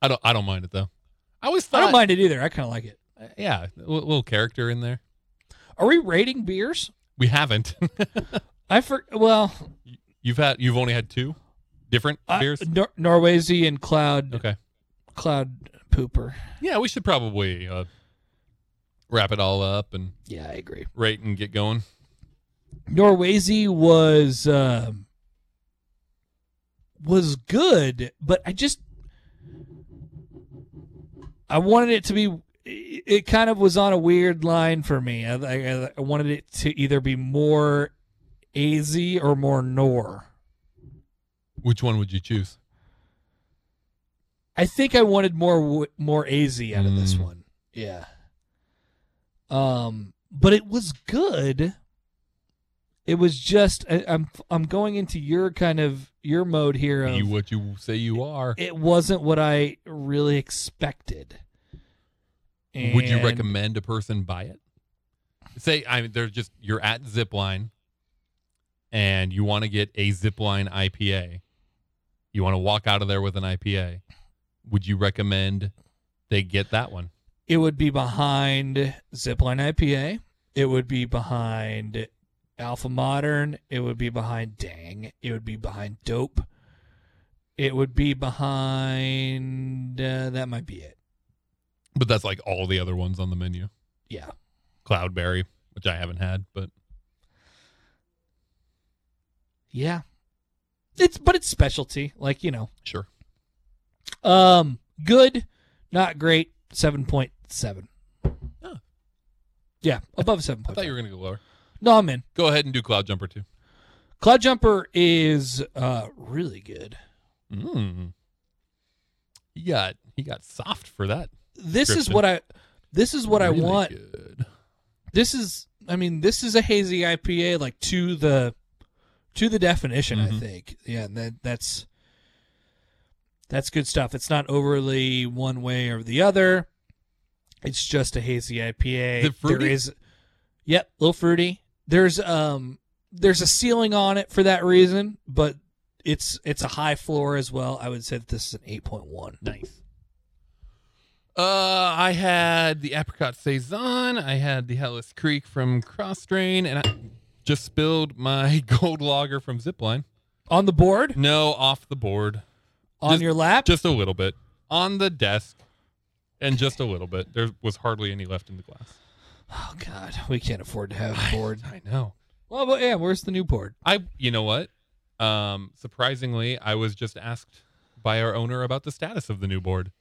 I don't. I don't mind it though. I always
I
thought.
don't mind it either. I kind of like it.
Yeah, a little little character in there.
Are we rating beers?
We haven't.
I for well,
you've had. You've only had two different
I,
beers.
Nor- Norwayzy and Cloud
Okay.
Cloud Pooper.
Yeah, we should probably uh, wrap it all up and
Yeah, I agree.
rate and get going.
Norwayzy was um, was good, but I just I wanted it to be. It it kind of was on a weird line for me. I, I, I wanted it to either be more AZ or more Nor.
Which one would you choose?
I think I wanted more w- more AZ out of this
Mm.
one. Yeah. Um, but it was good. It was just I, I'm I'm going into your kind of your mode here. Of,
Be what you say you are.
it wasn't what I really expected.
Would you
And-
recommend a person buy it? Say, I mean, they're just you're at Zipline, and you want to get a Zipline IPA. You want to walk out of there with an IPA. Would you recommend they get that one?
It would be behind Zipline IPA. It would be behind Alpha Modern. It would be behind Dang. It would be behind Dope. It would be behind. Uh, that might be it.
But that's like all the other ones on the menu.
Yeah.
Cloudberry, which I haven't had, but
Yeah. It's but it's specialty, like you know.
sure.
Um, good, not great. Seven point seven.
Oh.
Yeah, above seven
I
point.
thought you were gonna go lower.
No, I'm in.
Go ahead and do Cloud Jumper too.
Cloud Jumper is uh really good.
Mm. He got he got soft for that.
This is
Description.
what I this is what
Really
I want.
Good.
This is I mean, this is a hazy IPA like to the to the definition, I
Mhm.
think. Yeah, and that that's that's good stuff. It's not overly one way or the other. It's just a hazy IPA.
Is it fruity?
There is Yep, a little fruity. There's um there's a ceiling on it for that reason, but it's it's a high floor as well. I would say that this is an eight point one.
Nice. Uh, I had the apricot saison. I had the Hellas Creek from Cross Drain, and I just spilled my gold lager from Zipline.
On the board?
No, off the board,
On
Just-
your lap?
just a little bit on the desk, and just a little bit. There was hardly any left in the glass.
Oh God, we can't afford to have a board.
I know.
well, but yeah, where's the new board?
I. You know what? Um, surprisingly, I was just asked by our owner about the status of the new board.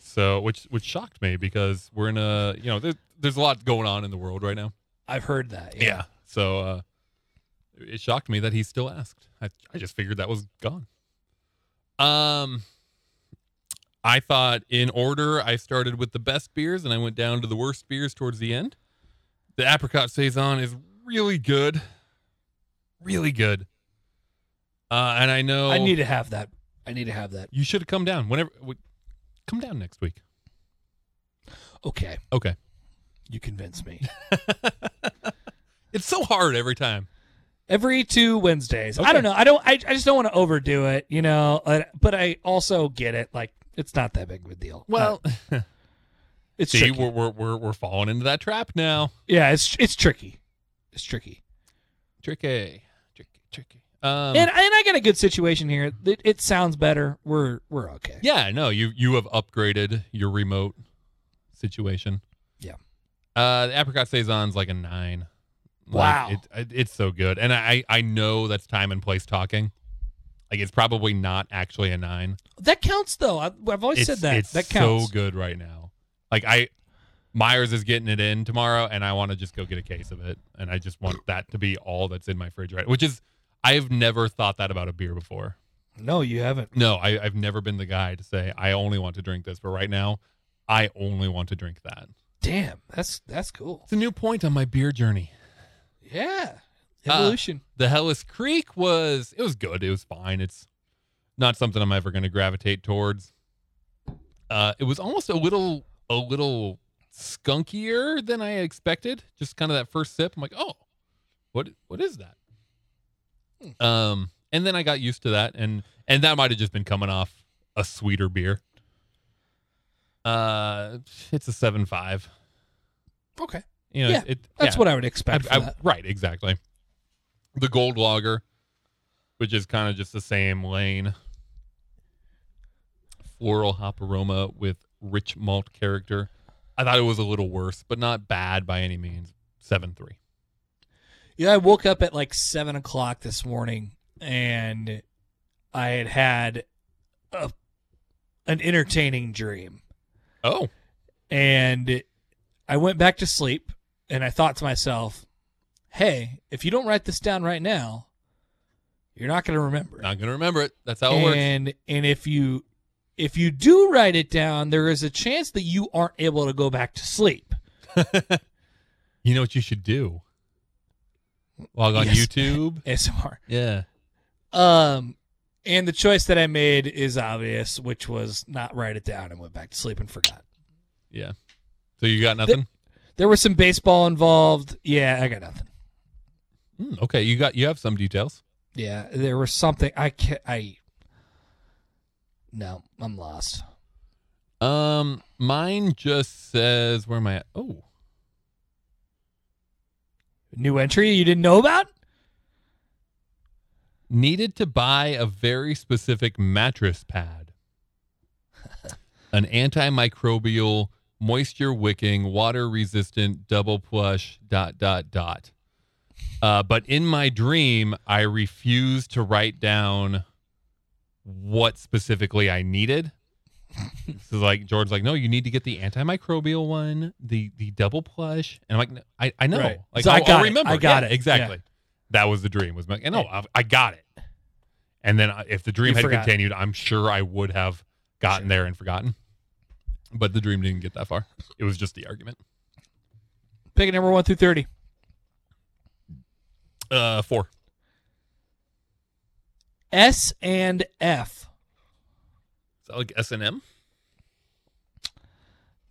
So, which which shocked me because we're in a you know there's there's a lot going on in the world right now.
I've heard that.
Yeah. So uh, it shocked me that he still asked. I, I just figured that was gone. Um, I thought in order, I started with the best beers and I went down to the worst beers towards the end. The apricot saison is really good, really good. Uh, and I know
I need to have that. I need to have that.
you should have come down whenever. w come down next week.
Okay,
Okay.
you convince me.
It's so hard every time.
Every two Wednesdays. I
Okay.
don't know. I don't. I, I just don't want to overdo it. You know. Uh, But I also get it. Like it's not that big of a deal. Uh, it's
see,
tricky.
we're, we're we're we're falling into that trap now.
Yeah, it's it's tricky. It's tricky.
Tricky, tricky, tricky. Um,
and and I got a good situation here. It, it sounds better. We're we're okay.
yeah, no, you you have upgraded your remote situation.
Yeah.
Uh, the apricot saison's like a nine. Like,
Wow.
it, it, it's so good, and I I know that's time and place talking. Like it's probably not actually a nine.
That counts though. I, I've always
it's,
said that.
It's
that counts.
so good right now. Like I, Myers is getting it in tomorrow, and I want to just go get a case of it, and I just want that to be all that's in my fridge right. Which is, I've never thought that about a beer before.
No, you haven't.
No, I, I've never been the guy to say I only want to drink this, but right now, I only want to drink that.
Damn, that's that's cool.
It's a new point on my beer journey.
Yeah,
Uh,
evolution.
The Hellas Creek was it was good. It was fine. It's not something I'm ever going to gravitate towards. Uh, it was almost a little a little skunkier than I expected. Just kind of that first sip, I'm like, oh, what what is that?
Hmm.
Um, and then I got used to that, and and that might have just been coming off a sweeter beer. Uh, it's a seven five.
okay,
You know,
Yeah,
it,
that's
yeah.
what I would
I-
expect. for
I-
that.
right, exactly. The gold logger, which is kind of just the same lane. Floral hop aroma with rich malt character. I thought it was a little worse, but not bad by any means. Seven three.
Yeah, I woke up at like seven o'clock this morning, and I had had a, an entertaining dream,
Oh,
and I went back to sleep, and I thought to myself, "Hey, if you don't write this down right now, you're not going to remember. it.
Not gonna remember it. That's how it works.
and and if you if you do write it down, there is a chance that you aren't able to go back to sleep.
You know what you should do? Log on
Yes.
YouTube.
ASMR.
Yeah.
Um, and the choice that I made is obvious, which was not write it down and went back to sleep and forgot.
Yeah. So you got nothing?
There was some baseball involved. Yeah, I got nothing.
Mm, okay, you got you have some details.
Yeah, there was something I can't. I no, I'm lost.
Um, mine just says where am I at? Oh,
New entry you didn't know about?
needed to buy a very specific mattress pad, an antimicrobial, moisture wicking, water resistant, double plush dot dot dot. Uh, but in my dream, I refused to write down what specifically I needed. so like George's like, no, you need to get the antimicrobial one, the the double plush, and I'm like, "No, I, I know,
Right.
like
So I
I'll- I'll
got it.
remember,
I got
Yeah,
it.
exactly. That was the dream was my, and no, I, I got it. And then I- if the dream
You
had
forgot.
continued, I'm sure I would have gotten
Sure.
there and forgotten. But the dream didn't get that far. It was just the argument.
Pick a number one through thirty.
Uh, four.
S and F.
Is that like S and M?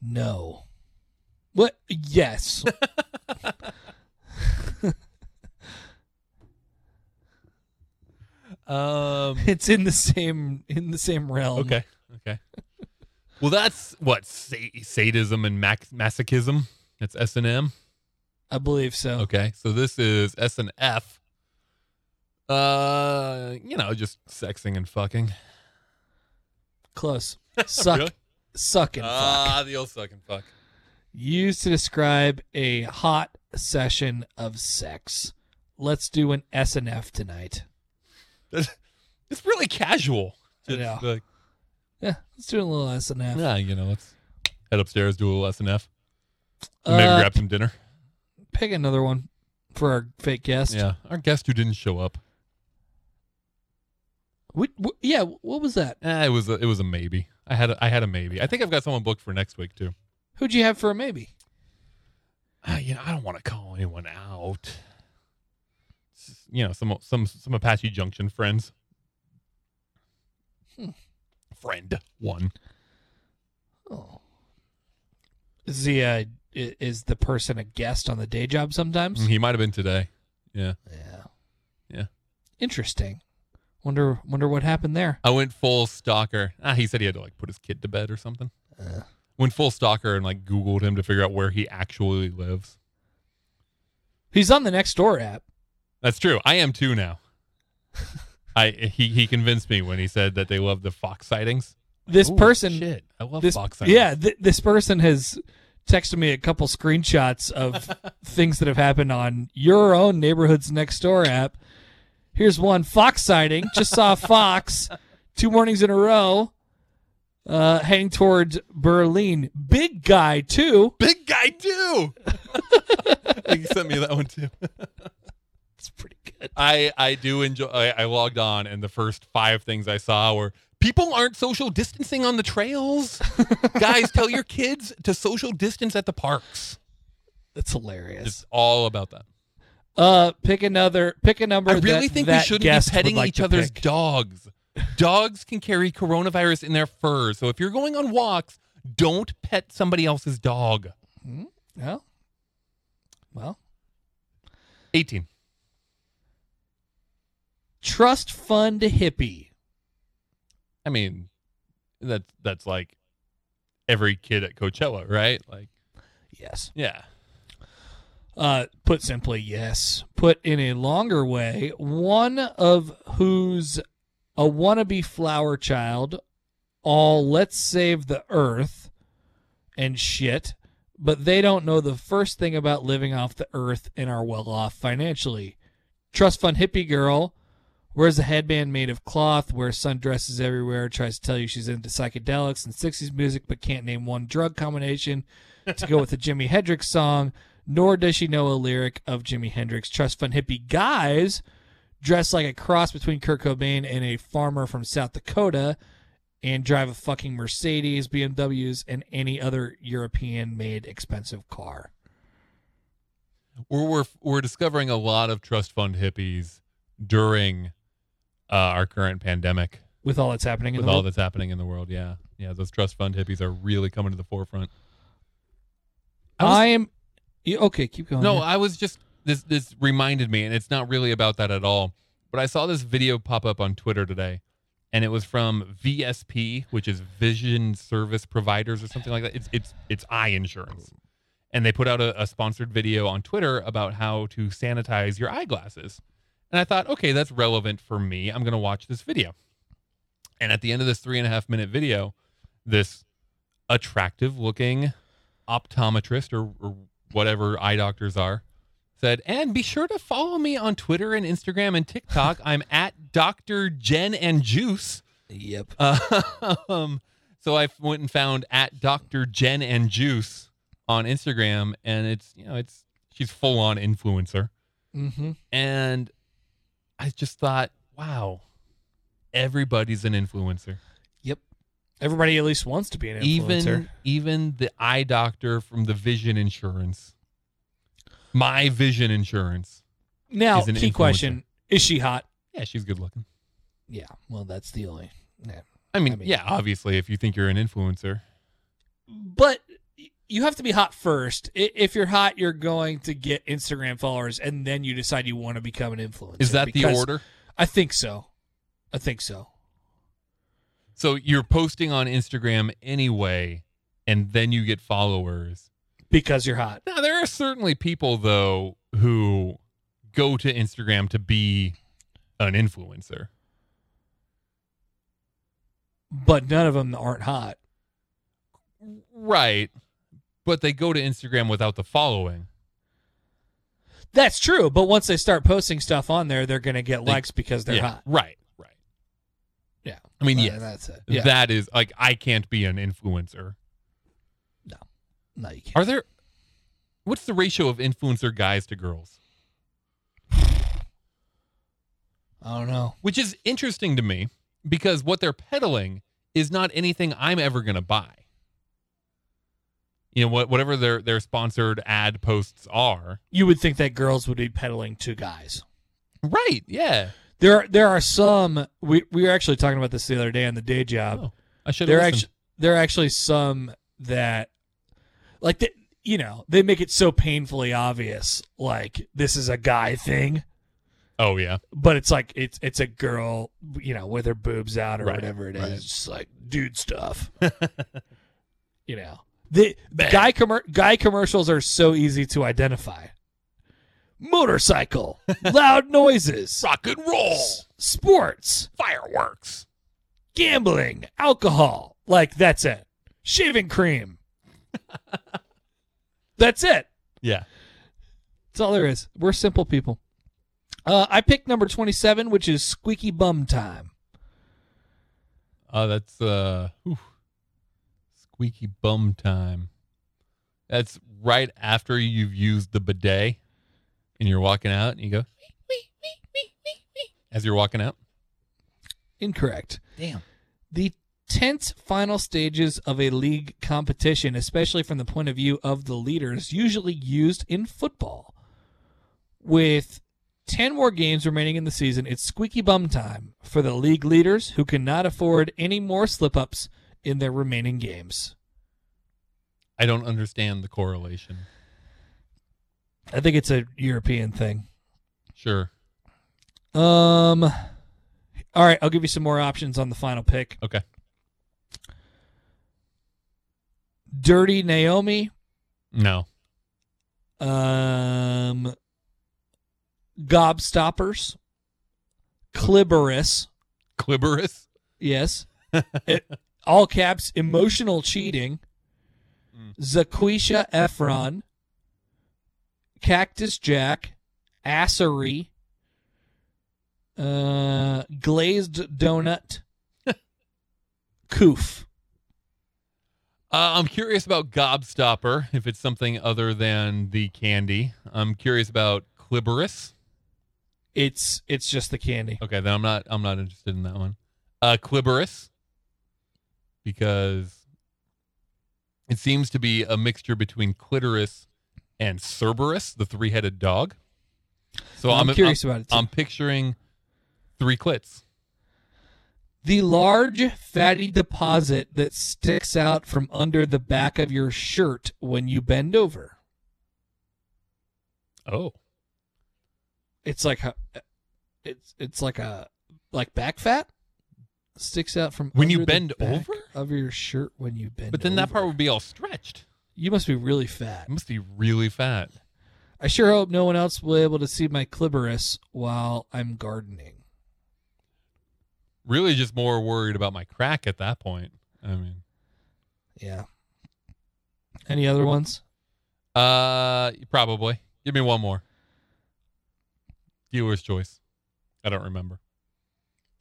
No. What? Yes.
Um.
it's in the same in the same realm.
Okay. Okay. well, that's what sa- sadism and mac- masochism. That's S and M.
I believe so.
Okay. So this is S and F. Uh, you know, just sexing and fucking.
Close. Suck.
Really?
Suck and fuck.
Ah, the old suck and fuck.
Used to describe a hot session of sex. Let's do an S and F tonight.
That's- it's really casual.
I
It's
know.
like,
Yeah, let's do a little S and F.
yeah, you know, let's head upstairs, do a little S and F, and maybe
Uh,
grab some dinner.
pick another one for our fake guest.
Yeah, our guest who didn't show up.
What, what, yeah. What was that?
Eh, it was a, it was a maybe. I had a, I had a maybe. I think I've got someone booked for next week too.
Who'd you have for a maybe?
Ah, you know, I don't want to call anyone out. It's just, you know, some some some Apache Junction friends. Friend one.
Oh, is the uh, i- is the person a guest on the day job sometimes?
Mm, He might have been today. Yeah.
Yeah.
Mm-hmm. Yeah.
Interesting. Wonder wonder what happened there.
I went full stalker. Ah, he said he had to like put his kid to bed or something.
Uh.
Went full stalker and like Googled him to figure out where he actually lives.
He's on the next door app.
That's true. I am too now. I he he convinced me when he said that they love the fox sightings.
This
Ooh,
person
shit, I love
this,
fox sightings.
yeah, th- this person has texted me a couple screenshots of things that have happened on your own neighborhood's next door app. Here's one fox sighting. Just saw a fox two mornings in a row, uh, heading towards Berlin. Big guy too.
big guy too. he sent me that one too.
It's pretty good.
I I do enjoy. I, I logged on, and the first five things I saw were people aren't social distancing on the trails. Guys, tell your kids to social distance at the parks.
That's hilarious.
It's all about that.
Uh, pick another. Pick a number.
I really
that-
think we
that
shouldn't
guest
be
would
petting
like
each
to
other's
pick.
dogs. Dogs can carry coronavirus in their fur, so if you're going on walks, don't pet somebody else's dog.
Well, well,
18.
trust fund hippie.
I mean, that's that's like every kid at Coachella, right? Like,
Yes.
yeah.
Uh, put simply, yes. Put in a longer way, one of whose a wannabe flower child, all let's save the earth and shit, but they don't know the first thing about living off the earth and are well off financially. Trust fund hippie girl wears a headband made of cloth, wears sundresses everywhere, tries to tell you she's into psychedelics and 60s music, but can't name one drug combination to go with the Jimi Hendrix song, nor does she know a lyric of Jimi Hendrix. Trust fund hippie guys dress like a cross between Kurt Cobain and a farmer from South Dakota and drive a fucking Mercedes, BMWs, and any other European made expensive car.
we're we're, we're discovering a lot of trust fund hippies during uh, our current pandemic
With all that's happening in
with
the
all
world.
that's happening in the world. Yeah, yeah, those trust fund hippies are really coming to the forefront. I was-
I am. You, okay, keep going.
No,
Yeah.
I was just this this reminded me, and it's not really about that at all. But I saw this video pop up on Twitter today, and it was from VSP, which is Vision Service Providers or something like that. It's it's it's eye insurance. And they put out a, a sponsored video on Twitter about how to sanitize your eyeglasses. And I thought, okay, that's relevant for me. I'm gonna watch this video. And at the end of this three and a half minute video, this attractive looking optometrist or, or whatever eye doctors are said, and be sure to follow me on Twitter and Instagram and TikTok. I'm at Dr. Jen and Juice.
Yep.
Um, so I went and found at Dr. Jen and Juice on Instagram, and it's, you know, it's, she's full on influencer.
hmm
And I just thought, wow, everybody's an influencer.
Yep. Everybody at least wants to be an influencer.
Even even the eye doctor from the vision insurance. My vision insurance.
now,
is an
key
influencer.
question: Is she hot?
Yeah, she's good looking.
Yeah. Well, that's the only. Yeah.
I mean,
I mean-
yeah, obviously, if you think you're an influencer,
But y- you have to be hot first. I- If you're hot, you're going to get Instagram followers, and then you decide you want to become an influencer.
is that the
because-
order?
I think so. I think so.
So you're posting on Instagram anyway, and then you get followers.
Because you're hot.
Now, there are certainly people, though, who go to Instagram to be an influencer.
But none of them aren't hot.
Right. But they go to Instagram without the following.
That's true. But once they start posting stuff on there, they're going to get
They-
likes because they're
yeah,
hot.
Right. Right.
Yeah.
I mean,
Uh,
yes.
That's it. Yeah.
That is like, I can't be an influencer.
no, you can't.
Are there, what's the ratio of influencer guys to girls?
I don't know.
which is interesting to me because what they're peddling is not anything I'm ever going to buy. You know what? Whatever their their sponsored ad posts are,
You would think that girls would be peddling to guys.
right? Yeah,
There, are, there are some. We, we were actually talking about this the other day on the day job.
Oh, I should.
there
have
are
listened.
actually there are actually some that like they, you know they make it so painfully obvious like this is a guy thing
Oh yeah,
but it's like it's it's a girl you know with her boobs out or
Right,
whatever it is
right.
it's just like dude stuff you know the guy commer- guy commercials are so easy to identify motorcycle loud noises
rock and roll,
s- sports
fireworks.
gambling, alcohol. Like that's it. Shaving cream. that's it.
Yeah,
That's all there is. We're simple people. Uh, I picked number 27, which is squeaky bum time.
oh that's uh, whew. squeaky bum time. That's right after you've used the bidet, and you're walking out, and you go as you're walking out.
Incorrect.
Damn.
The tense final stages of a league competition, especially from the point of view of the leaders, usually used in football. With 10 more games remaining in the season, it's squeaky bum time for the league leaders who cannot afford any more slip ups in their remaining games.
I don't understand the correlation.
I think it's a European thing.
Sure.
Um All right, I'll give you some more options on the final pick.
Okay.
Dirty Naomi,
No.
um Gobstoppers, Cliboris,
Cliboris.
yes. It- all caps emotional cheating.
Mm.
Zaquisha Efron, Cactus Jack, Assery, uh, Glazed Donut, Koof.
Uh, I'm curious about Gobstopper, if it's something other than the candy. I'm curious about Cliboris.
It's it's just the candy.
Okay, then I'm not I'm not interested in that one. Uh Cliboris. Because it seems to be a mixture between clitoris and Cerberus, the three headed dog. So I'm,
I'm, curious about it. Too.
I'm, I'm picturing three clits.
the large fatty deposit that sticks out from under the back of your shirt when you bend over.
Oh.
It's like a, it's it's like a like back fat sticks out from
When you
under the
bend
back
over?
of your shirt when you bend.
But then that
over.
part would be all stretched.
you must be really fat.
It must be really fat.
I sure hope no one else will be able to see my clitoris while I'm gardening.
Really just more worried about my crack at that point. I mean.
Yeah. Any other ones?
Uh, probably. Give me one more. Dealer's choice. I don't remember.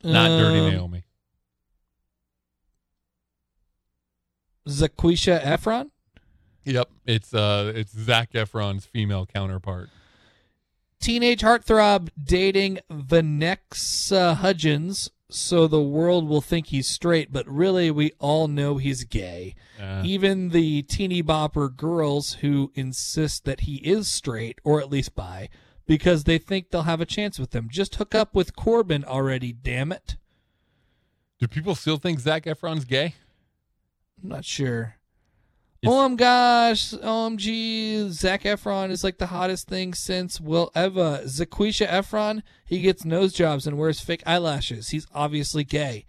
Not Dirty
Um,
Naomi.
Zaquisha Efron.
Yep, it's uh, it's Zac Efron's female counterpart.
Teenage heartthrob dating Vanessa Hudgens, so the world will think he's straight, but really we all know he's gay.
Uh,
Even the teeny bopper girls who insist that he is straight, or at least bi, because they think they'll have a chance with him. Just hook up with Corbin already, damn it.
do people still think Zac Efron's gay?
I'm not sure.
It's-
oh my gosh, OMG, Zach Efron is like the hottest thing since Will Eva. Zaquisha Efron, he gets nose jobs and wears fake eyelashes. He's obviously gay.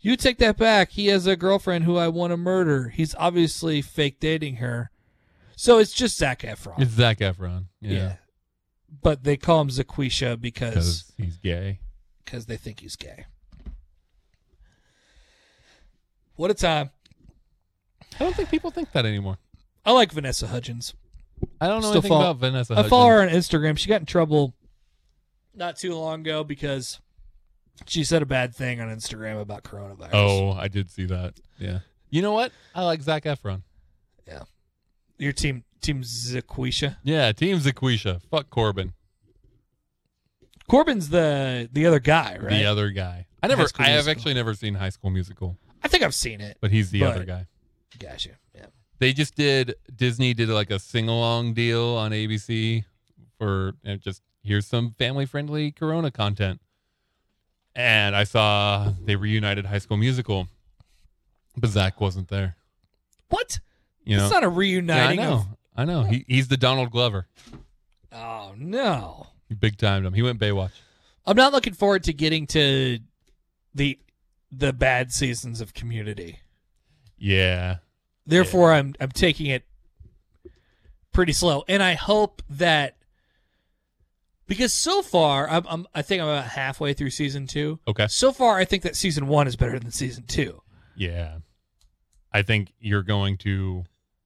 You take that back. He has a girlfriend who I want to murder. He's obviously fake dating her. So it's just Zach Efron.
It's Zac Efron. Yeah,
But they call him Zaquisha
because
because
he's gay.
because they think he's gay. What a time.
I don't think people think that anymore.
I like Vanessa Hudgens.
I don't know
Still
anything
fall-
about Vanessa.
I
Hudgens.
follow her on Instagram. She got in trouble not too long ago because she said a bad thing on Instagram about coronavirus.
Oh, I did see that. Yeah. You know what? I like Zac Efron.
your team, team Zaquisha.
Yeah, Team Zaquisha. Fuck Corbin,
Corbin's the the other guy, right?
the other guy. I never.
High School
I have
Musical.
actually never seen High School Musical,
I think I've seen it.
but he's the
But-
other guy.
Gotcha. Yeah.
they just did Disney did like a sing along deal on ABC for and just here's some family friendly Corona content. And I saw they reunited High School Musical, but Zach wasn't there.
What?
You know,
It's not a
Yeah, I
reuniting.
know, I know. He, he's the Donald Glover.
Of, oh no.
He big timed him. He went Baywatch.
I'm not looking forward to getting to the the bad seasons of Community.
Yeah,
Therefore, I'm I'm taking it pretty slow, and I hope that because so far I'm, I'm I think I'm about halfway through season two.
Okay.
So far, I think that season one is better than season two.
yeah. I think you're going to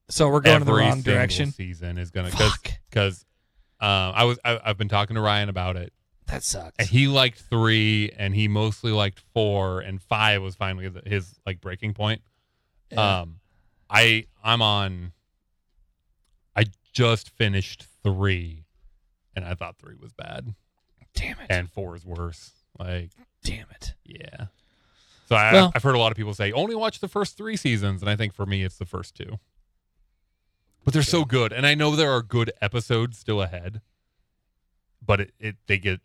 So we're going in the
every
wrong
single
direction.
Season is gonna because
Fuck,
because uh, I was I, I've been talking to Ryan about it.
that
And
sucks.
he liked three, and he mostly liked four, and five was finally the- his like breaking point.
Yeah.
Um, I I'm on. I just finished three, and I thought three was bad,
damn it!
and four is worse. Like,
damn it!
yeah. So I,
Well-
I've heard a lot of people say only watch the first three seasons, and I think for me it's the first two. But they're so good, and I know there are good episodes still ahead, but it, it they get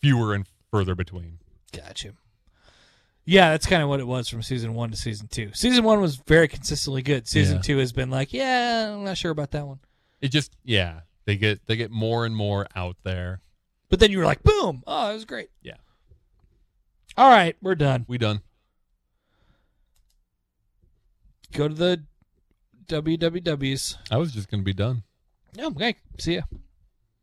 fewer and further between.
Gotcha. Yeah, that's kind of what it was from season one to season two. Season one was very consistently good. Season
Yeah.
two has been like, yeah, I'm not sure about that one.
It just yeah, they get they get more and more out there.
But then you were like, boom! Oh, it was great.
Yeah.
All right, we're done.
We done.
go to the WWWs.
I was just gonna be done.
No, okay. See ya.